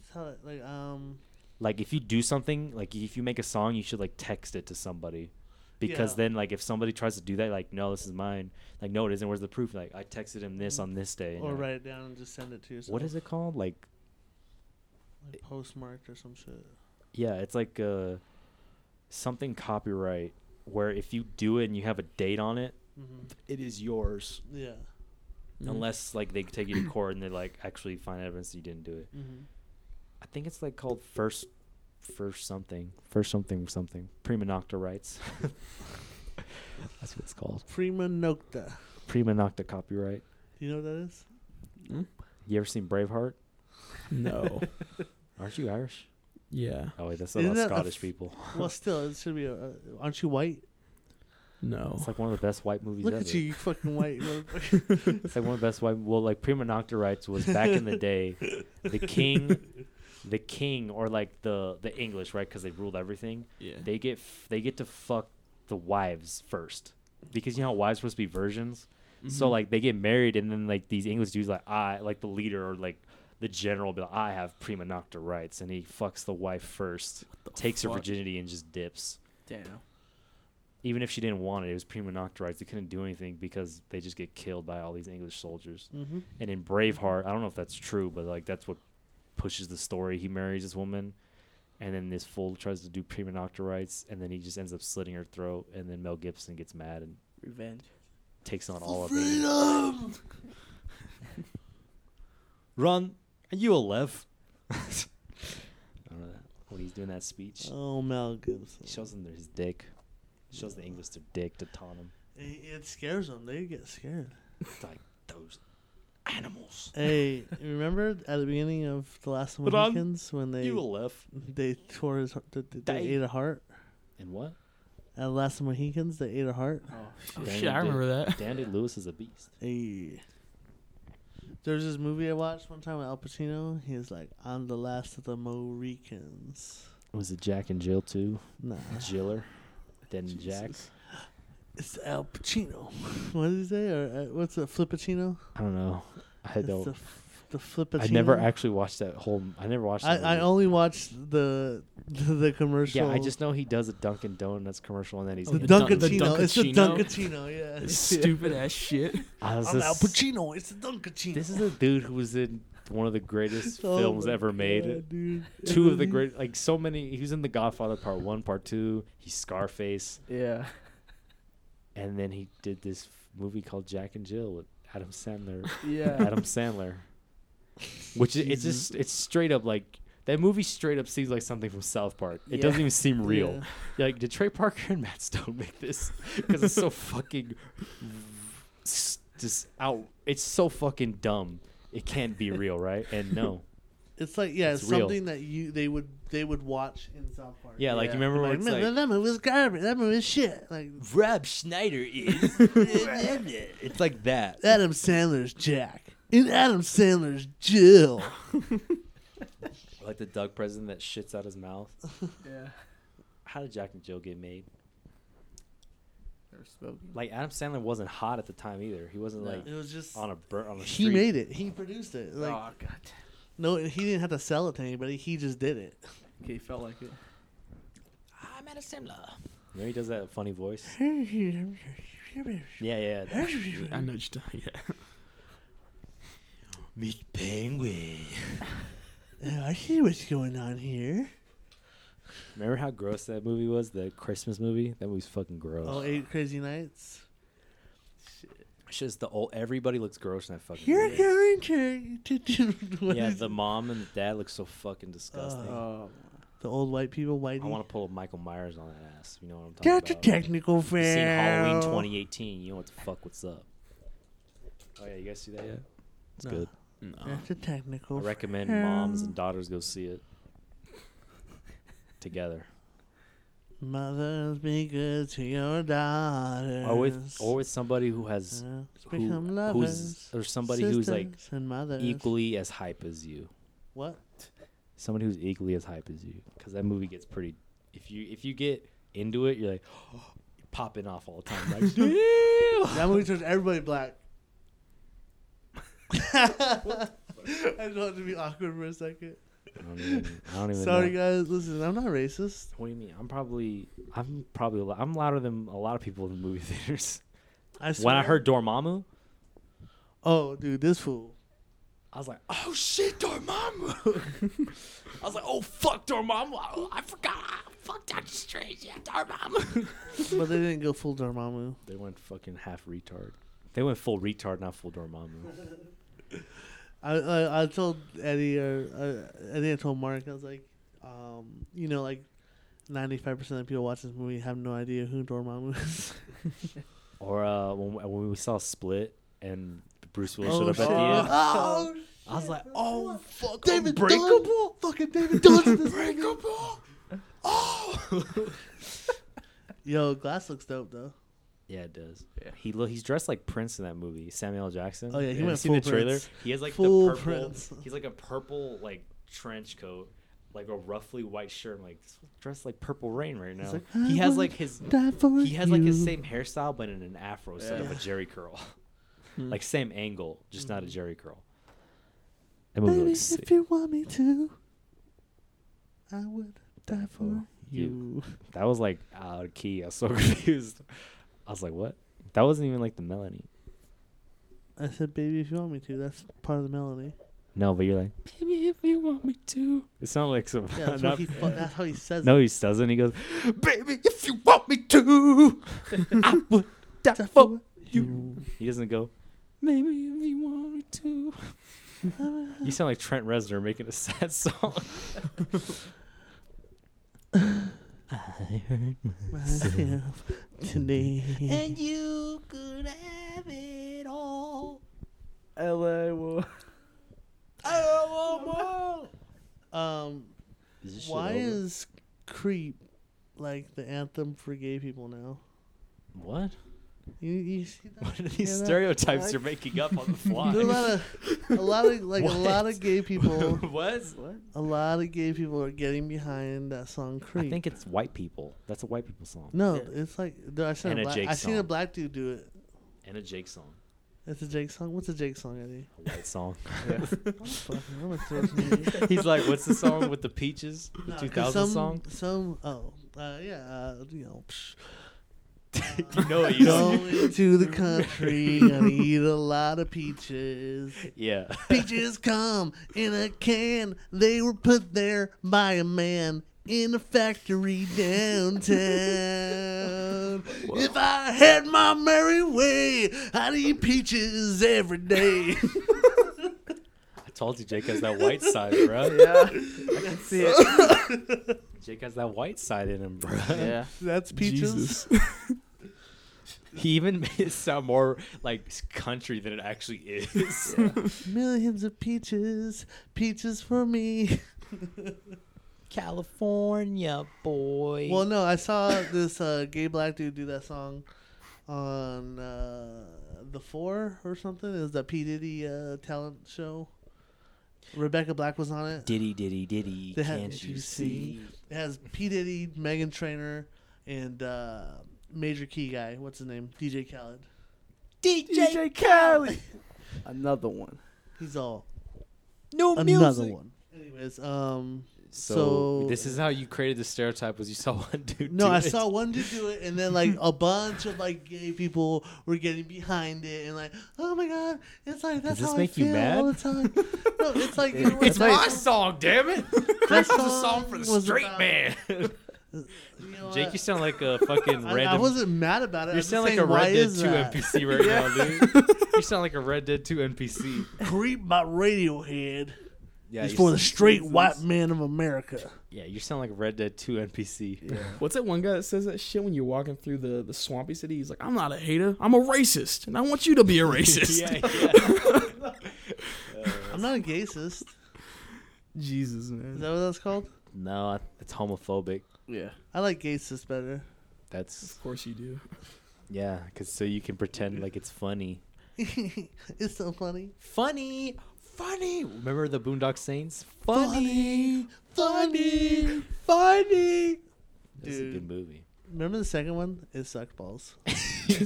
S2: It's how it, like um
S1: Like if you do something, like if you make a song, you should like text it to somebody. Because
S2: Yeah.
S1: then, like, if somebody tries to do that, like, no, this is mine. Like, no, it isn't. Where's the proof? Like, I texted him this on this day. and
S2: or
S1: you're like,
S2: write it down and just send it to yourself.
S1: What is it called? Like,
S2: Like postmarked or some shit.
S1: Yeah, it's like uh, something copyright where if you do it and you have a date on it,
S2: hmm
S1: it is yours.
S2: Yeah.
S3: Mm-hmm.
S1: Unless like they take you to court and they like actually find evidence you didn't do it.
S2: Mm-hmm.
S1: I think it's like called first, first something, first something something. Prima nocta rights. That's what it's called.
S2: Prima nocta.
S1: Prima nocta copyright.
S2: You know what that is?
S1: You ever seen Braveheart?
S3: Mm-hmm. no.
S1: Aren't you Irish?
S3: Yeah.
S1: Oh wait, that's
S2: Isn't
S1: about
S2: that a
S1: Scottish
S2: f-
S1: people.
S2: well, still, it should be. A, a, aren't you white?
S3: No.
S1: It's like one of the best white movies
S2: Look
S1: ever.
S2: at you, you fucking white. motherfucker.
S1: It's like one of the best white. Well, like prima nocta rights was back in the day, the king, the king, or like the the English, right? Because they ruled everything.
S3: Yeah.
S1: They get f- they get to fuck the wives first, because you know how wives supposed to be virgins.
S3: Mm-hmm.
S1: So like they get married, and then like these English dudes, like I, like the leader or like the general, be like, I have prima nocta rights, and he fucks the wife first, takes her
S3: fuck?
S1: virginity, and just dips.
S4: Damn.
S1: Even if she didn't want it, it was prima nocta rights. They couldn't do anything because they just get killed by all these English soldiers.
S2: Mm-hmm.
S1: And in Braveheart, I don't know if that's true, but like that's what pushes the story. He marries this woman, and then this fool tries to do prima nocta rights, and then he just ends up slitting her throat. And then Mel Gibson gets mad and
S4: Revenge.
S1: takes on all of it. Run, and you'll live. I don't know that. When he's doing that speech,
S2: Oh, Mel Gibson.
S1: he shows them his dick. He shows the English their dick to taunt him.
S2: It, it scares them. They get scared.
S1: It's like those animals.
S2: hey, remember at the beginning of the last
S1: Run,
S2: Mohicans when they
S1: You'll live.
S2: they tore his heart, they, they
S1: Die.
S2: ate a heart
S1: And what?
S2: at last Mohicans they ate a heart.
S4: Oh,
S1: Oh,
S4: shit.
S1: shit, I remember
S3: that.
S1: Dandy Lewis is a beast.
S2: Hey. There's this movie I watched one time with Al Pacino. He was like, "I'm the last of the Mohicans."
S1: Was it Jack and Jill too?
S2: Nah,
S1: Jiller. Then Jack.
S2: it's Al Pacino. what did he say? Or uh, what's a Flippuccino?
S1: I don't know. I
S2: It's
S1: don't.
S2: the f- the Flippuccino.
S1: I never actually watched that whole. I never watched. That
S2: I, I
S1: movie.
S2: only watched the the, the commercial.
S1: Yeah, I just know he does a Dunkin' Donuts commercial and then he's.
S2: the
S3: the
S1: in-
S3: Dunk-
S2: Dunkachino.
S3: the
S2: It's the
S3: Dunkachino.
S2: Dunkachino. Yeah.
S3: Stupid ass shit.
S1: I was
S2: I'm Al
S1: just-
S2: Pacino. It's the Oh Dunkachino.
S1: This is a dude who was in one of the greatest
S2: Oh
S1: films ever made.
S2: dude.
S1: Two of the great, like so many. He was in The Godfather Part One, Part Two. He's Scarface,
S4: Yeah.
S1: and then he did this f- movie called Jack and Jill with Adam Sandler.
S4: Yeah.
S1: Adam Sandler, which it, it's just it's straight up like that movie. Straight up seems like something from South Park. It
S4: Yeah.
S1: doesn't even seem real.
S2: Yeah.
S1: You're like, did Trey Parker and Matt Stone make this? Because it's so fucking s- just out. It's so fucking dumb. It can't be real, right? And no,
S2: It's like yeah,
S1: It's
S2: it's
S1: real.
S2: something that you they would they would watch in South Park.
S1: yeah, like you
S4: Yeah.
S1: remember
S2: Like,
S1: when it's
S2: man,
S1: like
S2: that movie was garbage. That movie was shit. Like
S1: Rob Schneider is. it's like that.
S2: Adam Sandler's Jack and Adam Sandler's Jill.
S1: Like the Doug president that shits out his mouth.
S4: yeah.
S1: How did Jack and Jill get made?
S4: Never spoken.
S1: Like Adam Sandler wasn't hot at the time either. He wasn't like
S2: It was just
S1: on a bur- on a
S2: he
S1: street.
S2: made it. He produced it. Like
S4: oh god.
S2: no, he didn't have to sell it to anybody. He just did it.
S4: Okay, felt like it.
S6: I'm at a similar.
S1: You know he does that funny voice.
S2: yeah.
S1: Yeah, yeah. that-
S3: I know what you're talking. Yeah.
S6: Meet Penguin.
S2: I see what's going on here.
S1: Remember how gross that movie was? The Christmas movie. That movie's fucking gross.
S2: Oh, eight crazy nights.
S1: It's just the old. Everybody looks gross in that fucking
S2: You're
S1: movie.
S2: going to, to do what
S1: Yeah,
S2: is-
S1: the mom and the dad look so fucking disgusting.
S4: Oh.
S2: the old white people, white.
S1: I want to pull a Michael Myers on that ass. You know what I'm talking
S2: That's a
S1: about?
S2: technical
S1: You've
S2: fail.
S1: seen Halloween 2018. You know what the fuck? What's up? Oh yeah, you guys see that yet? It's
S2: No.
S1: good.
S3: No.
S2: That's a
S1: um, I
S2: technical.
S1: recommend
S2: fail.
S1: moms and daughters go see it together.
S2: Mothers be good to your daughters.
S1: Or with or with somebody who has
S2: Uh, become
S1: who, who's
S2: lovers.
S1: or somebody who's like
S2: sisters and mothers.
S1: equally as hype as you.
S2: What?
S1: Somebody who's equally as hype as you, because that movie gets pretty. If you if you get into it, you're like popping off all the time. Like, "Damn!"
S2: That movie turns everybody black. I just wanted to be awkward for a second.
S1: I don't even. I don't even
S2: Sorry,
S1: know.
S2: guys. Listen, I'm not racist.
S1: What do you mean? I'm probably I'm probably a lo- I'm louder than a lot of people in the movie theaters.
S2: I
S1: When I
S2: swear.
S1: heard Dormammu,
S2: oh, dude, this fool.
S1: I was like, oh shit, Dormammu. I was like, oh fuck, Dormammu. I, I forgot. Fuck Doctor Strange. Yeah, Dormammu.
S2: But they didn't go full Dormammu.
S1: They went fucking half retard. They went full retard, not full Dormammu.
S2: I, I I told Eddie or uh, I think I told Mark I was like, um, you know, like ninety five percent of people watch this movie have no idea who Dormammu is.
S1: Or uh, when, we- when we saw Split and Bruce Willis
S2: oh,
S1: showed
S2: shit.
S1: up at the end,
S2: oh,
S1: I was like,
S2: oh,
S1: fuck,
S2: David
S1: Unbreakable.
S2: Dunn, fucking David Dunn. in this movie. Oh! Yo, Glass looks dope though.
S1: Yeah, it does.
S4: Yeah.
S1: He look, he's dressed like Prince in that movie, Samuel L. Jackson.
S2: Oh, yeah, he
S1: Have you
S2: went
S1: seen the
S2: full
S1: trailer.
S2: Prince.
S1: He has like
S2: Full
S1: the purple.
S2: Prince.
S1: He's like a purple like trench coat, like a roughly white shirt. I'm like "This fool's dressed like Purple Rain right now.
S2: like,
S1: he
S2: "I
S1: has
S2: want
S1: like his
S2: Die for
S1: he has like his
S2: you.
S1: same hairstyle but in an afro instead of
S4: Yeah.
S1: a jerry curl.
S2: Hmm.
S1: like same angle, just not a Jerry curl. That movie
S2: Baby,
S1: looks sick.
S2: if you want me to, I would die for you.
S1: That was like out of key. I was so confused. I was like, what? That wasn't even like the melody.
S2: I said, baby, if you want me to. That's part of the melody.
S1: No, but you're like,
S4: Baby, if you want me to.
S1: it sounded like some.
S2: Yeah, that's,
S1: not-
S2: what he fu- that's how he says
S1: no,
S2: it.
S1: he doesn't. He goes,
S4: Baby, if you want me to.
S2: Die for you.
S1: he doesn't go.
S4: Maybe if you want me to.
S1: You sound like Trent Reznor making a sad song.
S2: myself today. And you could have it all. LA Um, why is Creep like the anthem for gay people now?
S1: what?
S2: You, you see that?
S1: What are these
S2: Yeah, that-
S1: stereotypes
S2: like-
S1: you're making up on the fly?
S2: There's a lot of, a lot of like a lot of gay people,
S1: what?
S2: a lot of gay people are getting behind that song Creep.
S1: I think it's white people. That's a white people song.
S2: no, it's like dude, I seen
S1: And
S2: a
S1: a
S2: black,
S1: Jake
S2: I seen a
S1: song.
S2: black dude do it.
S1: And a Jake song.
S2: It's a Jake song. What's a Jake song, Eddie?
S1: A white song.
S2: Fucking, I'm gonna throw some at you.
S1: He's like, what's the song with the peaches? The
S2: Nah, 'cause
S1: 2000
S2: some,
S1: song?
S2: Some oh uh, yeah uh, you know. Psh,
S1: You know it. You know it.
S2: going to the country, gonna eat a lot of peaches.
S1: Yeah.
S2: Peaches come in a can. They were put there by a man in a factory downtown. If I had my merry way, I'd eat peaches every day.
S1: I told you Jake has that white side, bro.
S4: Yeah. I can see it.
S1: Jake has that white side in him, bro.
S4: Yeah.
S2: That's
S3: Jesus.
S1: He even made it sound more like country than it actually is.
S2: Millions of peaches, peaches for me.
S6: California boy.
S2: Well, no, I saw this uh, gay black dude do that song on uh, the Four or something. It was that P Diddy uh, talent show. Rebecca Black was on it.
S6: Diddy diddy diddy.
S2: That-
S6: Can't you see?
S2: It has P Diddy, Megan Trainor, and uh, Major Key guy. What's his name? DJ Khaled.
S4: DJ Khaled. Another one.
S2: He's all
S6: No
S2: another one. Anyways, um,
S1: So,
S2: So-
S1: this is how you created the stereotype was you saw one dude
S2: No,
S1: do
S2: I
S1: it.
S2: saw one dude do it, and then like a bunch of like gay people were getting behind it, and like, oh my god, it's like that's
S1: this
S2: how I
S1: make
S2: feel
S1: you
S2: all the
S1: mad?
S2: time. no, it's like you know,
S1: It's
S2: like,
S1: my song, damn it! It's
S2: That's
S1: a song for the straight man.
S2: You know
S1: Jake,
S2: what?
S1: you sound like a fucking
S2: I, I
S1: random.
S2: wasn't mad about it.
S1: you
S2: I'm
S1: sound like a
S2: just saying, why
S1: Red Dead
S2: is
S1: 2
S2: that?
S1: NPC right now, dude. You sound like a Red Dead 2 NPC.
S2: Creep by Radiohead
S1: Yeah,
S2: is for the straight white man of America.
S1: yeah, you sound like a Red Dead 2 NPC.
S3: What's that one guy that says that shit when you're walking through the, the swampy city? He's like, I'm not a hater. I'm a racist. And I want you to be a racist.
S2: I'm not a gayist.
S3: Jesus,
S2: Is
S3: man.
S2: that what that's called?
S1: No, I- it's homophobic.
S4: Yeah.
S2: I like gayist better.
S1: That's
S3: Of course you do.
S1: yeah, cause so you can pretend like it's funny.
S2: it's so funny.
S1: Funny, funny. Remember the Boondock Saints? Funny,
S2: funny,
S1: funny. That's a
S2: Dude.
S1: good movie.
S2: Remember the second one? It sucked balls.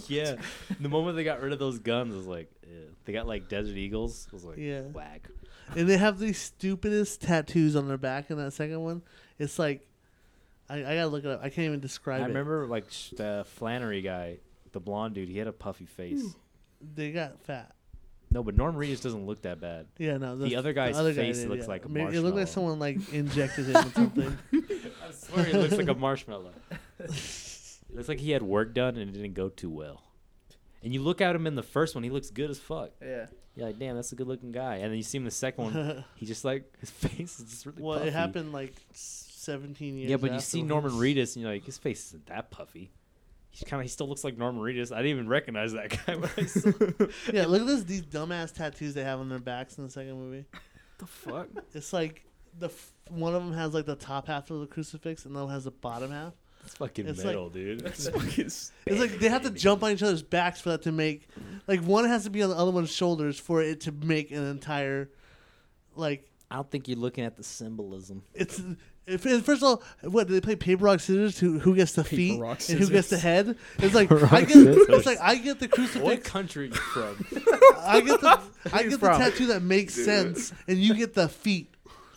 S1: yeah, the moment they got rid of those guns I was like, ew. they got like Desert Eagles. I was like,
S2: Yeah.
S1: whack.
S2: and they have the stupidest tattoos on their back in that second one. It's like, I, I gotta look it up. I can't even describe
S1: I
S2: it.
S1: remember like sh- the Flannery guy, the blonde dude. He had a puffy face.
S2: They got fat.
S1: No, but Norm Reedus doesn't look that bad.
S2: Yeah, no.
S1: The other guy's face
S2: did,
S1: looks like a
S2: Maybe It looked
S1: marshmallow.
S2: like someone like injected him with something.
S1: I swear he looks like a marshmallow. It looks like he had work done and it didn't go too well. And you look at him in the first one, he looks good as fuck.
S4: Yeah.
S1: You're like, damn, that's a good looking guy. And then you see him in the second one, he just like his face is just really
S2: well,
S1: puffy.
S2: it happened like seventeen years.
S1: Yeah, but you see Norman
S2: afterwards.
S1: Reedus and you're like, his face isn't that puffy. He's kind of he still looks like Norman Reedus. I didn't even recognize that guy when I saw him.
S2: Yeah, look at this. These dumbass tattoos they have on their backs in the second movie.
S3: The fuck?
S2: It's like the f- one of them has like the top half of the crucifix, and the other has the bottom half.
S1: It's fucking
S2: It's like-
S1: metal, dude.
S3: That's fucking s-
S2: It's like they have to jump on each other's backs for that to make, like one has to be on the other one's shoulders for it to make an entire, like
S6: I don't think you're looking at the symbolism.
S2: it's If, and first of all, what do they play? Paper rock scissors. Who who gets the
S3: Paper,
S2: feet
S3: rock,
S2: and who gets the
S3: scissors.
S2: head? It's like I get. It's like I get the
S1: What
S2: crucifix.
S1: country are you from?
S2: I get the I get
S4: He's
S2: the
S4: from-
S2: tattoo that makes sense, and you get the feet.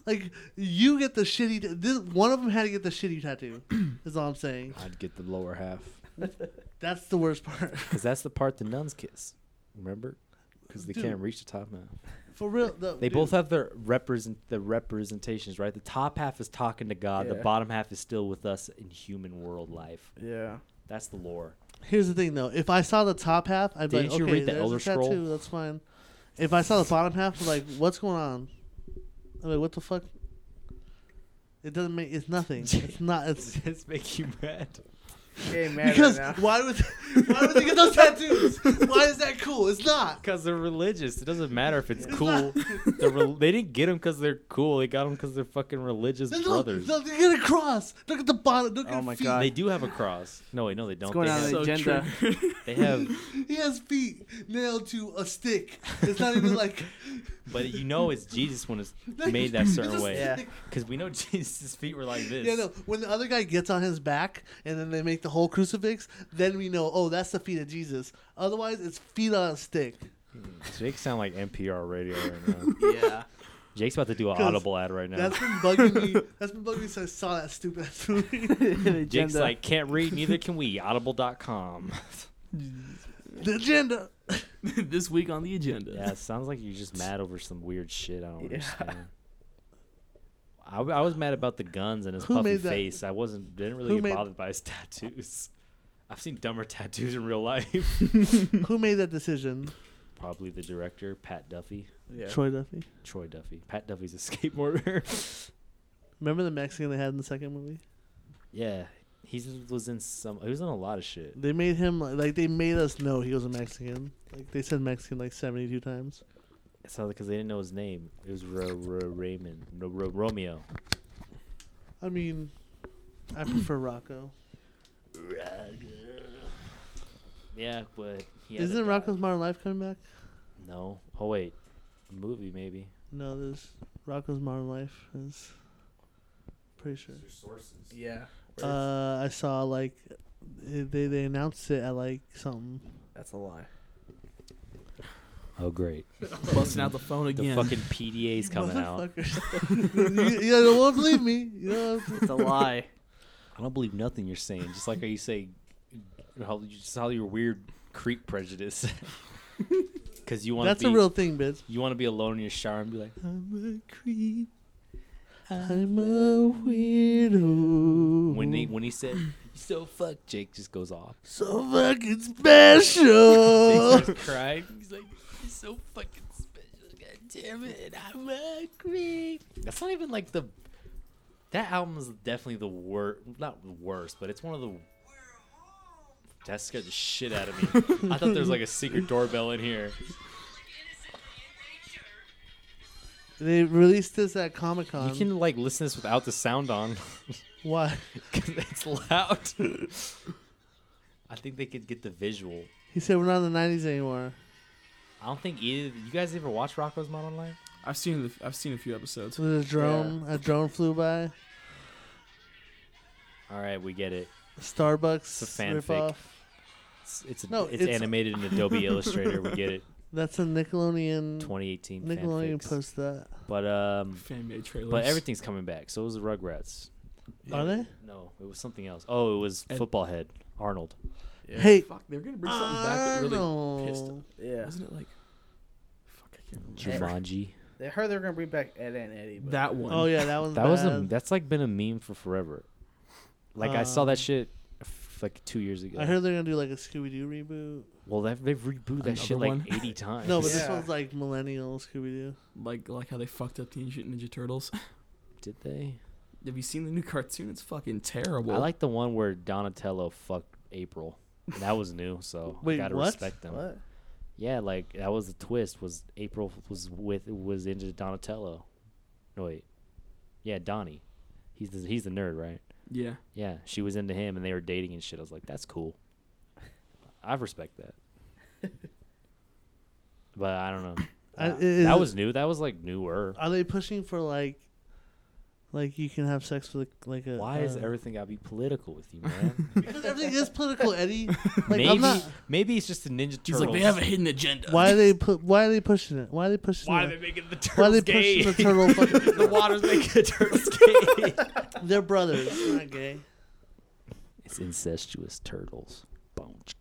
S2: Like you get the shitty. t- This, one of them had to get the shitty tattoo. Is all I'm saying.
S6: I'd get the lower half
S2: That's the worst part.
S6: because that's the part the nuns kiss. Remember? Because they
S2: Dude.
S6: can't reach the top half.
S2: For real. The,
S6: They both have their represent the representations right. The top half is talking to God. The
S3: Yeah.
S6: bottom half is still with us in human world life.
S3: Yeah.
S6: That's the lore.
S2: Here's the thing, though. If I saw the top half, I'd be
S6: Didn't
S2: like,
S6: you
S2: okay,
S6: read the
S2: there's
S6: Elder
S2: a
S6: Scroll?
S2: tattoo. That's fine. If I saw the bottom half, I'm like, what's going on? I'm like, what the fuck? It doesn't make. It's nothing. It's not. It's
S1: Does make you mad?
S4: Hey, man.
S2: because
S4: right now.
S2: why would why would they get those tattoos? Why is that cool? It's not.
S1: Because they're religious. It doesn't matter if it's
S2: It's
S1: cool. They're rel they didn't get them because they're cool. They got them because they're fucking religious
S2: Then Look,
S1: brothers.
S2: look, look at the cross. Look at the bottom. Look
S4: Oh
S2: at
S4: my
S2: feet.
S4: God.
S1: They do have a cross. No, wait, no, they don't.
S4: going
S1: They
S4: on
S1: have,
S4: in- agenda.
S3: triggered.
S1: they have,
S2: He has feet nailed to a stick. It's not even like
S1: but you know it's Jesus when it's made that certain
S2: It's a
S1: way.
S4: Yeah.
S2: stick.
S1: Because we know Jesus' feet were like this.
S2: Yeah, no. When the other guy gets on his back and then they make the whole crucifix, then we know, oh, that's the feet of Jesus. Otherwise, it's feet on a stick.
S1: Jake sound like NPR radio right now.
S4: yeah.
S1: Jake's about to do an
S2: 'Cause
S1: Audible ad right now.
S2: That's been bugging me. That's been bugging me since I saw that stupid ass movie.
S1: Jake's
S4: agenda.
S1: like, can't read, neither can we. Audible.com.
S2: the agenda.
S3: this week on the agenda.
S1: yeah, it sounds like you're just mad over some weird shit. I don't
S4: Yeah.
S1: understand. I, w- I was mad about the guns and his
S2: Who
S1: puffy
S2: made that?
S1: face. I wasn't didn't really
S2: Who
S1: get
S2: made-
S1: bothered by his tattoos. I've seen dumber tattoos in real life.
S2: Who made that decision?
S1: Probably the director, Pat Duffy.
S3: Yeah.
S2: Troy Duffy.
S1: Troy Duffy. Pat Duffy's a skateboarder.
S2: Remember the Mexican they had in the second movie?
S1: yeah. He was in some he was in a lot of shit.
S2: They made him like, like they made us know he was a Mexican. Like they said Mexican like seventy two times.
S1: So because they didn't know his name. It was Ro- Ro- Raymond. No, Ro- Romeo.
S2: I mean, I prefer Rocco.
S1: Yeah, but he had a
S2: Isn't
S1: dog.
S2: Rocco's Modern Life coming back?
S1: No. Oh wait. A movie maybe.
S2: No, there's Rocco's Modern Life is pretty sure.
S4: Yeah.
S2: Uh, I saw like they they announced it at like something.
S4: That's a lie.
S1: Oh great.
S3: Busting out the phone
S1: The
S3: again.
S1: fucking PDA's coming out.
S2: Motherfuckers. you, you don't want to believe me. You know,
S4: It's a lie.
S1: I don't believe nothing you're saying. Just like how you say how you just how your weird creep prejudice. Cuz you want
S2: that's
S1: to be
S2: a real thing, bitch.
S1: you want to be alone in your shower and be like,
S2: I'm a creep. I'm a weirdo.
S1: when he when he said, "You "So fuck," Jake just goes off.
S2: so fucking special.
S1: Jake starts crying. He's like, "You're so fucking special, god damn it, I'm a creep." That's not even like the. That album is definitely the worst, not the worst, but it's one of the. That scared the shit out of me. I thought there was like a secret doorbell in here.
S2: they released this at Comic
S1: You
S2: Con.
S1: can like listen to this without the sound on,
S2: Why?
S1: 'cause it's loud. I think they could get the visual.
S2: He said we're not in the '90s anymore.
S1: I don't think either. You guys ever watch Rocco's Modern Life?
S3: I've seen the, I've seen a few episodes.
S2: So there's a drone. A drone flew by.
S1: All right, we get it.
S2: Starbucks
S1: It's a fanfic.
S2: ripoff.
S1: It's it's,
S2: No,
S1: it's,
S2: it's-
S1: animated in Adobe Illustrator. We get it.
S2: That's a Nickelodeon.
S1: 2018
S2: Mm, Nickelodeon
S1: fanfics.
S2: post that.
S1: But um,
S3: Fan made trailers.
S1: but everything's coming back. So it was the Rugrats.
S2: Are they?
S1: No, it was something else. Oh, it was
S3: Ed-
S1: Football Head Arnold.
S3: Yeah.
S2: Hey.
S3: Fuck, they're gonna bring something back that really. pissed
S2: Arnold.
S4: Yeah.
S3: Wasn't it like? Fuck, I can't remember.
S1: Jumanji.
S4: They heard they were going to bring back Ed and Eddie. But
S3: That one.
S2: Oh yeah, that one's
S1: That was a,
S2: bad.
S1: that's like been a meme for forever. Like I saw
S2: Um,
S1: that shit f- like two years ago.
S2: I heard they're gonna do like a Scooby Doo reboot.
S1: well, they've, they've rebooted that shit
S3: Another
S1: like
S3: one?
S1: 80 times.
S2: No, but this
S4: Yeah.
S2: one's like millennial Scooby Doo.
S3: Like like how they fucked up the Ancient Ninja Turtles.
S1: did they?
S3: Have you seen the new cartoon? It's fucking terrible.
S1: I like the one where Donatello fucked April. That was new, so I
S2: Wait,
S1: gotta
S2: what?
S1: respect them.
S4: what?
S1: Yeah, like that was the twist. Was April was with was into Donatello? No wait, yeah, Donnie. He's the, he's the nerd, right?
S3: Yeah.
S1: Yeah, she was into him, and they were dating and shit. I was like, that's cool. I respect that. but I don't know.
S2: I-
S1: Uh,
S2: is
S1: that
S2: it-
S1: was new. That was like newer.
S2: Are they pushing for like Like you can have sex with a, like a.
S1: Why is
S2: uh,
S1: everything gotta be political with you, man?
S2: Because everything is political, Eddie. Like
S1: maybe
S2: I'm not.
S1: maybe it's just the Ninja Turtles.
S3: He's like, they have a hidden agenda.
S2: Why are they put? Why are they pushing it? Why are they pushing?
S1: Why are
S2: it?
S1: they making the
S2: Why are
S1: turtles
S2: they
S1: gay?
S2: pushing the turtle? Fucking,
S1: the water's making the turtles gay.
S2: they're brothers, not gay.
S1: it's incestuous turtles. Bounce.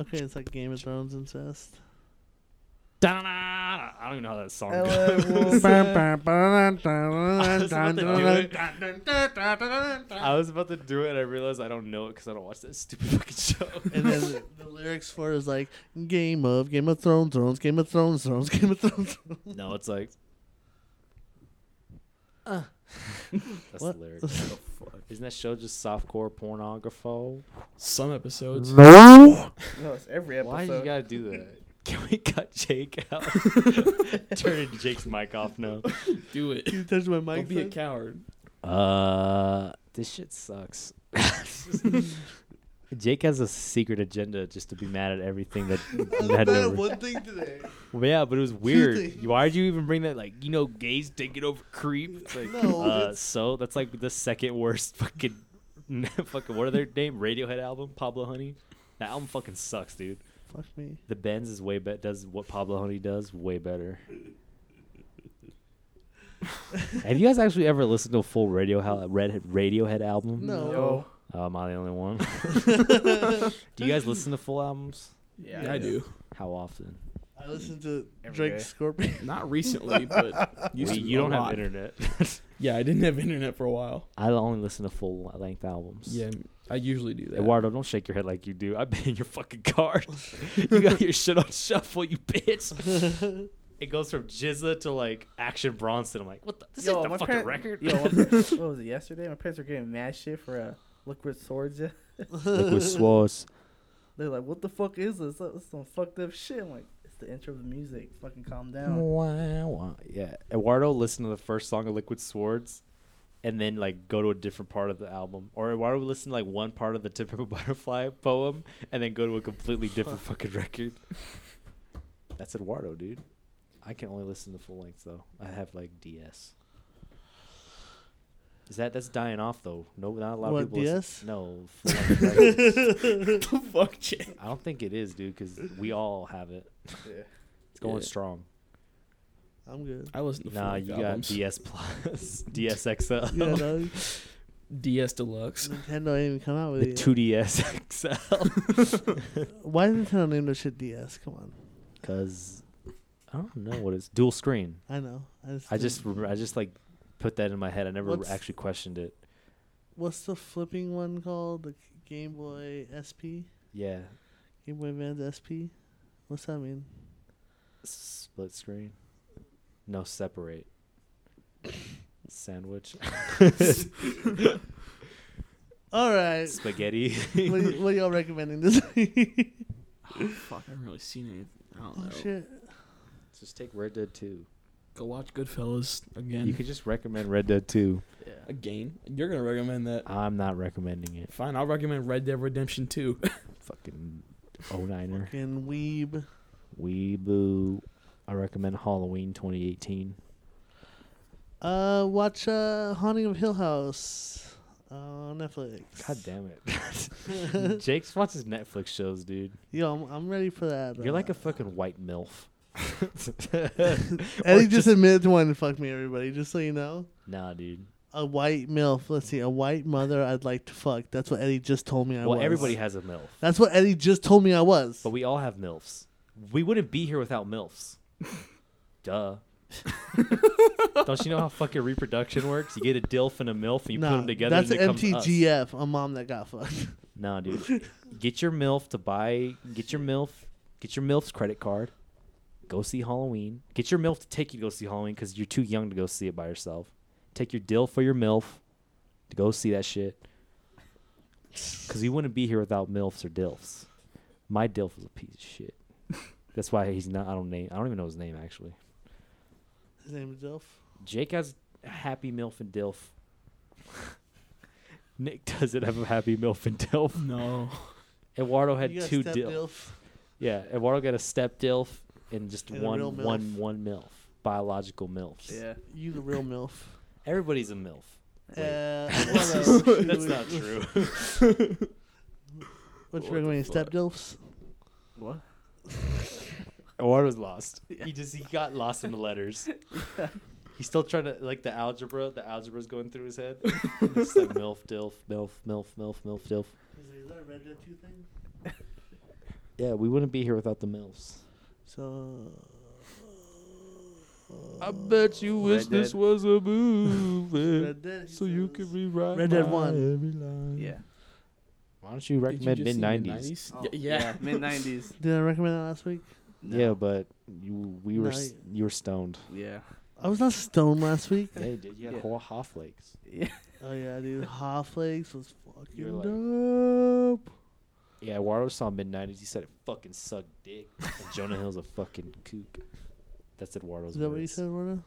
S2: Okay, it's like Game of Thrones incest.
S1: Da-da-da-da. I don't even know how that song goes. I was about to do it, and I realized I don't know it because I don't watch that stupid fucking show.
S2: And then the, the lyrics for it is like Game of Game of Thrones, Thrones, Game of Thrones, Thrones, Game of Thrones.
S1: No, it's like. Uh. That's
S2: What?
S1: the lyric. Isn't that show just softcore pornographo?
S3: Some episodes.
S4: No, it's every episode.
S1: Why did you gotta do that? Can we cut Jake out? Turning Jake's mic off now.
S3: Do it.
S2: you touch my mic.
S3: Don't be a
S2: son?
S3: coward.
S1: Uh, this shit sucks. Jake has a secret agenda just to be mad at everything that had
S2: Bad
S1: never.
S2: one thing today.
S1: Well, yeah, but it was weird.
S2: things.
S1: Why did you even bring that? Like, you know, gays taking over creep. It's like,
S2: No,
S1: uh,
S2: it's-
S1: so that's like the second worst fucking fucking what are their name? Radiohead album, Pablo Honey. That album fucking sucks, dude.
S2: Fuck me.
S1: The Benz is way better. Does what Pablo Honey does way better. Have you guys actually ever listened to a full Radio Hal- Red Radiohead album?
S2: No.
S4: Yo.
S1: Oh, am I the only one? Do you guys listen to full albums?
S3: Yeah, I do.
S1: How often?
S2: I listened to
S4: Every
S2: Drake
S4: day.
S2: Scorpion.
S3: Not recently, but used
S1: Wait,
S3: to
S1: you
S3: a
S1: don't
S3: lot.
S1: have internet.
S3: Yeah, I didn't have internet for a while.
S1: I only listen to full length albums.
S3: Yeah, I usually do that.
S1: Eduardo, don't shake your head like you do. I've been in your fucking car. you got your shit on shuffle, you bitch. It goes from Jizza to like Action Bronson. I'm like, what the? This
S4: Yo,
S1: ain't the
S4: my
S1: fucking
S4: parent-
S1: record.
S4: Yo, what what was it yesterday? My parents were getting mad shit for uh, liquid swords. yeah.
S1: Liquid Swords.
S4: They're like, "What the fuck is this? This is some fucked up shit." I'm like, "It's the intro of the music. Fucking calm down."
S1: Wah, wah. Yeah. Eduardo listened to the first song of Liquid Swords and then like go to a different part of the album. Or Eduardo would listen to like one part of the typical butterfly poem and then go to a completely different fucking record. That's Eduardo, dude. I can only listen to full length though. I have like DS. Is that that's dying off though? No, not a lot
S2: What,
S1: of people.
S2: DS?
S1: Listen. No, full length records.
S3: fuck, Jake.
S1: I don't think it is, dude, because we all have it.
S4: Yeah.
S1: It's going
S3: Yeah.
S1: strong.
S2: I'm good.
S3: I listen to full
S1: Nah,
S3: length
S1: you
S3: albums.
S1: got DS Plus, DSXL,
S2: Yeah, no,
S3: DS Deluxe.
S2: Nintendo ain't even come out with
S1: the
S2: it. yet.
S1: 2DS XL.
S2: Why did Nintendo name their shit DS? Come on.
S1: Cause I don't know what it's dual screen.
S2: I know. I just,
S1: I
S2: didn't-
S1: just remember, I just like put that in my head. I never
S2: What's-
S1: actually questioned it.
S2: what's the flipping one called? The Game Boy SP,
S1: Yeah,
S2: Game Boy Advance SP. What's that mean?
S1: split screen. No, separate. Sandwich,
S2: All right.
S1: spaghetti.
S2: what, y- what y'all recommending this week?
S3: Oh, fuck, I haven't really seen anything. I don't
S2: oh
S3: know.
S2: shit.
S1: just take Red Dead Two.
S3: Go watch Goodfellas again.
S1: You could just recommend Red Dead Two.
S4: Yeah.
S3: again? You're gonna recommend that.
S1: I'm not recommending it.
S3: Fine, I'll recommend Red Dead Redemption 2.
S1: Fucking 09er.
S2: Fucking weeb.
S1: Weeboo. I recommend Halloween 2018.
S2: Uh, watch uh, Haunting of Hill House on Netflix.
S1: God damn it. Jake watches Netflix shows, dude.
S2: Yo, I'm, I'm ready for that.
S1: You're like a
S2: uh,
S1: fucking white MILF.
S2: Eddie just admitted to wanting to fuck me, everybody, just so you know.
S1: Nah, dude.
S2: A white MILF. Let's see. A white mother I'd like to fuck. That's what Eddie just told me I
S1: well,
S2: was.
S1: everybody has a MILF,
S2: That's what Eddie just told me I was.
S1: but we all have MILFs. We wouldn't be here without MILFs. Duh. Don't you know how fucking reproduction works? You get a DILF and a MILF and you put 'em put
S2: Nah,
S1: them together
S2: That's
S1: and it comes us.
S2: MTGF, a mom that got fucked.
S1: No, dude. get your MILF to buy. Get your MILF. Get your MILF's credit card. Go see Halloween. Get your MILF to take you to go see Halloween because you're too young to go see it by yourself. Take your dill for your MILF to go see that shit. Because you wouldn't be here without MILFs or DILFs. My DILF was a piece of shit. That's why he's not. I don't name. I don't even know his name actually.
S2: His name is Dilf.
S1: Jake has a happy MILF and DILF. Nick doesn't have a happy MILF and DILF.
S3: no.
S1: Eduardo had
S2: You got
S1: two
S2: step
S1: DILFs. Yeah, Eduardo got a step DILF and just
S2: And a
S1: one
S2: real
S1: one
S2: MILF.
S1: one MILF. Biological MILFs.
S4: Yeah.
S2: You the real MILF.
S1: Everybody's a MILF.
S2: Uh, what else?
S1: That's not true.
S2: What you recommend? Step dilfs?
S4: What?
S1: Award was lost. He just he got lost in the letters. He's still trying to like the algebra. The algebra's going through his head. It's like milf, dilf, milf, milf, milf, milf, dilf.
S2: Is that a Red Dead 2 thing?
S1: Yeah, we wouldn't be here without the milfs.
S2: So. uh,
S4: I bet you wish
S6: Red
S4: this
S6: Dead.
S4: was a movie,
S2: Red Dead. he
S4: so you
S2: says.
S4: could rewrite
S2: Red Dead
S4: my
S2: 1.
S4: every line.
S6: Yeah.
S1: Why don't you
S3: Did you
S1: recommend
S3: just
S1: mid
S3: say
S1: nineties?
S3: mid-nineties?
S6: Mm. Oh,
S3: Y- yeah.
S6: Mid nineties.
S2: Did I recommend that last week?
S1: Yeah, but you we were
S2: No,
S1: s-
S2: you-
S1: you were stoned.
S6: Yeah.
S2: I was not stoned last week.
S1: Yeah, you did. You had
S6: Yeah.
S1: whole half flakes.
S6: Yeah.
S2: Oh yeah, dude, hot flakes was
S1: You're
S2: fucking
S1: like-
S2: dope.
S1: Yeah, Eduardo saw mid nineties. He said it fucking sucked dick. and Jonah Hill's a fucking kook. That's Eduardo's
S2: Is that what you
S1: words.
S2: said, Rona?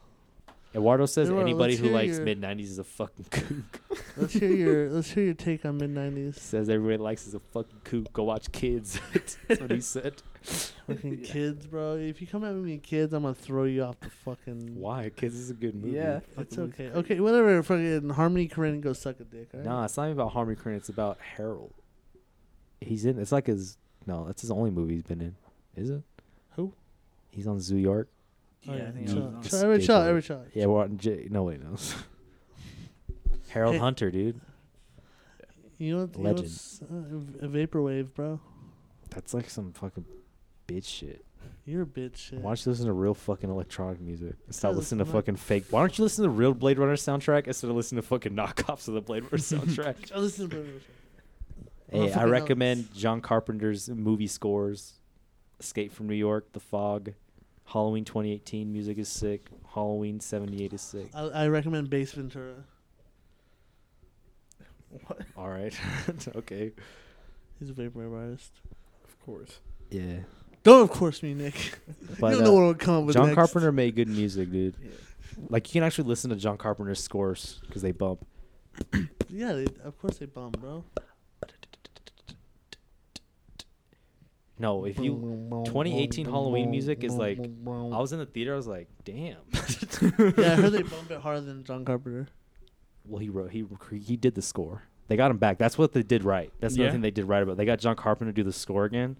S1: Eduardo says
S2: Eduardo,
S1: anybody
S2: let's
S1: who
S2: hear
S1: likes
S2: your-
S1: mid nineties is a fucking kook.
S2: Let's hear your let's hear your take on mid nineties.
S1: says everybody likes is a fucking kook. Go watch kids. That's what he said.
S2: Fucking kids, bro. If you come at me with kids, I'm gonna throw you off the fucking.
S1: Why? Kids is a good movie.
S6: Yeah.
S2: It's okay. Okay, whatever. Fucking Harmony Korine go suck a dick. All right?
S1: Nah, it's not even about Harmony Korine. It's about Harold. He's in. It's like his. No, that's his only movie he's been in. Is it?
S2: Who?
S1: He's on Zoo York.
S2: Oh,
S6: Yeah, I think I
S2: chill
S6: was
S2: out.
S6: on
S2: Chill, every
S1: Escape
S2: shot,
S1: Road.
S2: every shot.
S1: Yeah, we're on J- nobody knows. Harold
S2: Hey.
S1: Hunter, dude.
S2: You know what?
S1: Legend.
S2: You know what's, uh, a vaporwave, bro.
S1: That's like some fucking bitch shit.
S2: You're a bitch. Shit.
S1: Why don't you listen to real fucking electronic music? and Stop
S2: Yeah,
S1: listening to
S2: listen to-
S1: fucking fake. Why don't you listen to the real Blade Runner soundtrack instead of listening to fucking knockoffs of the Blade Runner soundtrack?
S2: I listen to Blade Runner.
S1: Hey, I
S2: fucking
S1: recommend John Carpenter's movie scores. Escape from New York, The Fog, Halloween 2018 music is sick. Halloween 78 is sick.
S2: I, I recommend Base Ventura.
S1: All right. okay.
S2: He's a vaporwave artist.
S3: Of course.
S1: Yeah.
S2: Don't of course me, Nick.
S1: But
S2: you don't
S1: uh,
S2: know what will come with
S1: John
S2: next.
S1: Carpenter made good music, dude.
S6: Yeah.
S1: Like you can actually listen to John Carpenter's scores because they bump.
S2: Yeah, they, of course they bum, bro.
S1: No, if you 2018 Halloween music is like
S2: Mm.
S1: I was in the theater, I was like, damn.
S2: yeah, I heard they bump it harder than John Carpenter.
S1: Well, he wrote, he he did the score. They got him back. That's what they did right. That's another
S3: Yeah.
S1: thing they did right about. They got John Carpenter to do the score again,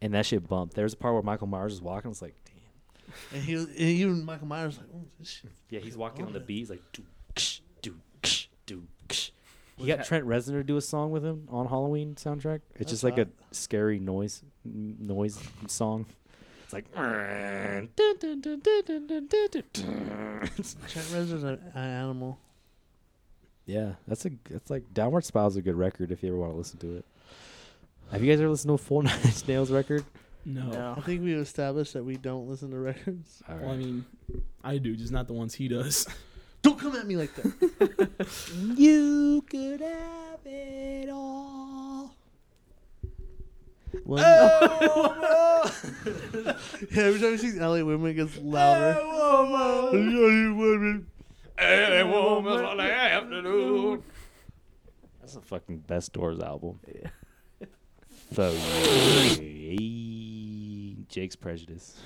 S1: and that shit bumped. There's a part where Michael Myers is walking. It's like, damn.
S2: And he and even Michael Myers was like, oh, this shit.
S1: Yeah, he's walking on the
S2: Bumping.
S1: beat. He's like, do ksh, do ksh, do ksh. He
S6: Was
S1: got
S6: that-
S1: Trent Reznor to do a song with him on Halloween soundtrack. It's
S2: That's
S1: just like
S2: hot.
S1: a scary noise n- noise song. It's like. yeah,
S2: Trent Reznor's an, an animal.
S1: that's a that's like Downward Spile's a good record if you ever want to listen to it. Have you guys ever listened to a full Nine Inch Nails record?
S3: No.
S4: Oh.
S2: I think we established that we don't listen to records.
S1: All
S3: Well, I mean, I do, just not the ones he does.
S2: Don't come at me like that.
S1: You could have it all.
S2: One- yeah, every time she sings LA Women, it gets louder.
S1: That's the fucking best Doors album.
S6: Yeah.
S1: So, Jake's Prejudice.